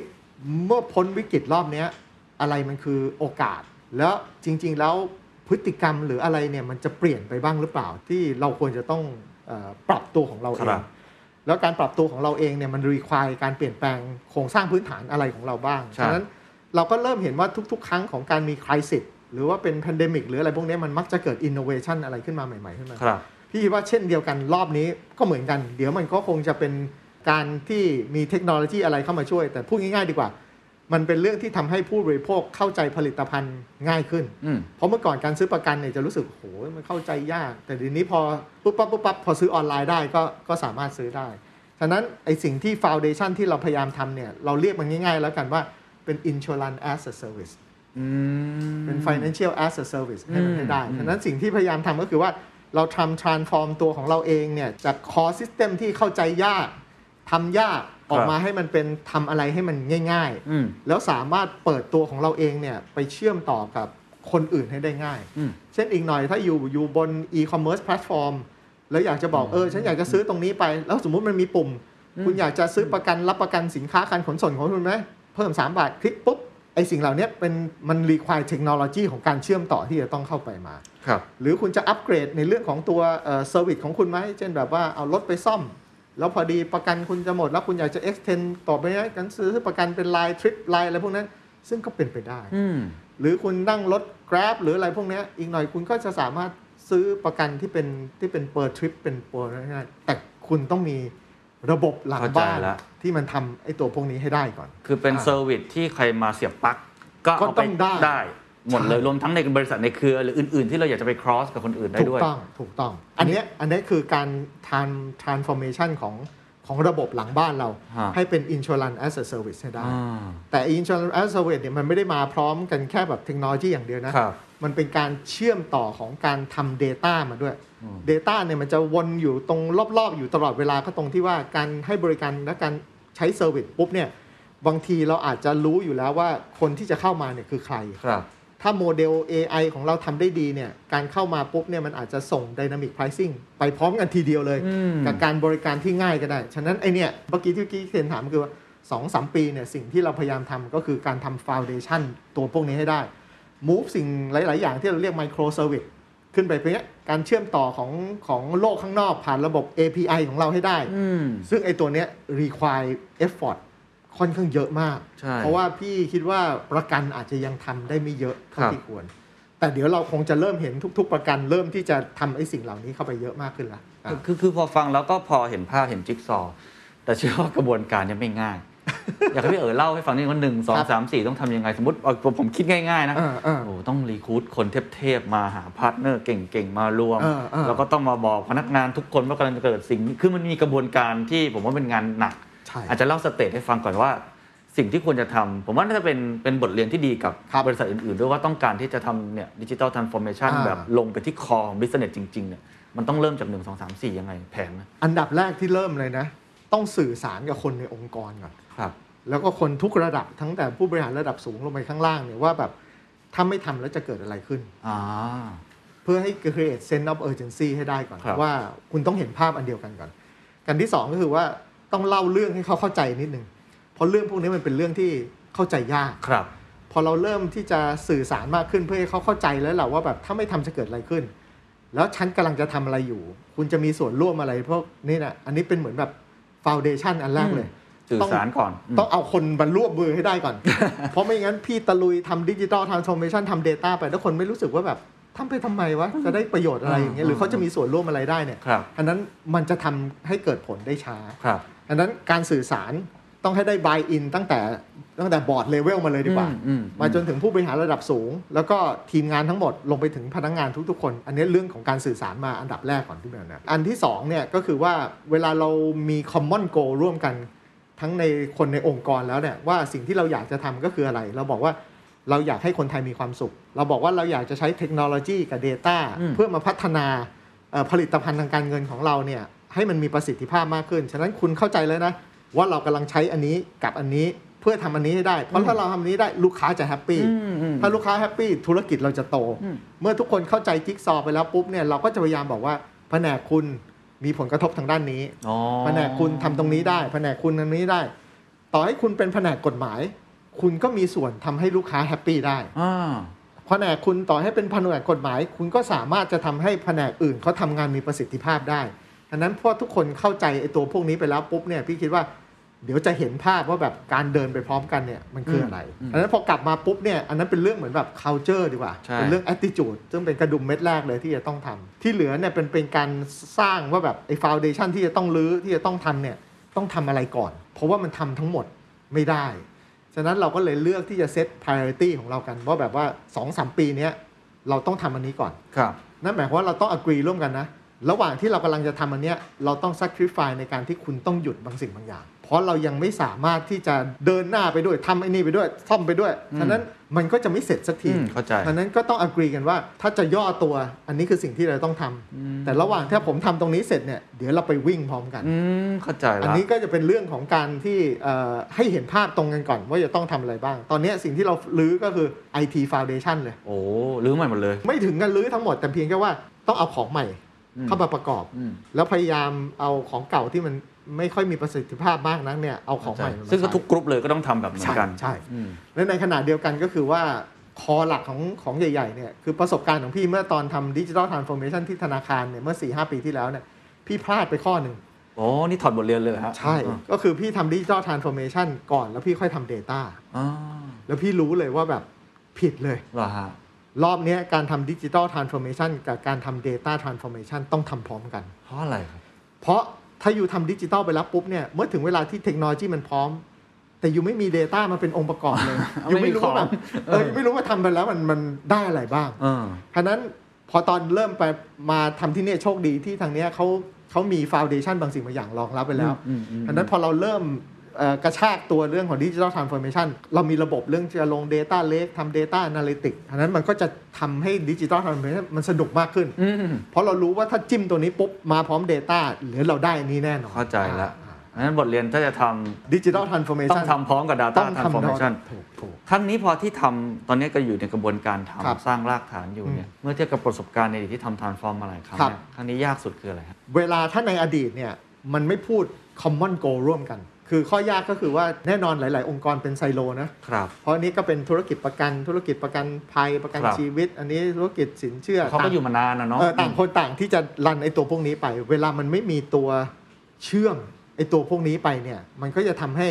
Speaker 1: เมื่อพ้นวิกฤตรอบเนี้ยอะไรมันคือโอกาส แล้วจริง ๆ แล้วพฤติกรรมหรืออะไรเนี่ยมันจะเปลี่ยนไปบ้างหรือเปล่าที่เราควรจะต้องเออปรับตัวของเราเอ
Speaker 2: ครั
Speaker 1: ง
Speaker 2: บ
Speaker 1: แล้วการปรับตัวของเราเองเนี่ยมันรีควายการเปลี่ยนแปลงโครงสร้างพื้นฐานอะไรของเราบ้าง
Speaker 2: ใช่
Speaker 1: ฉะนั้นเราก็เริ่มเห็นว่าทุก ๆ ครั้งของการมีคริสิตหรือว่าเป็น p พนเดมิกหรืออะไรพวกเนี้ยมันมักจะเกิดอินโนเวชันอะไรขึ้นมาใหม่ ๆ ขึ้นมา
Speaker 2: ครับ
Speaker 1: พี่คิดว่าเช่นเดียวกันรอบนี้ก็เหมือนกัน เดี๋ยวมันก็คงจะเป็นการที่มีเทคโนโลยีอะไรเข้ามาช่วย แต่พูดง่ายๆดีกว่า มันเป็นเรื่องที่ทำให้ผู้บริโภคเข้าใจผลิตภัณฑ์ง่ายขึ้น
Speaker 2: อืม
Speaker 1: เพราะเมื่อก่อนการซื้อประกันเนี่ยจะรู้สึกโหมันเข้าใจยาก แต่เดี๋ยวนี้พอปุ๊บปั๊บปุ๊บปั๊บพอซื้อออนไลน์ได้ก็ก็สามารถซื้อได้ ฉะนั้นไอสิ่งที่ฟาวเดชันที่เราพยายามทำเนี่ยเราเรียกมันง่ายๆ แล้วกันว่าเป็น insurance as a service เป็น financial as a service ให้มันให้ได้ ฉะนั้นสิ่งที่พยายามทำก็คือว่า เราทำ transform ตัวของเราเองเนี่ยจาก core system ที่เข้าใจยากทำยากออกมาให้มันเป็นทำอะไรให้มันง่าย
Speaker 2: อืม
Speaker 1: ๆ แล้วสามารถเปิดตัวของเราเองเนี่ยไปเชื่อมต่อกับคนอื่นให้ได้ง่าย
Speaker 2: อืม
Speaker 1: เช่นอีกหน่อยถ้าอยู่อยู่บน e-commerce platform แล้วอยากจะบอกเออฉันอยากจะซื้อตรงนี้ไป แล้วสมมุติมันมีปุ่ม คุณอยากจะซื้อประกันรับประกันสินค้าการขนส่งของคุณไหมเพิ่ม 3 บาทคลิกปุ๊บ ไอสิ่งเหล่านี้เป็นมันรีควายเทคโนโลยีของการเชื่อมต่อที่จะต้องเข้าไปมา
Speaker 2: ครับ
Speaker 1: หรือคุณจะอัปเกรดในเรื่องของตัวเซอร์วิสของคุณไหม เช่นแบบว่าเอารถไปซ่อม แล้วพอดีประกันคุณจะหมด แล้วคุณอยากจะ extend ต่อไปนะกันซื้อประกันเป็นลายทริปลายอะไรพวกนั้น ซึ่งก็เป็นไปได้
Speaker 2: อืม
Speaker 1: หรือคุณนั่งรถ Grab หรืออะไรพวกเนี้ยอีกหน่อยคุณก็จะสามารถซื้อประกันที่เป็นที่เป็น per trip เป็น per ง่ายๆแต่คุณต้องมีระบบหลัง
Speaker 2: เข้าใจ
Speaker 1: บ้าน
Speaker 2: ละ
Speaker 1: ที่มันทำไอ้ตัวพวกนี้ให้ได้ก่อน
Speaker 2: คือเป็น
Speaker 1: อ่า
Speaker 2: เซอร์วิสที่ใครมาเสียบปลั๊กก็
Speaker 1: ก็
Speaker 2: เอา
Speaker 1: ต้
Speaker 2: ไป
Speaker 1: องได้
Speaker 2: หมดเลยรวมทั้งในบริษัทในเครือ หรืออื่น ๆ ที่เราอยากจะไป cross กับคนอื่นได้
Speaker 1: ถูก
Speaker 2: ด้วย
Speaker 1: ต้องถูกต้อง อันเนี้ยอันเนี้ยคือการ tran- transformation ของของระบบหลังบ้านเรา
Speaker 2: ฮะ
Speaker 1: ให้เป็น insurance as a service ให้ได้
Speaker 2: อ่า
Speaker 1: แต่ insurance as a service เนี่ยมันไม่ได้มาพร้อมกันแค่แบบเทคโนโลยีอย่างเดียวนะ
Speaker 2: ครับ
Speaker 1: มันเป็นการเชื่อมต่อของการทำ Data มาด้วย Data เนี่ยมันจะวนอยู่ตรงรอบๆ อยู่ตลอดเวลาก็ตรงที่ว่าการให้บริการและการใช้เซอร์วิสปุ๊บเนี่ยบางทีเราอาจจะรู้อยู่แล้วว่าคนที่จะเข้ามาเนี่ยคือใคร
Speaker 2: ครับ
Speaker 1: ถ้าโมเดล AI ของเราทำได้ดีเนี่ยการเข้ามาปุ๊บเนี่ยมันอาจจะส่ง Dynamic Pricing ไปพร้อมกันทีเดียวเลย กับการบริการที่ง่ายก็ได้ ฉะนั้นไอเนี่ยเมื่อกี้ที่เมื่อกี้เคนถามคือว่าสองสามปีเนี่ยสิ่งที่เราพยายามทำก็คือการทำ Foundation ตัวพวกนี้ให้ได้ move สิ่งหลาย ๆ อย่างที่เราเรียก Micro Service ขึ้นไปเป็นเนี้ยการเชื่อมต่อของของโลกข้างนอกผ่านระบบ API ของเราให้ได้ ซึ่งไอตัวเนี้ย require effort ค่อนข้างเยอะมาก
Speaker 2: ใช่
Speaker 1: เพราะว่าพี่คิดว่าประกันอาจจะยังทำได้ไม่เยอะเท่า
Speaker 2: ครับ
Speaker 1: ที่ควร แต่เดี๋ยวเราคงจะเริ่มเห็นทุก ๆ ประกันเริ่มที่จะทำไอสิ่งเหล่านี้เข้าไปเยอะมากขึ้นละอ่ะ
Speaker 2: คือคือพอฟังแล้วก็พอเห็นภาพเห็นจิ๊กซอว์แต่เชื่อว่ากระบวนการเนี่ยไม่ง่าย *laughs* อยากให้พี่เอ๋อเล่าให้ฟังนิดนึงว่าหนึ่งสอง
Speaker 1: ครับ
Speaker 2: สามสี่ต้องทำยังไง สมมติเอาผมผมคิดง่าย ๆ นะ
Speaker 1: เออเออ
Speaker 2: โอ้ต้องรีครูดคนเทพๆมาหาพาร์ทเนอร์เก่งๆ มารวม
Speaker 1: เออเออ
Speaker 2: แล้วก็ต้องมาบอกพนักงานทุกคนว่ากำลังจะเกิดสิ่งนี้คือมันมีกระบวนการที่ผมว่าเป็นงานหนัก
Speaker 1: ใช่
Speaker 2: อาจจะเล่าสเตจให้ฟังก่อนว่า สิ่งที่ควรจะทำผมว่าน่าจะเป็นเป็นบทเรียนที่ดีกับ
Speaker 1: ครับ
Speaker 2: บริษัทอื่นๆด้วยว่าต้องการที่จะทำเนี่ยดิจิตอลทรานส์ฟอร์เมชัน
Speaker 1: อ่า
Speaker 2: แบบลงไปที่คอของบิสเนสจริงๆเนี่ยมันต้องเริ่มจาก 1 2 3 4 ยังไงแผนนะ
Speaker 1: อันดับแรกที่เริ่มเลยนะ ต้องสื่อสารกับคนในองค์กรก่อน
Speaker 2: ครับ
Speaker 1: แล้วก็คนทุกระดับทั้งแต่ผู้บริหารระดับสูงลงไปข้างล่างเนี่ยว่าแบบถ้าไม่ทำแล้วจะเกิดอะไรขึ้น
Speaker 2: อ่า
Speaker 1: เพื่อให้ create sense of urgency ให้ได้ก่อน
Speaker 2: ครับ
Speaker 1: ว่าคุณต้องเห็นภาพอันเดียวกันก่อน กันที่สองก็คือว่าต้องเล่าเรื่องให้เขาเข้าใจนิดนึง เพราะเรื่องพวกนี้มันเป็นเรื่องที่เข้าใจยาก
Speaker 2: ครับ
Speaker 1: พอเราเริ่มที่จะสื่อสารมากขึ้นเพื่อให้เขาเข้าใจแล้วแหละว่าแบบถ้าไม่ทำจะเกิดอะไรขึ้น แล้วฉันกำลังจะทำอะไรอยู่ คุณจะมีส่วนร่วมอะไรพวกนี่นะอันนี้เป็นเหมือนแบบฟาวเดชันอันแรกเลย
Speaker 2: สื่อสารก่อนอืม
Speaker 1: ต้องเอาคนมารวบมือให้ได้
Speaker 2: *laughs*
Speaker 1: ก่อน เพราะไม่งั้นพี่ตะลุยทำดิจิ t a ลท r a n s f o r m a t i o n ทำ Data ไปแล้วคนไม่รู้สึกว่าแบบทำไปทำไมวะ จะได้ประโยชน์อะไรอย่างเงี้ยหรือเขาจะมีส่วนร่วมอะไรได้เนี่ย
Speaker 2: ครับ
Speaker 1: อันนั้นมันจะทำให้เกิดผลได้ช้า
Speaker 2: ครับ
Speaker 1: อันนั้นการสื่อสารต้องให้ได้ buy in ตั้งแต่ตั้งแต่บอร์ดเลเวลมาเลยดีกว่า
Speaker 2: อืมอืมอืม
Speaker 1: มาจนถึงผู้บริหารระดับสูง แล้วก็ทีมงานทั้งหมดลงไปถึงพนักงานทุกๆคน อันนี้เรื่องของการสื่อสารมาอันดับแรกก่อนที่แบบนั้นอันที่สองเนี่ยก็คือว่าเวลาเรามี common goal ร่วมกัน ทั้งในคนในองค์กรแล้วเนี่ยว่าสิ่งที่เราอยากจะทำก็คืออะไร เราบอกว่าเราอยากให้คนไทยมีความสุข เราบอกว่าเราอยากจะใช้เทคโนโลยีกับ Data เพื่อมาพัฒนาเอ่อผลิตภัณฑ์ทางการเงินของเราเนี่ยให้มันมีประสิทธิภาพมากขึ้น ฉะนั้นคุณเข้าใจแล้วนะว่าเรากำลังใช้อันนี้กับอันนี้เพื่อทำอันนี้ให้ได้ เพราะถ้าเราทำอันนี้ได้ลูกค้าจะแฮปปี้ถ้าลูกค้าแฮปปี้ธุรกิจเราจะโต เมื่อทุกคนเข้าใจจิ๊กซอว์ไปแล้วปุ๊บเนี่ยเราก็จะพยายามบอกว่าแผนกคุณมีผลกระทบทางด้านนี้
Speaker 2: อ๋อ
Speaker 1: แผนกคุณทำตรงนี้ได้ แผนกคุณอันนี้ได้ ต่อให้คุณเป็นแผนกกฎหมาย คุณก็มีส่วนทำให้ลูกค้าแฮปปี้ได้
Speaker 2: อ่า
Speaker 1: แผนกคุณต่อให้เป็นแผนกกฎหมาย คุณก็สามารถจะทำให้แผนกอื่นเขาทำงานมีประสิทธิภาพได้ดังนั้นพอทุกคนเข้าใจไอ้ตัวพวกนี้ไปแล้วปุ๊บเนี่ยพี่คิดว่าเดี๋ยวจะเห็นภาพว่าแบบการเดินไปพร้อมกันเนี่ยมันคืออะไรดังนั้นพอกลับมาปุ๊บเนี่ยอันนั้นเป็นเรื่องเหมือนแบบ culture ดีกว่า
Speaker 2: ใช่
Speaker 1: เป็นเรื่อง attitude ซึ่งเป็นกระดุมเม็ดแรกเลยที่จะต้องทำที่เหลือเนี่ยเป็นเป็นการสร้างว่าแบบไอ้ foundation ที่จะต้องรื้อที่จะต้องทำเนี่ยต้องทำอะไรก่อน เพราะว่ามันทำทั้งหมดไม่ได้ ฉะนั้นเราก็เลยเลือกที่จะเซต priority ของเรากัน ว่าแบบว่า2อสปีเนี้ยเราต้องทำอันนี้ก่อน
Speaker 2: ครับ
Speaker 1: นั่นหมายความว่าเราต้อง agree ร่วมกันนะ ระหว่างที่เรากำลังจะทำอันเนี้ยเราต้อง sacrifice ในการที่คุณต้องหยุดบางสิ่งบางอย่าง เพราะเรายังไม่สามารถที่จะเดินหน้าไปด้วยทำไอ้นี่ไปด้วยซ่อมไปด้วย ฉะนั้น มันก็จะไม่เสร็จสักที
Speaker 2: อืมเข้าใจ
Speaker 1: ดังนั้นก็ต้องอกรีกันว่าถ้าจะย่อตัวอันนี้คือสิ่งที่เราต้องทำแต่ระหว่างที่ผมทำตรงนี้เสร็จเนี่ยเดี๋ยวเราไปวิ่งพร้อมกัน
Speaker 2: อืมเข้าใจ
Speaker 1: อัน
Speaker 2: ละ
Speaker 1: นี้ก็จะเป็นเรื่องของการที่เอ่อให้เห็นภาพตรงกันก่อนว่าจะต้องทำอะไรบ้าง ตอนเนี้ยสิ่งที่เราลื้อก็คือ IT Foundation เลย
Speaker 2: โอ้รื้อใหม่หมดเลย
Speaker 1: ไม่ถึงกันลื้อทั้งหมดแต่เพียงแค่ว่าต้องเอาของใหม่เข้ามาประกอบ
Speaker 2: อืม
Speaker 1: แล้วพยายามเอาของเก่าที่มันไม่ค่อยมีประสิทธิภาพมากนักเนี่ยเอาของใหม่มา
Speaker 2: ซึ่งก็
Speaker 1: ใช้
Speaker 2: ทุกกรุ๊ปเลยก็ต้องทำแบบเหมือนกัน
Speaker 1: ใช่
Speaker 2: อืม
Speaker 1: และในขณะเดียวกันก็คือว่าคอหลักของของใหญ่ ๆ เนี่ย คือประสบการณ์ของพี่เมื่อตอนทำดิจิ t a ลทรานส์ฟอร์เมชันที่ธนาคารเนี่ย เมื่อ 4-5 ปีที่แล้วเนี่ย พี่พลาดไปข้อหนึ่ง
Speaker 2: โอ้นี่ถอดบทเรียนเลยเหรอฮะ
Speaker 1: ใช่ ก็คือพี่ทำดิจิ t a ลทรานส์ฟอร์เมชันก่อนแล้วพี่ค่อยทำ Data
Speaker 2: อ๋อ
Speaker 1: แล้วพี่รู้เลยว่าแบบผิดเลย
Speaker 2: เหรอฮะ
Speaker 1: รอบเนี้ยการทำดิจิ t a ลทรานส์ฟอร์เมชันกับการทำ Data ทรานส์ฟอร์เมชันต้องทำพร้อมกัน
Speaker 2: เพราะอะไรครับ
Speaker 1: เพราะถ้าอยู่ทำดิจิตอลไปแล้วปุ๊บเนี่ยเมื่อถึงเวลาที่เทคโนโลยีมันพร้อม แต่อยู่ไม่มี Data มาเป็นองค์ประกอบ *laughs* เลย อยู่ไม่รู้ว่าแบบเอออยู่ไม่รู้ว่าทำไปแล้วมันมันได้อะไรบ้าง
Speaker 2: เออ
Speaker 1: เพราะฉะนั้นพอตอนเริ่มไปมาทำที่เนี่ยโชคดีที่ทางเนี้ยเขาเขามีฟาวเดชันบางสิ่งบางอย่างรองรับไปแล้ว
Speaker 2: อืมอืมอืม
Speaker 1: เพราะฉะนั้นพอเราเริ่มเอ่อกระชากตัวเรื่องของดิจิ t a ลทรานส์ฟอร์เมชันเรามีระบบเรื่องจะลง Data Lake ทำ Data Analytics อันนั้นมันก็จะทำให้ดิจิ t a ลทรานส์ฟอร์เมชันมันสนุกมากขึ้น
Speaker 2: อืม
Speaker 1: เพราะเรารู้ว่าถ้าจิ้มตัวนี้ปุ๊บ มาพร้อม Data หรือเราได้อันนี้แน่นอน
Speaker 2: เข้าใจละเพราะฉะนั้นบทเรียนถ้าจะท
Speaker 1: ดิจิ t a ลทรานส์ฟอร์เม
Speaker 2: ำต้อ
Speaker 1: ชั
Speaker 2: ง
Speaker 1: น
Speaker 2: ทำพร้อมกับ Data
Speaker 1: ทำ
Speaker 2: Transformation
Speaker 1: ถูกถูก
Speaker 2: ครั้งนี้พอที่ทำตอนนี้ก็อยู่ในกระบวนการ
Speaker 1: ครับ
Speaker 2: ทำสร้างรากฐานอยู่เนี่ยเมื่อเทียบกับประสบการณ์ในอดีตที่ทำ transform มาหลายครั้ง
Speaker 1: ครับ
Speaker 2: เนี่ยครั้งนี้ยากสุดคืออะไรครับ
Speaker 1: เวลาถ้าในอดีตเนี่ย มันไม่พูด common goal ร่วมกัน คือข้อยากก็คือว่าแน่นอนหลาย ๆ องค์กรเป็นไซโลนะ
Speaker 2: ครับ
Speaker 1: เพราะอันนี้ก็เป็นธุรกิจประกันธุรกิจประกันภัยประกัน
Speaker 2: ครับ
Speaker 1: ชีวิต อันนี้ธุรกิจสินเชื่อ
Speaker 2: เขาก็อยู่มานานนะเนาะ
Speaker 1: เออต่างคนต่างที่จะรันไอตัวพวกนี้ไป เวลามันไม่มีตัวเชื่อมไอตัวพวกนี้ไปเนี่ย มันก็จะทำให้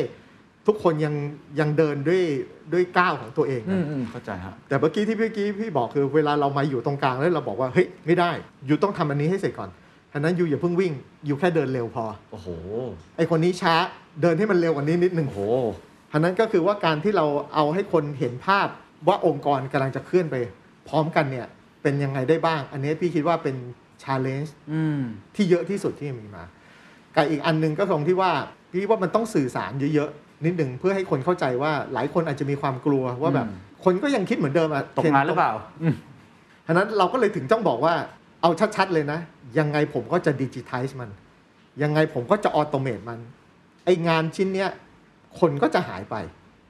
Speaker 1: ทุกคนยังยังเดินด้วยด้วยก้าวของตัวเอง
Speaker 2: อื
Speaker 1: นะ
Speaker 2: มอืมเข้าใจฮะ
Speaker 1: แต่เมื่อกี้ที่เมื่อกี้พี่บอกคือเวลาเรามาอยู่ตรงกลางแล้วเราบอกว่าเฮ้ยไม่ได้ อยู่ต้องทำอันนี้ให้เสร็จก่อนฉะนั้นอยู่อย่าเพิ่งวิ่ง อยู่แค่เดินเร็วพอ
Speaker 2: โอ้โห
Speaker 1: ไอคนนี้ช้าเดินให้มันเร็วกว่านี้นิดนึง
Speaker 2: โอ้โห
Speaker 1: ฉะนั้นก็คือว่าการที่เราเอาให้คนเห็นภาพว่าองค์กรกำลังจะเคลื่อนไป พร้อมกันเนี่ยเป็นยังไงได้บ้าง อันนี้พี่คิดว่าเป็นชาเลนจ์
Speaker 2: อืม
Speaker 1: ที่เยอะที่สุดที่มีมากับอีกอันหนึงก็ตรงที่ว่าพี่ว่ามันต้องสื่อสารเยอะๆนิดหนึ่งเพื่อให้คนเข้าใจว่าหลายคนอาจจะมีความกลัวว่าแบบ
Speaker 2: อืม
Speaker 1: คนก็ยังคิดเหมือนเดิมอะ
Speaker 2: ตกงานหรือเปล่า
Speaker 1: ฉะนั้นเราก็เลยถึงต้องบอกว่าเอาชัดๆเลยนะ ยังไงผมก็จะดิจิทัลมัน ยังไงผมก็จะออโตเมตมัน ไองานชิ้นเนี้ยคนก็จะหายไป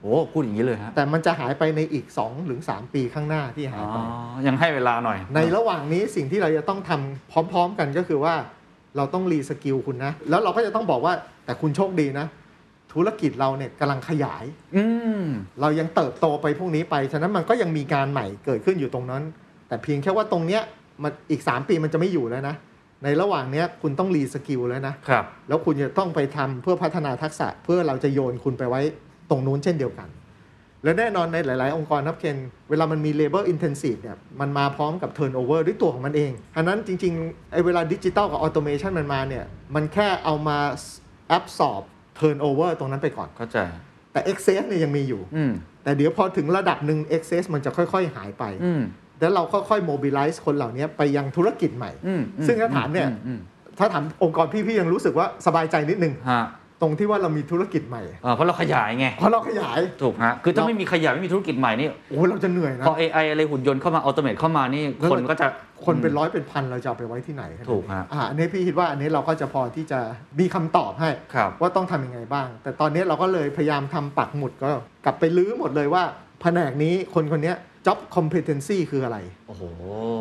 Speaker 2: โอ้พูดอย่างนี้เลยฮะ
Speaker 1: แต่มันจะหายไปในอีก 2 หรือ 3 ปีข้างหน้าที่หา
Speaker 2: อ๋
Speaker 1: ย
Speaker 2: อ
Speaker 1: ไป
Speaker 2: ยังให้เวลาหน่อย
Speaker 1: ในระหว่างนี้สิ่งที่เราจะต้องทำพร้อม ๆ กันก็คือว่าเราต้องรีสกิลคุณนะ แล้วเราก็จะต้องบอกว่าแต่คุณโชคดีนะ ธุรกิจเราเนี่ยกำลังขยาย
Speaker 2: อืม
Speaker 1: เรายังเติบโตไปพวกนี้ไป ฉะนั้นมันก็ยังมีการใหม่เกิดขึ้นอยู่ตรงนั้น แต่เพียงแค่ว่าตรงเนี้ยมันอีก 3 ปีมันจะไม่อยู่แล้วนะ ในระหว่างเนี้ยคุณต้องรีสกิลแล้วนะ
Speaker 2: ครับ
Speaker 1: แล้วคุณจะต้องไปทำเพื่อพัฒนาทักษะ เพื่อเราจะโยนคุณไปไว้ตรงนู้นเช่นเดียวกัน และแน่นอนในหลาย ๆ องค์กรครับเคนเวลามันมี labor intensive เนี่ยมันมาพร้อมกับ turnover ด้วยตัวของมันเองอันนั้นจริงๆไอ้เวลาดิจิตอลกับ automation มันมาเนี่ยมันแค่เอามา absorb turnover ตรงนั้นไปก่อน
Speaker 2: เข้าใจ
Speaker 1: แต่ excess เนี่ยยังมีอยู่
Speaker 2: อืม
Speaker 1: แต่เดี๋ยวพอถึงระดับหนึ่ง excess มันจะค่อย ๆ หายไป
Speaker 2: อืม
Speaker 1: แล้วเราค่อยๆ mobilize คนเหล่านี้ไปยังธุรกิจใหม่
Speaker 2: อืมอืม
Speaker 1: ซึ่งถ้าถามเนี่ย
Speaker 2: อืมอืม
Speaker 1: ถ้าถามองค์กรพี่ๆยังรู้สึกว่าสบายใจนิดนึง
Speaker 2: ฮะ
Speaker 1: ตรงที่ว่าเรามีธุรกิจใหม่
Speaker 2: เอ่อเพราะเราขยายไง
Speaker 1: เพราะเราขยาย
Speaker 2: ถูกฮะ คือถ้าไม่มีขยายไม่มีธุรกิจใหม่นี่
Speaker 1: โอ้ยเราจะเหนื่อยนะ
Speaker 2: พอ AI อะไรหุ่นยนต์เข้ามา ออโตเมตเข้ามานี่
Speaker 1: แล้ว
Speaker 2: ค
Speaker 1: มัน น
Speaker 2: ก็จะ
Speaker 1: คนเป็นร้อยเป็นพันเราจะเอาไปไว้ที่ไหน
Speaker 2: ถูกฮะ
Speaker 1: อ่าอันนี้พี่คิดว่าอันนี้เราก็จะพอที่จะมีคำตอบให้
Speaker 2: ครับ
Speaker 1: ว่าต้องทำยังไงบ้าง แต่ตอนนี้เราก็เลยพยายามทำปักหมุดก็กลับไปลื้อหมดเลยว่าแผนกนี้คนคนเนี้ย job competency คืออะไร
Speaker 2: โอ้โห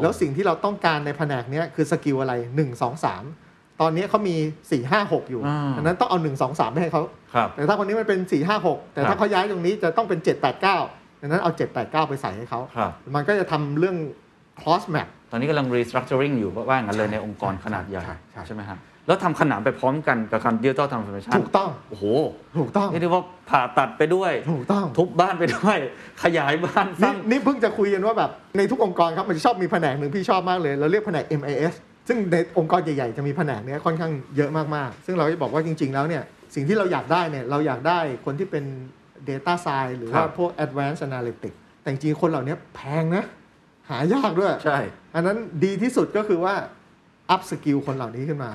Speaker 1: แล้วสิ่งที่เราต้องการในแผนกเนี้ยคือสกิลอะไร 1 2 3 ตอนนี้เขามี 4 5 6 อยู่อันนั้นต้องเอา 1 2 3ไปให้เขา
Speaker 2: ครับ
Speaker 1: แต่ถ้าคนนี้มันเป็น 4 5 6 แต่
Speaker 2: ครั
Speaker 1: ถ้า
Speaker 2: บ
Speaker 1: เขาย้ายตรงนี้จะต้องเป็น 7 8 9ดังนั้นเอา 7 8 9 ไปใส่ให้เขา
Speaker 2: ครับ
Speaker 1: มันก็จะทำเรื่อง cross map
Speaker 2: ตอนนี้กำลัง restructuring อยู่ว่างั้นเลยในองค์กรขนาดใหญ่
Speaker 1: ใช่ใช่
Speaker 2: ใช่ไหมฮะ แล้วทำขนานไปพร้อมกันกับการดิจิตอลทรานส์ฟอร์เมชัน
Speaker 1: ถูกต้อง
Speaker 2: โอ้โห
Speaker 1: ถูกต้อง
Speaker 2: นี่เรียกว่าผ่าตัดไปด้วย
Speaker 1: ถูกต้อง
Speaker 2: ทุบบ้านไปด้วย ขยายบ้านส
Speaker 1: นี่
Speaker 2: ร้าง
Speaker 1: นี่เพิ่งจะคุยกันว่าแบบในทุกองค์กรครับมันจะชอบมีแผนกหนึ่งพี่ชอบมากเลย เราเรียกแผนก MIS ซึ่งในองค์กรใหญ่ ๆ จะมีแผนกเนี้ยค่อนข้างเยอะมากๆ ซึ่งเราจะบอกว่าจริง ๆ แล้วเนี่ยสิ่งที่เราอยากได้เนี่ยเราอยากได้คนที่เป็น Data Science หรือว่า
Speaker 2: ครับ
Speaker 1: พวก Advanced Analytics แต่จริงๆคนเหล่านี้แพงนะหายากด้วย
Speaker 2: ใช่
Speaker 1: อันนั้นดีที่สุดก็คือว่าอัพสกิลคนเหล่านี้ขึ้นมา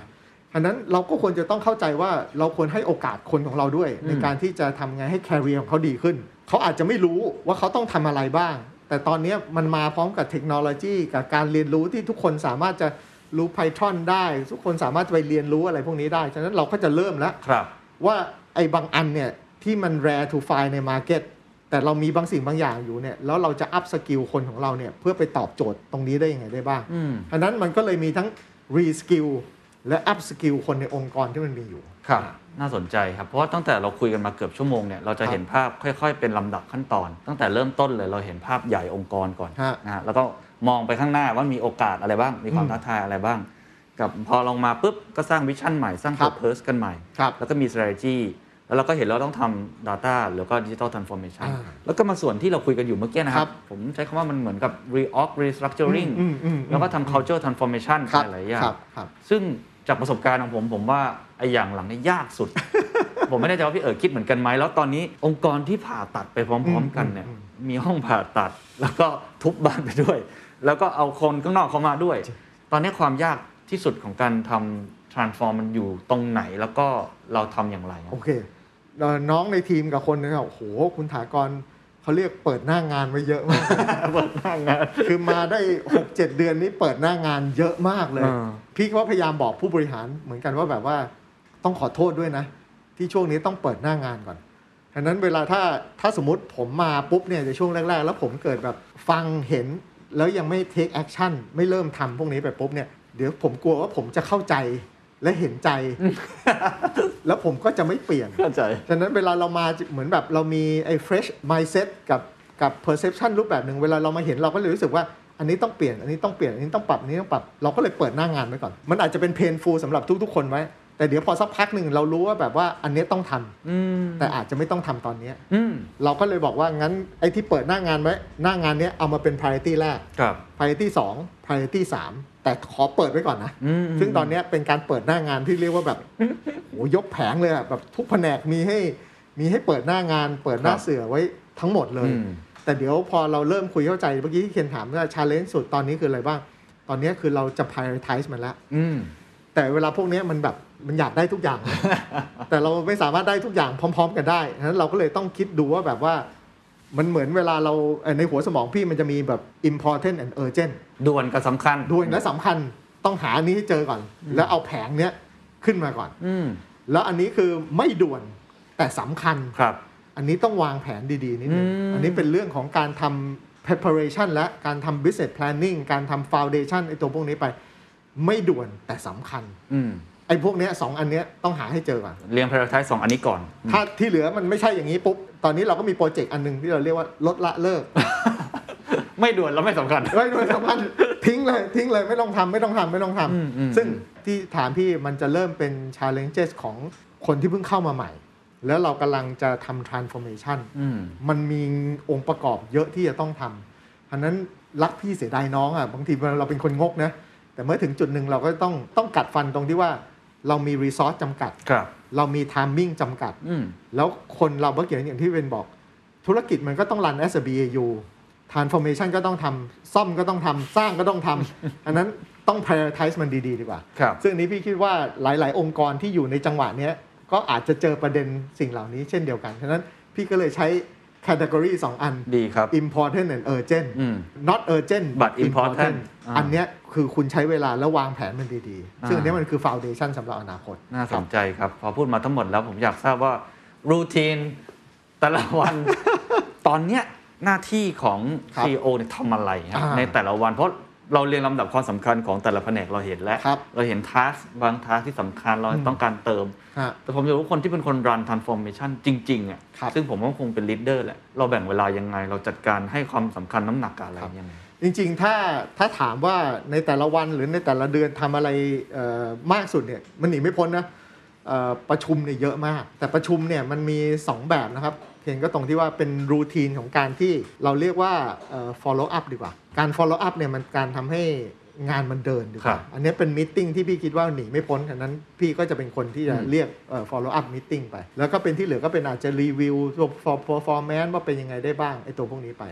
Speaker 1: อันนั้นเราก็ควรจะต้องเข้าใจว่าเราควรให้โอกาสคนของเราด้วย
Speaker 2: อืม
Speaker 1: ในการที่จะทำไงให้แคริเอร์ของเขาดีขึ้น เขาอาจจะไม่รู้ว่าเขาต้องทำอะไรบ้าง แต่ตอนเนี้ยมันมาพร้อมกับเทคโนโลยีกับการเรียนรู้ที่ทุกคนสามารถจะรู้ Python ได้ ทุกคนสามารถไปเรียนรู้อะไรพวกนี้ได้ ฉะนั้นเราก็จะเริ่มแล้ว
Speaker 2: ครับ
Speaker 1: ว่าไอ้บางอันเนี่ย ที่มัน rare to find ใน market แต่เรามีบางสิ่งบางอย่างอยู่เนี่ย แล้วเราจะอัพสกิลคนของเราเนี่ย เพื่อไปตอบโจทย์ตรงนี้ได้ยังไงได้บ้าง
Speaker 2: อืม
Speaker 1: อันนั้นมันก็เลยมีทั้ง re skill และ up skill คนในองค์กรที่มันมีอยู่
Speaker 2: ครับน่าสนใจครับ เพราะว่าตั้งแต่เราคุยกันมาเกือบชั่วโมงเนี่ยเราจะ
Speaker 1: ครับ
Speaker 2: เห็นภาพค่อย ๆ เป็นลำดับขั้นตอน ตั้งแต่เริ่มต้นเลยเราเห็นภาพใหญ่องค์กรก่อน
Speaker 1: ฮะ
Speaker 2: นะฮะแล้วก็มองไปข้างหน้าว่ามีโอกาสอะไรบ้าง มีความ
Speaker 1: อืม
Speaker 2: ท้าทายอะไรบ้าง กับพอลงมาปุ๊บก็สร้างวิชั่นใหม่สร้าง
Speaker 1: ครับ
Speaker 2: purpose กันใหม่
Speaker 1: ครับ
Speaker 2: แล้วก็มี strategy แล้วเราก็เห็นเราต้องทำ data หรือก็ digital transformation
Speaker 1: อ่า
Speaker 2: แล้วก็มาส่วนที่เราคุยกันอยู่เมื่อกี้นะ
Speaker 1: ค
Speaker 2: ครั
Speaker 1: รับ บ
Speaker 2: ผมใช้คำว่ามันเหมือนกับ reorg restructuring
Speaker 1: อืมอืมอืม
Speaker 2: แล้วก็ทำ culture transformation
Speaker 1: ครับ
Speaker 2: หลายๆอย่า
Speaker 1: ครั
Speaker 2: ง
Speaker 1: บครับ
Speaker 2: ซึ่งจากประสบการณ์ของผมผมว่าไอ้อย่างหลังเนี่ยยาก *laughs* สุด ผมไม่แน่ใจว่าพี่เอ๋คิดเหมือนกันไหมแล้วตอนนี้องค์กรที่ผ่าตัดไปพร้อม ๆ กันเนี่ย
Speaker 1: อืม
Speaker 2: มีห้องผ่าตัด แล้วก็ทุบบ้านไปด้วย แล้วก็เอาคนข้างนอกเข้ามาด้วย ตอนนี้ความยากที่สุดของการทำ transform มันอยู่ตรงไหนแล้วก็เราทำอย่างไรอะ
Speaker 1: โอเคเอ่อน้องในทีมกับคนเนี่ยโอ้โห คุณถากรเขาเรียกเปิดหน้างานไว้เยอะมาก
Speaker 2: เปิดหน้างาน
Speaker 1: คือมาได้ 6 7 เดือนนี้เปิดหน้างานเยอะมากเลย
Speaker 2: อ่า
Speaker 1: พี่ก็พยายามบอกผู้บริหารเหมือนกันว่าแบบว่าต้องขอโทษด้วยนะ ที่ช่วงนี้ต้องเปิดหน้างานก่อนฉะนั้นเวลาถ้าถ้าสมมติผมมาปุ๊บเนี่ยในช่วงแรก ๆ แล้วผมเกิดแบบฟังเห็น แล้วยังไม่ take action ไม่เริ่มทำพวกนี้ไปปุ๊บเนี่ยเดี๋ยวผมกลัวว่าผมจะเข้าใจและเห็น
Speaker 2: *laughs*
Speaker 1: ใจ แล้วผมก็จะไม่เปลี่ยน
Speaker 2: เข้าใจ
Speaker 1: ฉะนั้นเวลาเรามาเหมือนแบบเรามีไอ้ fresh mindset กับกับ perception รูปแบบหนึ่งเวลาเรามาเห็นเราก็เลยรู้สึกว่าอันนี้ต้องเปลี่ยนอันนี้ต้องเปลี่ยนอันนี้ต้องปรับอันนี้ต้องปรับเราก็เลยเปิดหน้างานไว้ก่อน มันอาจจะเป็น painful สำหรับทุกๆคนไว้ แต่เดี๋ยวพอสักพักหนึ่งเรารู้ว่าแบบว่าอันเนี้ยต้องทำ
Speaker 2: อืม
Speaker 1: แต่อาจจะไม่ต้องทำตอนเนี้ย
Speaker 2: อืม
Speaker 1: เราก็เลยบอกว่างั้นไอ้ที่เปิดหน้างานไว้หน้างานเนี้ยเอามาเป็น priority แรก
Speaker 2: ครับ
Speaker 1: priority สอง priority สามแต่ขอเปิดไว้ก่อนนะ
Speaker 2: อืม
Speaker 1: ซึ่งตอนเนี้ยเป็นการเปิดหน้างานที่เรียก
Speaker 2: *laughs*
Speaker 1: ว่าแบบ โหยกแผงเลยอะแบบทุกแผนกมีให้มีให้เปิดหน้างาน เปิดหน้า
Speaker 2: ครับ
Speaker 1: เสือไว้ทั้งหมดเลย
Speaker 2: อืม
Speaker 1: แต่เดี๋ยวพอเราเริ่มคุยเข้าใจเมื่อกี้ที่เคนถามว่าชาเลนจ์สุดตอนนี้คืออะไรบ้าง ตอนเนี้ยคือเราจะ prioritize มันแล้ว
Speaker 2: อืม
Speaker 1: แต่เวลาพวกเนี้ยมันแบบมันอยากได้ทุก
Speaker 2: *laughs*
Speaker 1: อย่าง แต่เราไม่สามารถได้ทุกอย่างพร้อม ๆ กันได้ฉะนั้นเราก็เลยต้องคิดดูว่าแบบว่ามันเหมือนเวลาเราเอ่อในหัวสมองพี่มันจะมีแบบ important and urgent
Speaker 2: ด่วนกับสำคัญ
Speaker 1: ด่วนและสำคัญต้องหาอันนี้ให้เจอก่อน แล้วเอาแผงเนี้ยขึ้นมาก่อน
Speaker 2: อืม
Speaker 1: แล้วอันนี้คือไม่ด่วนแต่สำคัญ
Speaker 2: ครับ
Speaker 1: อันนี้ต้องวางแผนดีๆนิดนึง
Speaker 2: อืม
Speaker 1: อันนี้เป็นเรื่องของการทำ preparation และการทำ business planning การทำ foundation ไอ้ตัวพวกนี้ไป ไม่ด่วนแต่สำคัญ
Speaker 2: อืม
Speaker 1: ไอ้พวกเนี้ยสองอันเนี้ยต้องหาให้เจอก่อน
Speaker 2: เรียง prioritize สองอันนี้ก่อน
Speaker 1: ถ้าที่เหลือมันไม่ใช่อย่างนี้ปุ๊บ ตอนนี้เราก็มีโปรเจกต์อันหนึงที่เราเรียกว่าลดละเลิก
Speaker 2: *laughs* ไม่ด่วนแล้วไม่สำคัญ
Speaker 1: ไม่ด่วนสำคัญทิ้งเลยทิ้งเลยไม่ต้องทำไม่ต้องทำไม่ต้องทำ
Speaker 2: อืมอืม
Speaker 1: ซึ่งที่ถามพี่มันจะเริ่มเป็น challenges ของคนที่เพิ่งเข้ามาใหม่ แล้วเรากำลังจะทำ transformation
Speaker 2: อืม
Speaker 1: มันมีองค์ประกอบเยอะที่จะต้องทำอันนั้นรักพี่เสียดายน้องอ่ะบางทีเราเป็นคนงกนะ แต่เมื่อถึงจุดหนึ่งเราก็ต้องต้องกัดฟันตรงที่ว่าเรามี resource จำกัด
Speaker 2: ครับ
Speaker 1: เรามี timing จำกัด
Speaker 2: อืม
Speaker 1: แล้วคนเราเมื่อกี้อย่างที่เวนบอก ธุรกิจมันก็ต้องรัน as a BAU transformation ก็ต้องทำซ่อมก็ต้องทำสร้างก็ต้องท
Speaker 2: *laughs*
Speaker 1: ำ อันนั้นต้อง prioritize มันดี ๆ ดีกว่า
Speaker 2: ครับ
Speaker 1: ซึ่งอันนี้พี่คิดว่าหลาย ๆ องค์กรที่อยู่ในจังหวะเนี้ย ก็อาจจะเจอประเด็นสิ่งเหล่านี้เช่นเดียวกันฉะนั้นพี่ก็เลยใช้ category 2 อัน
Speaker 2: ดีครับ
Speaker 1: important and urgent
Speaker 2: อืม
Speaker 1: not urgent
Speaker 2: But important อ่า
Speaker 1: อันเนี้ยคือคุณใช้เวลาแล้ววางแผนมันดีๆ ซึ่งอันเนี้ย
Speaker 2: อ่ามั
Speaker 1: มันคือ foundation สำหรับอนาคต
Speaker 2: น่า
Speaker 1: ค
Speaker 2: ส
Speaker 1: รับ
Speaker 2: นใจครับ พอพูดมาทั้งหมดแล้วผมอยากทราบว่า รูทีนแต่ละวัน
Speaker 1: *laughs*
Speaker 2: ตอนเนี้ยหน้าที่ของ
Speaker 1: ครับ
Speaker 2: CEO เนี่ยทำอะไรฮะ
Speaker 1: อ่า
Speaker 2: ในแต่ละวันเพราะเราเรียงลำดับความสำคัญของแต่ละแผนกเราเห็นแล้ว
Speaker 1: ครับ
Speaker 2: เราเห็นทัสบางทัสที่สำคัญเรา
Speaker 1: อืม
Speaker 2: ต้องการเติม
Speaker 1: ฮะ
Speaker 2: แต่ผมอยากรู้คนที่เป็นคนรัน transformation จริงๆอ่ะ
Speaker 1: ครับ
Speaker 2: ซึ่งผมว่าคงเป็น leader แหละ เราแบ่งเวลายังไง เราจัดการให้ความสำคัญน้ำหนักกับอะไรยังไง
Speaker 1: จริงๆ ถ้าถ้าถามว่าในแต่ละวันหรือในแต่ละเดือนทำอะไรเอ่อมากสุดเนี่ยมันหนีไม่พ้นนะเอ่อประชุมเนี่ยเยอะมาก แต่ประชุมเนี่ยมันมี 2 แบบนะครับเพียงก็ตรงที่ว่าเป็นรูทีนของการที่เราเรียกว่าเอ่อ follow up ดีกว่า การ follow up เนี่ยมันการทำให้งานมันเดินดีก
Speaker 2: ครั
Speaker 1: ว่า
Speaker 2: บ
Speaker 1: อันเนี้ยเป็นมิ팅ที่พี่คิดว่าหนีไม่พ้นฉะนั้นพี่ก็จะเป็นคนที่จะ
Speaker 2: อืม
Speaker 1: เรียกเอ่อ follow up meeting ไป แล้วก็เป็นที่เหลือก็เป็นอาจจะรีวิวตัว performance ว่าเป็นยังไงได้บ้างไอตัวพวกนี้ไป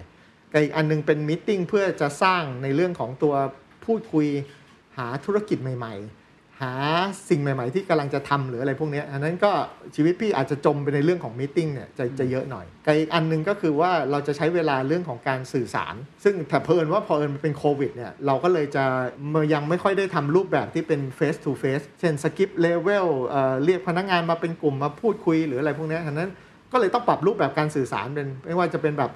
Speaker 1: กับอีกอันหนึงเป็นมิ팅เพื่อจะสร้างในเรื่องของตัวพูดคุยหาธุรกิจใหม่ ๆ ห หาสิ่งใหม่ ๆ ที่กำลังจะทำหรืออะไรพวกเนี้ยอันนั้นก็ชีวิตพี่อาจจะจมไปในเรื่องของมีตติ้งเนี่ยจะจะเยอะหน่อยกับอีกอันหนึงก็คือว่าเราจะใช้เวลาเรื่องของการสื่อสาร ซึ่งแต่เพิ่นว่าพอเอิญมันเป็นโควิดเนี่ยเราก็เลยจะยังไม่ค่อยได้ทำรูปแบบที่เป็น face to face เช่นสกิปเลเวลเรียกพนักงานมาเป็นกลุ่มมาพูดคุยหรืออะไรพวกเนี้ยอันนั้น ก็เลยต้องปรับรูปแบบการสื่อสารเป็นไม่ว่าจะเป็นแบบ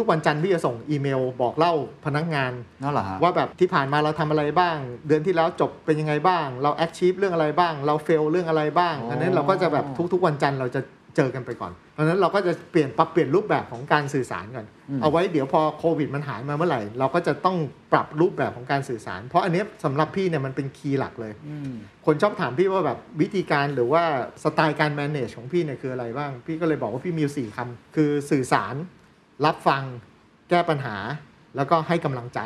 Speaker 1: ทุกๆวันจันทร์พี่จะส่งอีเมลบอกเล่าพนักงาน
Speaker 2: นั่นเหรอฮะ
Speaker 1: ว่าแบบที่ผ่านมาเราทำอะไรบ้าง เดือนที่แล้วจบเป็นยังไงบ้าง เราแอ i e v e เรื่องอะไรบ้าง เราเฟลเรื่องอะไรบ้าง
Speaker 2: อ๋ออั
Speaker 1: อันนั้นเราก็จะแบบทุกๆวันจันทร์เราจะเจอกันไปก่อนเพราะฉะนั้นเราก็จะเปลี่ยนปรับเปลี่ยนรูปแบบของการสื่อสารก่อนเอาไว้เดี๋ยวพอโควิดมันหายมาเมื่อไหร่ เราก็จะต้องปรับรูปแบบของการสื่อสาร เพราะอันเนี้ยสำหรับพี่เนี่ยมันเป็นคีย์หลักเลย คนชอบถามพี่ว่าแบบวิธีการหรือว่าสไตล์การ manage ของพี่เนี่ยคืออะไรบ้าง พี่ก็เลยบอกว่าพี่มีอยู่สี่คำคือสื่อสาร รับฟัง แก้ปัญหา แล้วก็ให้กำลังใจ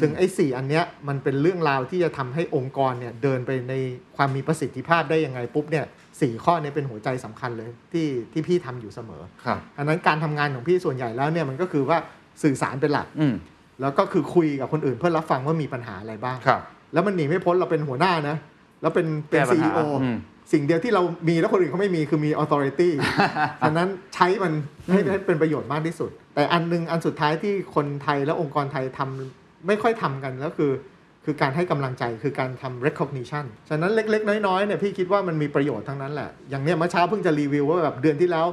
Speaker 1: ซึ่งไอ้สี่อันเนี้ยมันเป็นเรื่องราวที่จะทำให้องค์กรเนี่ยเดินไปในความมีประสิทธิภาพได้ยังไงปุ๊บเนี่ยสี่ข้อเนี้เป็นหัวใจสำคัญเลยที่ที่พี่ทำอยู่เสมอ
Speaker 2: ครับ
Speaker 1: อันนั้นการทำงานของพี่ส่วนใหญ่แล้วเนี่ยมันก็คือว่าสื่อสารเป็นหลัก
Speaker 2: อืม
Speaker 1: แล้วก็คือคุยกับคนอื่นเพื่อรับฟังว่ามีปัญหาอะไรบ้าง
Speaker 2: ครับ
Speaker 1: แล้วมันหนีไม่พ้นเราเป็นหัวหน้านะ แล้วเป็นเป็น
Speaker 2: แก้ปั
Speaker 1: ซี
Speaker 2: ญ
Speaker 1: อ
Speaker 2: หา
Speaker 1: โอ
Speaker 2: อืม
Speaker 1: สิ่งเดียวที่เรามีแล้วคนอื่นเขาไม่มีคือมี
Speaker 2: *laughs*
Speaker 1: authority อันนั้นใช้มันให้ให้เป็นประโยชน์มากที่สุด แต่อันหนึงอันสุดท้ายที่คนไทยและองค์กรไทยทำไม่ค่อยทำกันก็คือ คือการให้กำลังใจคือการทำ recognition ฉะนั้นเล็ก ๆ น้อยๆเนี่ยพี่คิดว่ามันมีประโยชน์ทั้งนั้นแหละ อย่างเนี้ยเมื่อเช้าเพิ่งจะรีวิวว่าแบบเดือนที่แล้ว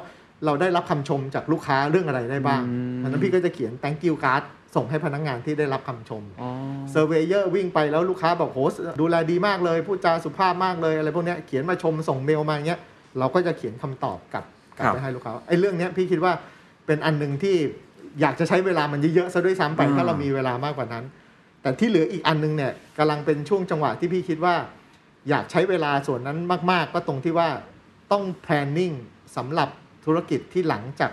Speaker 1: เราได้รับคำชมจากลูกค้าเรื่องอะไรได้บ้าง
Speaker 2: อืม
Speaker 1: ฉะนั้นพี่ก็จะเขียน thank you card ส่งให้พนักงานที่ได้รับคำชม เซอร์เวเยอร์วิ่งไปแล้วลูกค้าบอกโหดูแลดีมากเลยพูดจาสุภาพมากเลยอะไรพวกเนี้ยเขียนมาชมส่งเมลมาอย่างเงี้ยเราก็จะเขียนคำตอบกลับกลับ
Speaker 2: ครับ
Speaker 1: ไปให้ลูกค้าไอ้เรื่องเนี้ยพี่คิดว่าเป็นอันหนึ่งที่อยากจะใช้เวลามันเยอะๆซะด้วยซ้ำไป
Speaker 2: อืม
Speaker 1: ถ้าเรามีเวลามากกว่านั้น แต่ที่เหลืออีกอันหนึงเนี่ยกำลังเป็นช่วงจังหวะที่พี่คิดว่า อยากใช้เวลาส่วนนั้นมากๆ ก็ตรงที่ว่าต้อง planning สำหรับธุรกิจที่หลังจาก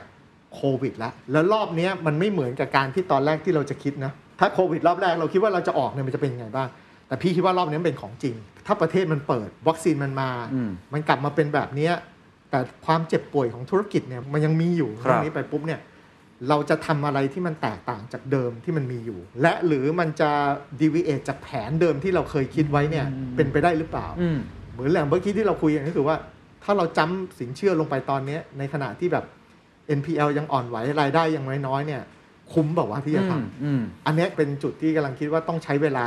Speaker 1: โควิดแล้ว แล้วรอบเนี้ยมันไม่เหมือนกับการที่ตอนแรกที่เราจะคิดนะ ถ้าโควิดรอบแรกเราคิดว่าเราจะออกเนี่ยมันจะเป็นยังไงบ้าง แต่พี่คิดว่ารอบนี้มันเป็นของจริง ถ้าประเทศมันเปิดวัคซีนมันมา
Speaker 2: อืม
Speaker 1: มันกลับมาเป็นแบบเนี้ยแต่ความเจ็บป่วยของธุรกิจเนี่ยมันยังมีอยู่
Speaker 2: ครับ
Speaker 1: เรื่องนี้ไปปุ๊บเนี่ย เราจะทำอะไรที่มันแตกต่างจากเดิมที่มันมีอยู่ และหรือมันจะ deviate จากแผนเดิมที่เราเคยคิดไว้เนี่ยเป็นไปได้หรือเปล่า
Speaker 2: อืม
Speaker 1: เหมือนแหล่งเมื่อกี้ที่เราคุยกันก็คือว่า ถ้าเราจำสินเชื่อลงไปตอนเนี้ยในขณะที่แบบ NPL ยังอ่อนไหวรายได้ยังน้อยๆเนี่ยคุ้มแบบว่าวะที่จะท
Speaker 2: อืมอืม
Speaker 1: ำอันเนี้ยเป็นจุดที่กำลังคิดว่าต้องใช้เวลา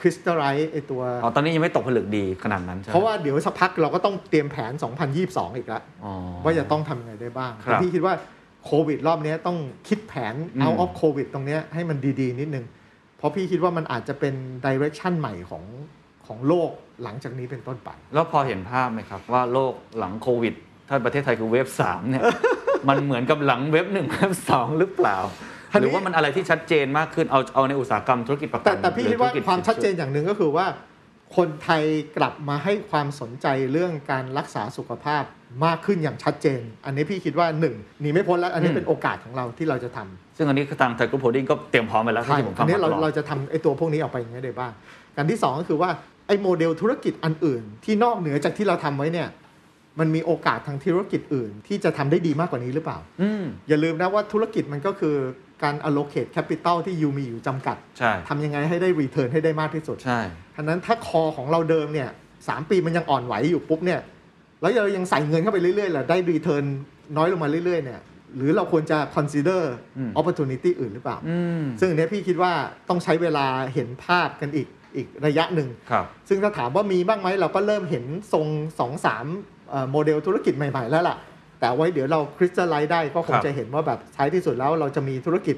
Speaker 1: คริสตัลไ z ซ์ไอตัว
Speaker 2: อ๋อตอนนี้ยังไม่ตกผลึกดีขนาดนั้นใช่ไหม
Speaker 1: เพราะว่าเดี๋ยวสักพักเราก็ต้องเตรียมแผน 2022 อีกแล้ว
Speaker 2: อ๋อ
Speaker 1: ว่าจะต้องทำยังไงได้บ้าง
Speaker 2: ครับ
Speaker 1: แต่พี่คิดว่าโควิดรอบเนี้ยต้องคิดแผน
Speaker 2: อืม
Speaker 1: เอาออฟโควิดตรงเนี้ยให้มันดีๆ นิดนึง เพราะพี่คิดว่ามันอาจจะเป็นดิเรกชันใหม่ของของโลกหลังจากนี้เป็นต้นไป
Speaker 2: แล้วพอเห็นภาพไหมครับ ว่าโลกหลังโควิด ถ้าประเทศไทยคือเวฟสาม
Speaker 1: *laughs*
Speaker 2: เนี่ย มันเหมือนกับหลังเวฟหนึ่งเวฟสองหรือเปล่า
Speaker 1: คราวนี้
Speaker 2: หรือว่ามันอะไรที่ชัดเจนมากขึ้นเอาเอาในอุตสาหกรรมธุรกิจประกั
Speaker 1: แต่
Speaker 2: น
Speaker 1: แต่พี่
Speaker 2: หรือ
Speaker 1: คิดว่า
Speaker 2: ธุรกิจ
Speaker 1: ความชัดเจนอย่างหนึ่งก็คือว่า คนไทยกลับมาให้ความสนใจเรื่องการรักษาสุขภาพมากขึ้นอย่างชัดเจน อันนี้พี่คิดว่าหนึ่งหนีไม่พ้นแล้วอันนี้เป็นโอกาสของเราที่เราจะทำ
Speaker 2: ซึ่งอันนี้คือทางไทยกรุ๊ปโฮลดิ้งก็เตรียมพร้อมไปแล้ว
Speaker 1: ใช่
Speaker 2: ที่ผม
Speaker 1: อั
Speaker 2: ฟั
Speaker 1: น
Speaker 2: ง
Speaker 1: นี้
Speaker 2: มาต
Speaker 1: เรา
Speaker 2: ลอ
Speaker 1: เรา
Speaker 2: ด
Speaker 1: จะทำไอ้ตัวพวกนี้ออกไปอย่างเงี้ยได้บ้างการที่สองก็คือว่าไอ้โมเดลธุรกิจอันอื่น ที่นอกเหนือจากที่เราทำไว้เนี่ยมันมีโอกาสทางธุรกิจอื่น ที่จะทำได้ดีมากกว่านี้หรือเปล่า
Speaker 2: อืม
Speaker 1: อย่าลืมนะว่าธุรกิจมันก็คือการ allocate capital ที่ยูมีอยู่จำกัด
Speaker 2: ใช่
Speaker 1: ทำยังไงให้ได้ return ให้ได้มากที่สุด
Speaker 2: ใช่
Speaker 1: อันนั้นถ้าคอของเราเดิมเนี่ยสามปีมันยังอ่อนไหวอยู่ปุ๊บเนี่ยแล้วเรายังใส่เงินเข้าไปเรื่อยๆแหละได้รีเทิร์นน้อยลงมาเรื่อยๆเนี่ยหรือเราควรจะ consider
Speaker 2: อืม
Speaker 1: opportunity อื่นหรือเปล่า
Speaker 2: อืม
Speaker 1: ซึ่งอันเนี้ยพี่คิดว่าต้องใช้เวลาเห็นภาพกันอีกอีกระยะหนึ่ง
Speaker 2: ครับ
Speaker 1: ซึ่งถ้าถามว่ามีบ้างไหมเราก็เริ่มเห็นทรง2องสามเอ่อโมเดลธุรกิจใหม่ ๆ แล้วล่ะ แต่ไว้เดี๋ยวเราคริสตัลไลซ์ได้ก็ค
Speaker 2: ค
Speaker 1: ง
Speaker 2: รับ
Speaker 1: จะเห็นว่าแบบท้ายที่สุดแล้วเราจะมีธุรกิจ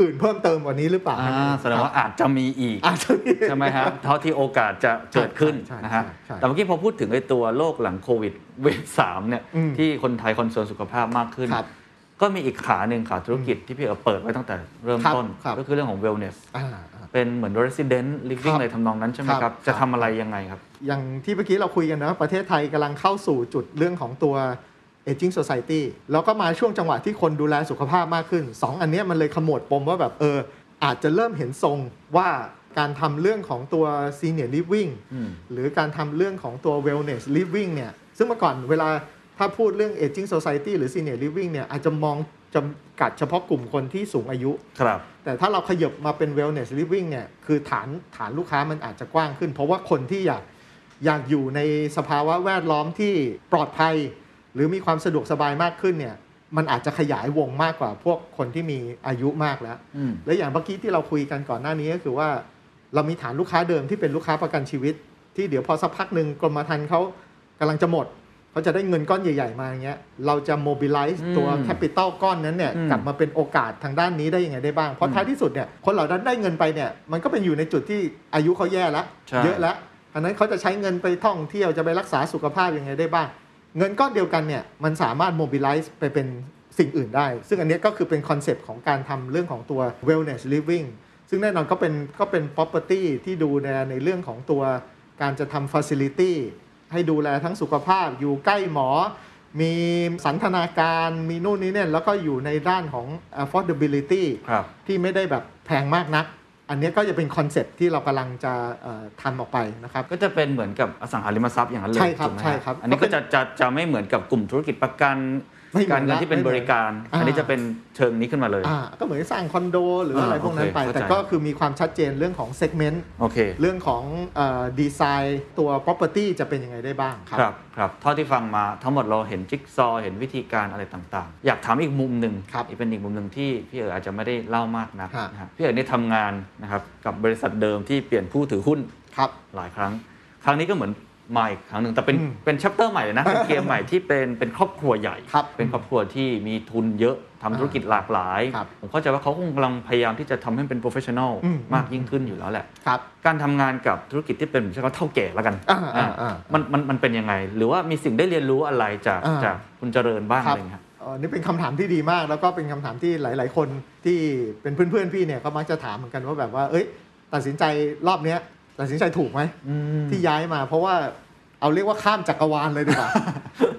Speaker 1: อื่นเพิ่มเติมกว่านี้หรือเปล่า
Speaker 2: อ่าแสดงว่าอาจจะมีอีก
Speaker 1: อาจจะ
Speaker 2: ใช่ไหมฮะเท่าที่โอกาสจะเกิดขึ้น
Speaker 1: ใช่ใช่
Speaker 2: นะฮะ
Speaker 1: ใช่ใช่
Speaker 2: แต่เมื่อกี้พอพูดถึงไอ้ตัวโรคหลังโควิดเวฟสามเนี่ย
Speaker 1: อืม
Speaker 2: ที่คนไทยคอนเซิร์นสุขภาพมากขึ้น
Speaker 1: ครับ
Speaker 2: ก็มีอีกขาหนึ่งขาธุรกิจที่พี่เอ๋เปิดไว้ตั้งแต่เริ่ม
Speaker 1: ครับ
Speaker 2: ต้น
Speaker 1: ครับ
Speaker 2: ก็คือเรื่องของ wellness
Speaker 1: อ่าอ่า
Speaker 2: เป็นเหมือน resident
Speaker 1: ค
Speaker 2: living
Speaker 1: รับ
Speaker 2: อะไรทำนองนั้นใช่ไหมค
Speaker 1: ครั
Speaker 2: รับ
Speaker 1: บ
Speaker 2: จะทำอะไรยังไงครับ
Speaker 1: อย่างที่เมื่อกี้เราคุยกันนะประเทศไทยกำลังเข้าสู่จุดเรื่องของตัว aging society แล้วก็มาช่วงจังหวะที่คนดูแลสุขภาพมากขึ้น 2 อันเนี้ยมันเลยขมวดปมว่าแบบเออ อาจจะเริ่มเห็นทรงว่าการทำเรื่องของตัว senior living
Speaker 2: อืม
Speaker 1: หรือการทำเรื่องของตัว wellness living เนี่ย ซึ่งเมื่อก่อนเวลาถ้าพูดเรื่อง aging society หรือ senior living เนี่ยอาจจะมองจำกัดเฉพาะกลุ่มคนที่สูงอายุ
Speaker 2: ครับ
Speaker 1: แต่ถ้าเราขยบมาเป็น wellness living เนี่ย คือฐานฐานลูกค้ามันอาจจะกว้างขึ้น เพราะว่าคนที่อยาก อยากอยู่ในสภาวะแวดล้อมที่ปลอดภัย หรือมีความสะดวกสบายมากขึ้นเนี่ยมันอาจจะขยายวงมากกว่าพวกคนที่มีอายุมากแล้ว
Speaker 2: อืม
Speaker 1: และอย่างเมื่อกี้ที่เราคุยกันก่อนหน้านี้ก็คือว่า เรามีฐานลูกค้าเดิมที่เป็นลูกค้าประกันชีวิต ที่เดี๋ยวพอสักพักหนึ่งกรมธรรม์เขากำลังจะหมด เขาจะได้เงินก้อนใหญ่ ๆ มาอย่างเงี้ยเราจะ mobilize
Speaker 2: อืม
Speaker 1: ตัว capital ก้อนนั้นเนี่ย
Speaker 2: อืม
Speaker 1: กลับมาเป็นโอกาสทางด้านนี้ได้ยังไงได้บ้าง เพราะท้ายที่สุดเนี่ยคนเหล่านั้นได้เงินไปเนี่ยมันก็เป็นอยู่ในจุดที่อายุเขาแย่แล้ว
Speaker 2: ใช่
Speaker 1: เยอะแล้วอันนั้นเขาจะใช้เงินไปท่องเที่ยวจะไปรักษาสุขภาพยังไงได้บ้าง เงินก้อนเดียวกันเนี่ยมันสามารถ mobilize ไปเป็นสิ่งอื่นได้ ซึ่งอันเนี้ยก็คือเป็นคอนเซปต์ของการทำเรื่องของตัว wellness living ซึ่งแน่นอนก็เป็นก็เป็น property ที่ดูแลในเรื่องของตัวการจะทำ facility ให้ดูแลทั้งสุขภาพอยู่ใกล้หมอ มีสันทนาการมีนู่นนี่เนี่ยแล้วก็อยู่ในด้านของ affordability
Speaker 2: ครับ
Speaker 1: ที่ไม่ได้แบบแพงมากนัก อันเนี้ยก็จะเป็นคอนเซปต์ที่เรากำลังจะเอ่อทำออกไปนะครับ
Speaker 2: ก็จะเป็นเหมือนกับอสังหาริมทรัพย์อย่างนั้นเลย
Speaker 1: ใช่ครับ
Speaker 2: ถูกไหม
Speaker 1: ใช่ครับ
Speaker 2: อันนี้
Speaker 1: ก็
Speaker 2: ก็
Speaker 1: เป็น
Speaker 2: จะจะจะไม่เหมือนกับกลุ่มธุรกิจประกัน
Speaker 1: ไม่เหมือน
Speaker 2: การเงินที่เป็น
Speaker 1: ละไม่
Speaker 2: บ
Speaker 1: เหมือน
Speaker 2: ริการ
Speaker 1: อ่า
Speaker 2: อันนี้จะเป็นเชิงนี้ขึ้นมาเลย
Speaker 1: อ่าก็เหมือนสร้างคอนโดหรืออะไร
Speaker 2: อ่า
Speaker 1: พวกนั้นไป
Speaker 2: โอเค
Speaker 1: แต่
Speaker 2: เข้าใจ
Speaker 1: ก็คือมีความชัดเจนเรื่องของเซกเมนต์
Speaker 2: โอเค
Speaker 1: เรื่องของดีไซน์ตัว property จะเป็นยังไงได้บ้างครับ
Speaker 2: ครับครับเท่าที่ฟังมาทั้งหมดเราเห็นจิ๊กซอว์เห็นวิธีการอะไรต่างๆ อยากถามอีกมุมหนึ่ง
Speaker 1: ครับ
Speaker 2: อีกเป็นอีกมุมหนึ่งที่พี่เอ๋อาจจะไม่ได้เล่ามากนัก
Speaker 1: ฮะ
Speaker 2: นะฮะพี่เอ๋เนี่ยทำงานนะครับกับบริษัทเดิมที่เปลี่ยนผู้ถือหุ้น
Speaker 1: ครับ
Speaker 2: หลายครั้ง ครั้งนี้ก็เหมือนมาอีกครั้งหนึ่งแต่เป็น
Speaker 1: อืม
Speaker 2: เป็นชัปเตอร์ใหม่
Speaker 1: *laughs*
Speaker 2: เลยนะ เป็นเกมใหม่ที่เป็นเป็นครอบครัวใหญ่
Speaker 1: ครับ
Speaker 2: เป็นครอบครัวที่มีทุนเยอะทำธุรกิจหลากหลาย
Speaker 1: ครับ
Speaker 2: ผมเข้าใจว่าเขาคงกำลังพยายามที่จะทำให้เป็นโปรเฟชชั่นอล
Speaker 1: อืม
Speaker 2: มากยิ่งขึ้นอยู่แล้วแหละ
Speaker 1: ครับ
Speaker 2: การทำงานกับธุรกิจที่เป็นผมใช้คำว่าเท่าแก่แล้วกัน
Speaker 1: อ่าอ่า
Speaker 2: อ่า
Speaker 1: อ่ามั
Speaker 2: มันมันมันเป็นยังไง หรือว่ามีสิ่งได้เรียนรู้อะไรจาก
Speaker 1: อ่า
Speaker 2: จากคุณเจริญบ้าง
Speaker 1: ค
Speaker 2: อะ
Speaker 1: รับ
Speaker 2: ไรอย่างเงี้ย
Speaker 1: เอ่อนี่เป็นคำถามที่ดีมาก แล้วก็เป็นคำถามที่หลาย ๆ คนที่เป็นเพื่อน ๆ พี่เนี่ยก็มักจะถามเหมือนกันว่าแบบว่า เอ้ย ตัดสินใจรอบเนี้ยตัดสินใจถูกไหมที่ย้ายมา เพราะว่าเอาเรียกว่าข้ามจักรวาลเลย
Speaker 2: *laughs*
Speaker 1: ดีกว่า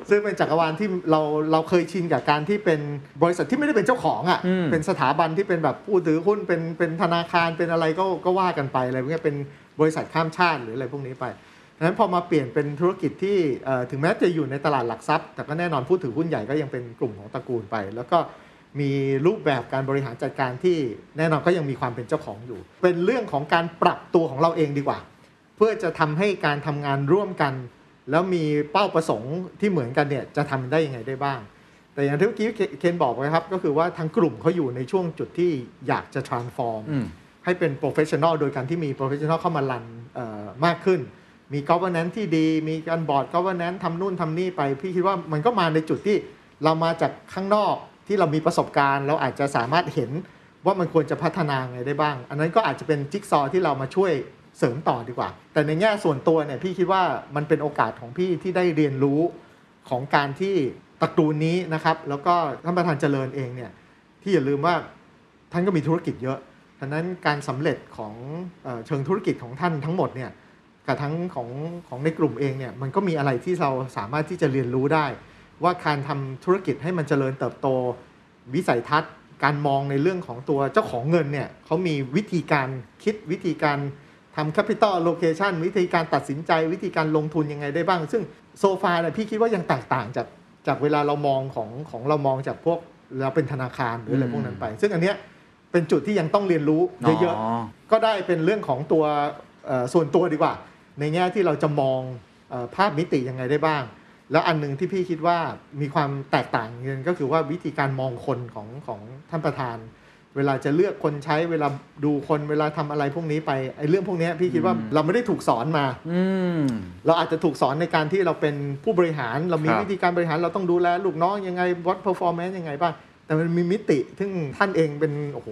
Speaker 1: ซึ่งเป็นจักรวาลที่เราเราเคยชินกับการที่เป็นบริษัทที่ไม่ได้เป็นเจ้าของ
Speaker 2: อืม
Speaker 1: อะ่ะเป็นสถาบันที่เป็นแบบผู้ถือหุ้นเป็นเป็นธนาคารเป็นอะไรก็ก็ว่ากันไปอะไรพวกเนี้ยเป็นบริษัทข้ามชาติหรืออะไรพวกนี้ไป ดังนั้นพอมาเปลี่ยนเป็นธุรกิจที่เอ่อถึงแม้จะอยู่ในตลาดหลักทรัพย์ แต่ก็แน่นอนผู้ถือหุ้นใหญ่ก็ยังเป็นกลุ่มของตระกูลไป แล้วก็มีรูปแบบการบริหารจัดการที่แน่นอนก็ยังมีความเป็นเจ้าของอยู่ เป็นเรื่องของการปรับตัวของเราเองดีกว่า เพื่อจะทำให้การทำงานร่วมกัน แล้วมีเป้าประสงค์ที่เหมือนกันเนี่ยจะทำได้ยังไงได้บ้าง แต่อย่างที่เมื่อกี้เคนบอกไว้ครับก็คือว่าทั้งกลุ่มเขาอยู่ในช่วงจุดที่อยากจะ transform
Speaker 2: อืม
Speaker 1: ให้เป็น professional โดยการที่มี professional เข้ามารันเอ่อมากขึ้น มี governance ที่ดี มีการบอร์ด governance ทำนู่นทำนี่ไป พี่คิดว่ามันก็มาในจุดที่เรามาจากข้างนอกที่เรามีประสบการณ์ เราอาจจะสามารถเห็นว่ามันควรจะพัฒนาไงได้บ้าง อันนั้นก็อาจจะเป็นจิ๊กซอว์ที่เรามาช่วยเสริมต่อดีกว่า แต่ในแง่ส่วนตัวเนี่ยพี่คิดว่ามันเป็นโอกาสของพี่ที่ได้เรียนรู้ของการที่ตระกูลนี้นะครับแล้วก็ท่านประธานเจริญเองเนี่ยที่อย่าลืมว่า ท่านก็มีธุรกิจเยอะดังนั้นการสำเร็จของเออเชิงธุรกิจของท่านทั้งหมดเนี่ย กับทั้งของของในกลุ่มเองเนี่ย มันก็มีอะไรที่เราสามารถที่จะเรียนรู้ได้ ว่าการทำธุรกิจให้มันเจริญเติบโต วิสัยทัศน์ การมองในเรื่องของตัวเจ้าของเงินเนี่ยเขามีวิธีการคิดวิธีการทำ capital allocation วิธีการตัดสินใจวิธีการลงทุนยังไงได้บ้าง ซึ่งโซฟาเนี่ยพี่คิดว่ายังแตกต่างจากจากเวลาเรามองของของเรามองจากพวกเราเป็นธนาคารหรืออะไรพวกนั้นไป ซึ่งอันเนี้ยเป็นจุดที่ยังต้องเรียนรู้เยอะๆ ก็ได้เป็นเรื่องของตัวเอ่อส่วนตัวดีกว่า ในแง่ที่เราจะมองเออภาพมิติยังไงได้บ้าง แล้วอันหนึ่งที่พี่คิดว่ามีความแตกต่างกันก็คือว่าวิธีการมองคนของของท่านประธาน เวลาจะเลือกคนใช้เวลาดูคนเวลาทำอะไรพวกนี้ไปไอ้เรื่องพวกเนี้ยพี่คิดว่าเราไม่ได้ถูกสอนมา
Speaker 2: ๆอืม
Speaker 1: เราอาจจะถูกสอนในการที่เราเป็นผู้บริหาร เรามี
Speaker 2: ครับ
Speaker 1: วิธีการบริหารเราต้องดูแลลูกน้องยังไงวัด performance ยังไงบ้าง แต่มันมีมิติซึ่งท่านเองเป็นโอ้โห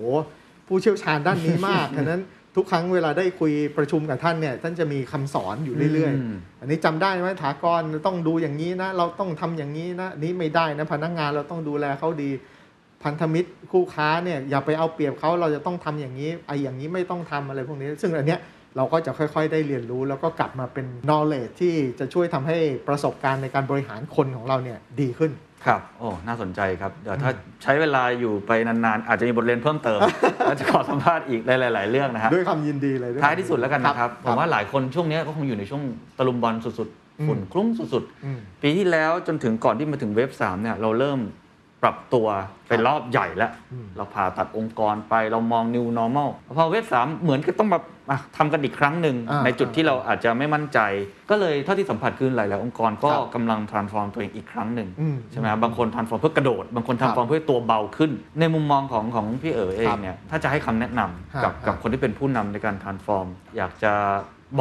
Speaker 1: ผู้เชี่ยวชาญด้านนี้
Speaker 2: *laughs*
Speaker 1: มาก ดังนั้นทุกครั้งเวลาได้คุยประชุมกับท่านเนี่ยท่านจะมีคำสอนอยู่เรื่อยๆ อันนี้จำได้ไหมถากรต้องดูอย่างนี้นะ เราต้องทำอย่างนี้นะนี้ไม่ได้นะพนักงานเราต้องดูแลเขาดี พันธมิตรคู่ค้าเนี่ยอย่าไปเอาเปรียบเขาเราจะต้องทำอย่างนี้ไอ้อย่างนี้ไม่ต้องทำอะไรพวกนี้ ซึ่งอันเนี้ยเราก็จะค่อยๆ ได้เรียนรู้ แล้วก็กลับมาเป็น knowledge ที่จะช่วยทำให้ประสบการณ์ในการบริหารคนของเราเนี่ยดีขึ้น
Speaker 2: ครับ โอ้ น่าสนใจครับเดี๋ยวถ้าใช้เวลาอยู่ไปนานๆ อาจจะมีบทเรียนเพิ่มเติม
Speaker 1: *laughs*
Speaker 2: แล้วจะขอสัมภาษณ์อีกหลายๆ เรื่องนะฮะ
Speaker 1: ด้วยความยินดีเลยวย
Speaker 2: ท้ายที่สุดแล้วกันนะครับ ผม
Speaker 1: ค
Speaker 2: ว่า
Speaker 1: รับ
Speaker 2: หลายคนช่วงเนี้ยก็คงอยู่ในช่วงตะลุมบอลสุด
Speaker 1: อืม
Speaker 2: ๆฝุ่นคลุ้งสุดๆ
Speaker 1: อืม
Speaker 2: ปีที่แล้วจนถึงก่อนที่มาถึงเวฟสามเนี่ยเราเริ่ม ปรับตัวเป็นรอบใหญ่แล้ว เราผ่าตัดองค์กรไปเรามอง new normal พอเวทสามเหมือนก็ต้องมาอ่ะทำกันอีกครั้งหนึ่ง
Speaker 1: อ่า
Speaker 2: ในจุดที่เราอาจจะไม่มั่นใจ ก็เลยเท่าที่สัมผัสคือหลาย ๆ องค์กรก็
Speaker 1: ครับ
Speaker 2: กำลัง transform ตัวเองอีกครั้งหนึ่ง
Speaker 1: อืม
Speaker 2: ใช่ไหมครับบางคน transform เพื่อกระโดด บางคน
Speaker 1: ครับ
Speaker 2: transform เพื่อตัวเบาขึ้น ในมุมมองของของพี่เอ๋เอ
Speaker 1: ค
Speaker 2: ง
Speaker 1: รับ
Speaker 2: เนี่ยถ้าจะให้คำแนะนำกับ
Speaker 1: ฮะ
Speaker 2: กับคนที่เป็นผู้นำในการ transform อยากจะ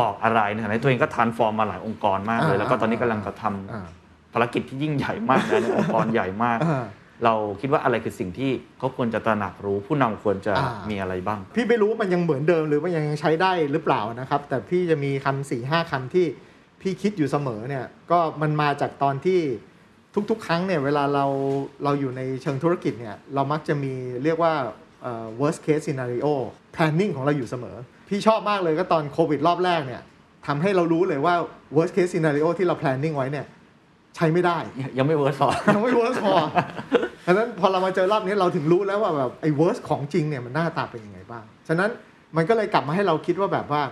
Speaker 2: บอกอะไรในฐานะที่ตัวเองก็ transform มาหลายองค์กรมากเลย แล้วก็ตอนนี้กำลังกระทำ
Speaker 1: อ่า
Speaker 2: ภารกิจที่ยิ่งใหญ่มากนะ *laughs* ในองค์กรใหญ่มาก
Speaker 1: อ่า
Speaker 2: เราคิดว่าอะไรคือสิ่งที่เขาควรจะตระหนักรู้ ผู้นำควรจะ
Speaker 1: อ่ามี
Speaker 2: มีอะไรบ้าง
Speaker 1: พี่ไม่รู้มันยังเหมือนเดิมหรือมันยังใช้ได้หรือเปล่านะครับ แต่พี่จะมีคำสี่ห้าคำที่พี่คิดอยู่เสมอเนี่ยก็มันมาจากตอนที่ทุกๆ ครั้งเนี่ยเวลาเราเราอยู่ในเชิงธุรกิจเนี่ยเรามักจะมีเรียกว่าเอ่อ worst case scenario planning ของเราอยู่เสมอ พี่ชอบมากเลยก็ตอนโควิดรอบแรกเนี่ยทำให้เรารู้เลยว่า worst case scenario ที่เรา planning ไว้เนี่ยใช้ไม่ได้
Speaker 2: ยังไม่เวิร์สหรอ *laughs*
Speaker 1: *laughs* ยังไม่เวิร์สพอฉะนั้นพอเรามาเจอรอบนี้เราถึงรู้แล้วว่าแบบไอ้เวิร์สของจริงเนี่ยมันหน้าตาเป็นยังไงบ้าง ฉะนั้นมันก็เลยกลับมาให้เราคิดว่าแบบว่า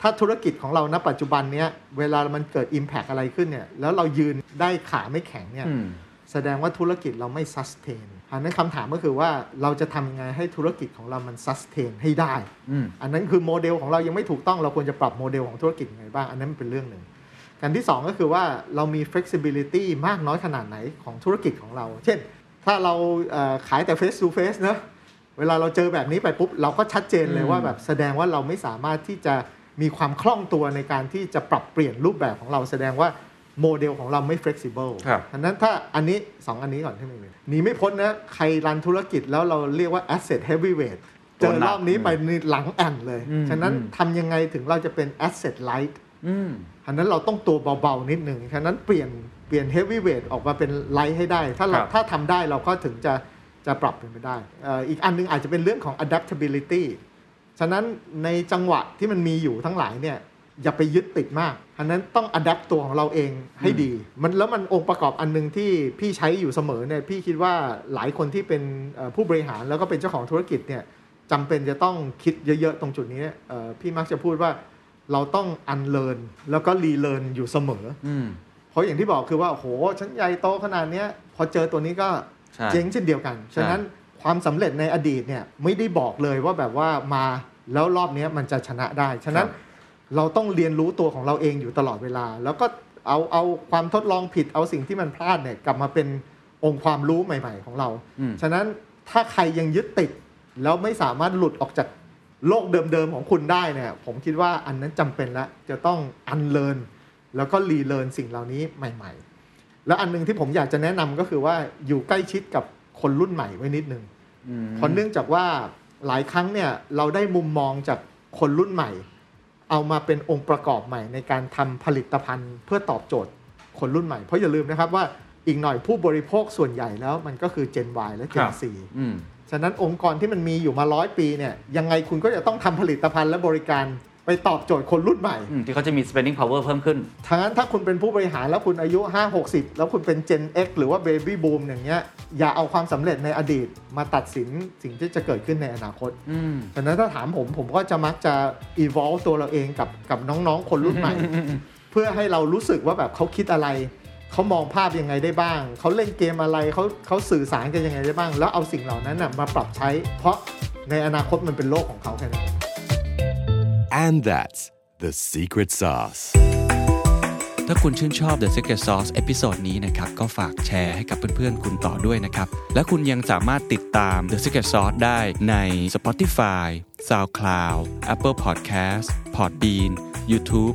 Speaker 1: ถ้าธุรกิจของเราณปัจจุบันเนี้ยเวลามันเกิด Impact อะไรขึ้นเนี่ยแล้วเรายืนได้ขาไม่แข็งเนี่ย
Speaker 2: อืม
Speaker 1: แสดงว่าธุรกิจเราไม่ sustain อันนั้นคำถามก็คือว่าเราจะทำยังไงให้ธุรกิจของเรามัน sustain ให้ได้
Speaker 2: อืม
Speaker 1: อันนั้นคือโมเดลของเรายังไม่ถูกต้องเราควรจะปรับโมเดลของธุรกิจยังไงบ้าง อันนั้นมันเป็นเรื่องหนึ่งกันที่ 2 ก็คือว่าเรามี flexibility มากน้อยขนาดไหนของธุรกิจของเรา เช่น ถ้าเราเอ่อขายแต่ face to face เนอะเวลาเราเจอแบบนี้ไปปุ๊บ เราก็ชัดเจนเลยว่าแบบแสดงว่าเราไม่สามารถที่จะมีความคล่องตัวในการที่จะปรับเปลี่ยนรูปแบบของเรา แสดงว่าโมเดลของเราไม่ flexible
Speaker 2: ครับ
Speaker 1: ฉะนั้นถ้าอันนี้ 2 อันนี้ก่อนที่มีหนีไม่พ้นนะใครรันธุรกิจแล้วเราเรียกว่า asset heavyweight เจอรอบนี้ไป นี่หลังแอ่นเลย
Speaker 2: อืม
Speaker 1: ฉะนั้น
Speaker 2: อืม
Speaker 1: ทำยังไงถึงเราจะเป็น asset light
Speaker 2: อืม
Speaker 1: อันนั้นเราต้องตัวเบา ๆ นิดหนึ่ง ฉะนั้นเปลี่ยนเปลี่ยน heavy weight ออกมาเป็น light ให้ได้ ถ้าเรา
Speaker 2: ครับ
Speaker 1: ถ้าทำได้เราก็ถึงจะจะปรับเป็นไปได้เอ่ออีกอันหนึงอาจจะเป็นเรื่องของ adaptability ฉะนั้นในจังหวะที่มันมีอยู่ทั้งหลายเนี่ยอย่าไปยึดติดมากอันนั้นต้องอัดแอปตัวของเราเองให้ดี มันแล้วมันองค์ประกอบอันหนึงที่พี่ใช้อยู่เสมอเนี่ยพี่คิดว่าหลายคนที่เป็นเอ่อผู้บริหารแล้วก็เป็นเจ้าของธุรกิจเนี่ยจำเป็นจะต้องคิดเยอะๆตรงจุดนี้เอ่อพี่มักจะพูดว่าเราต้องอันเลินแล้วก็รีเลินอยู่เสมอ
Speaker 2: อืม
Speaker 1: เพราะอย่างที่บอกคือว่าโอ้โหฉันใหญ่โตขนาดเนี้ยพอเจอตัวนี้ก็
Speaker 2: ใช่
Speaker 1: เจ๊งเช่นเดียวกัน
Speaker 2: ใช่
Speaker 1: ฉะนั้นความสำเร็จในอดีตเนี่ยไม่ได้บอกเลยว่าแบบว่ามาแล้วรอบเนี้ยมันจะชนะได้ ฉะนั้นเราต้องเรียนรู้ตัวของเราเองอยู่ตลอดเวลา แล้วก็เอาเอาความทดลองผิดเอาสิ่งที่มันพลาดเนี่ยกลับมาเป็นองค์ความรู้ใหม่ ๆ ของเรา ฉะนั้นถ้าใครยังยึดติดแล้วไม่สามารถหลุดออกจากโลกเดิมๆของคุณได้เนี่ยผมคิดว่าอันนั้นจำเป็นแล้วจะต้องอันเลิน แล้วก็รีเลิร์นสิ่งเหล่านี้ใหม่ ๆ แล้วอันหนึงที่ผมอยากจะแนะนำก็คือว่าอยู่ใกล้ชิดกับคนรุ่นใหม่ไว้นิดนึงเพราะเนื่องจากว่าหลายครั้งเนี่ยเราได้มุมมองจากคนรุ่นใหม่ เอามาเป็นองค์ประกอบใหม่ในการทำผลิตภัณฑ์เพื่อตอบโจทย์คนรุ่นใหม่ เพราะอย่าลืมนะครับว่าอีกหน่อยผู้บริโภคส่วนใหญ่แล้วมันก็คือ Gen Y และ
Speaker 2: ครั
Speaker 1: Gen
Speaker 2: บ
Speaker 1: Z
Speaker 2: อืม
Speaker 1: ฉะนั้นองค์กรที่มันมีอยู่มาร้อยปีเนี่ยยังไงคุณก็จะต้องทำผลิตภัณฑ์และบริการไปตอบโจทย์คนรุ่นใหม่
Speaker 2: อืม ที่เขาจะมี spending power เพิ่มขึ้น
Speaker 1: ทางนั้นถ้าคุณเป็นผู้บริหารแล้วคุณอายุ 5 60 แล้วคุณเป็น Gen X หรือว่า Baby Boom อย่างเงี้ยอย่าเอาความสำเร็จในอดีตมาตัดสินสิ่งที่จะเกิดขึ้นในอนาคต
Speaker 2: อืม
Speaker 1: ฉะนั้นถ้าถามผมผมก็จะมักจะ evolve ตัวเราเองกับกับน้องๆ คนรุ่นใหม่ เพื่อให้เรารู้สึกว่าแบบเขาคิดอะไร เขามองภาพยังไงได้บ้าง เขาเล่นเกมอะไรเขาเขาสื่อสารกันยังไงได้บ้าง แล้วเอาสิ่งเหล่านั้นนะมาปรับใช้ เพราะในอนาคตมันเป็นโลกของเขาแค่นั้น
Speaker 3: And that's the secret sauce.
Speaker 5: ถ้าคุณชื่นชอบ The Secret Sauce เอพิโซดนี้นะครับ ก็ฝากแชร์ให้กับเพื่อนๆ คุณต่อด้วยนะครับ และคุณยังสามารถติดตาม The Secret Sauce ได้ใน Spotify, SoundCloud, Apple Podcast, Podbean, YouTube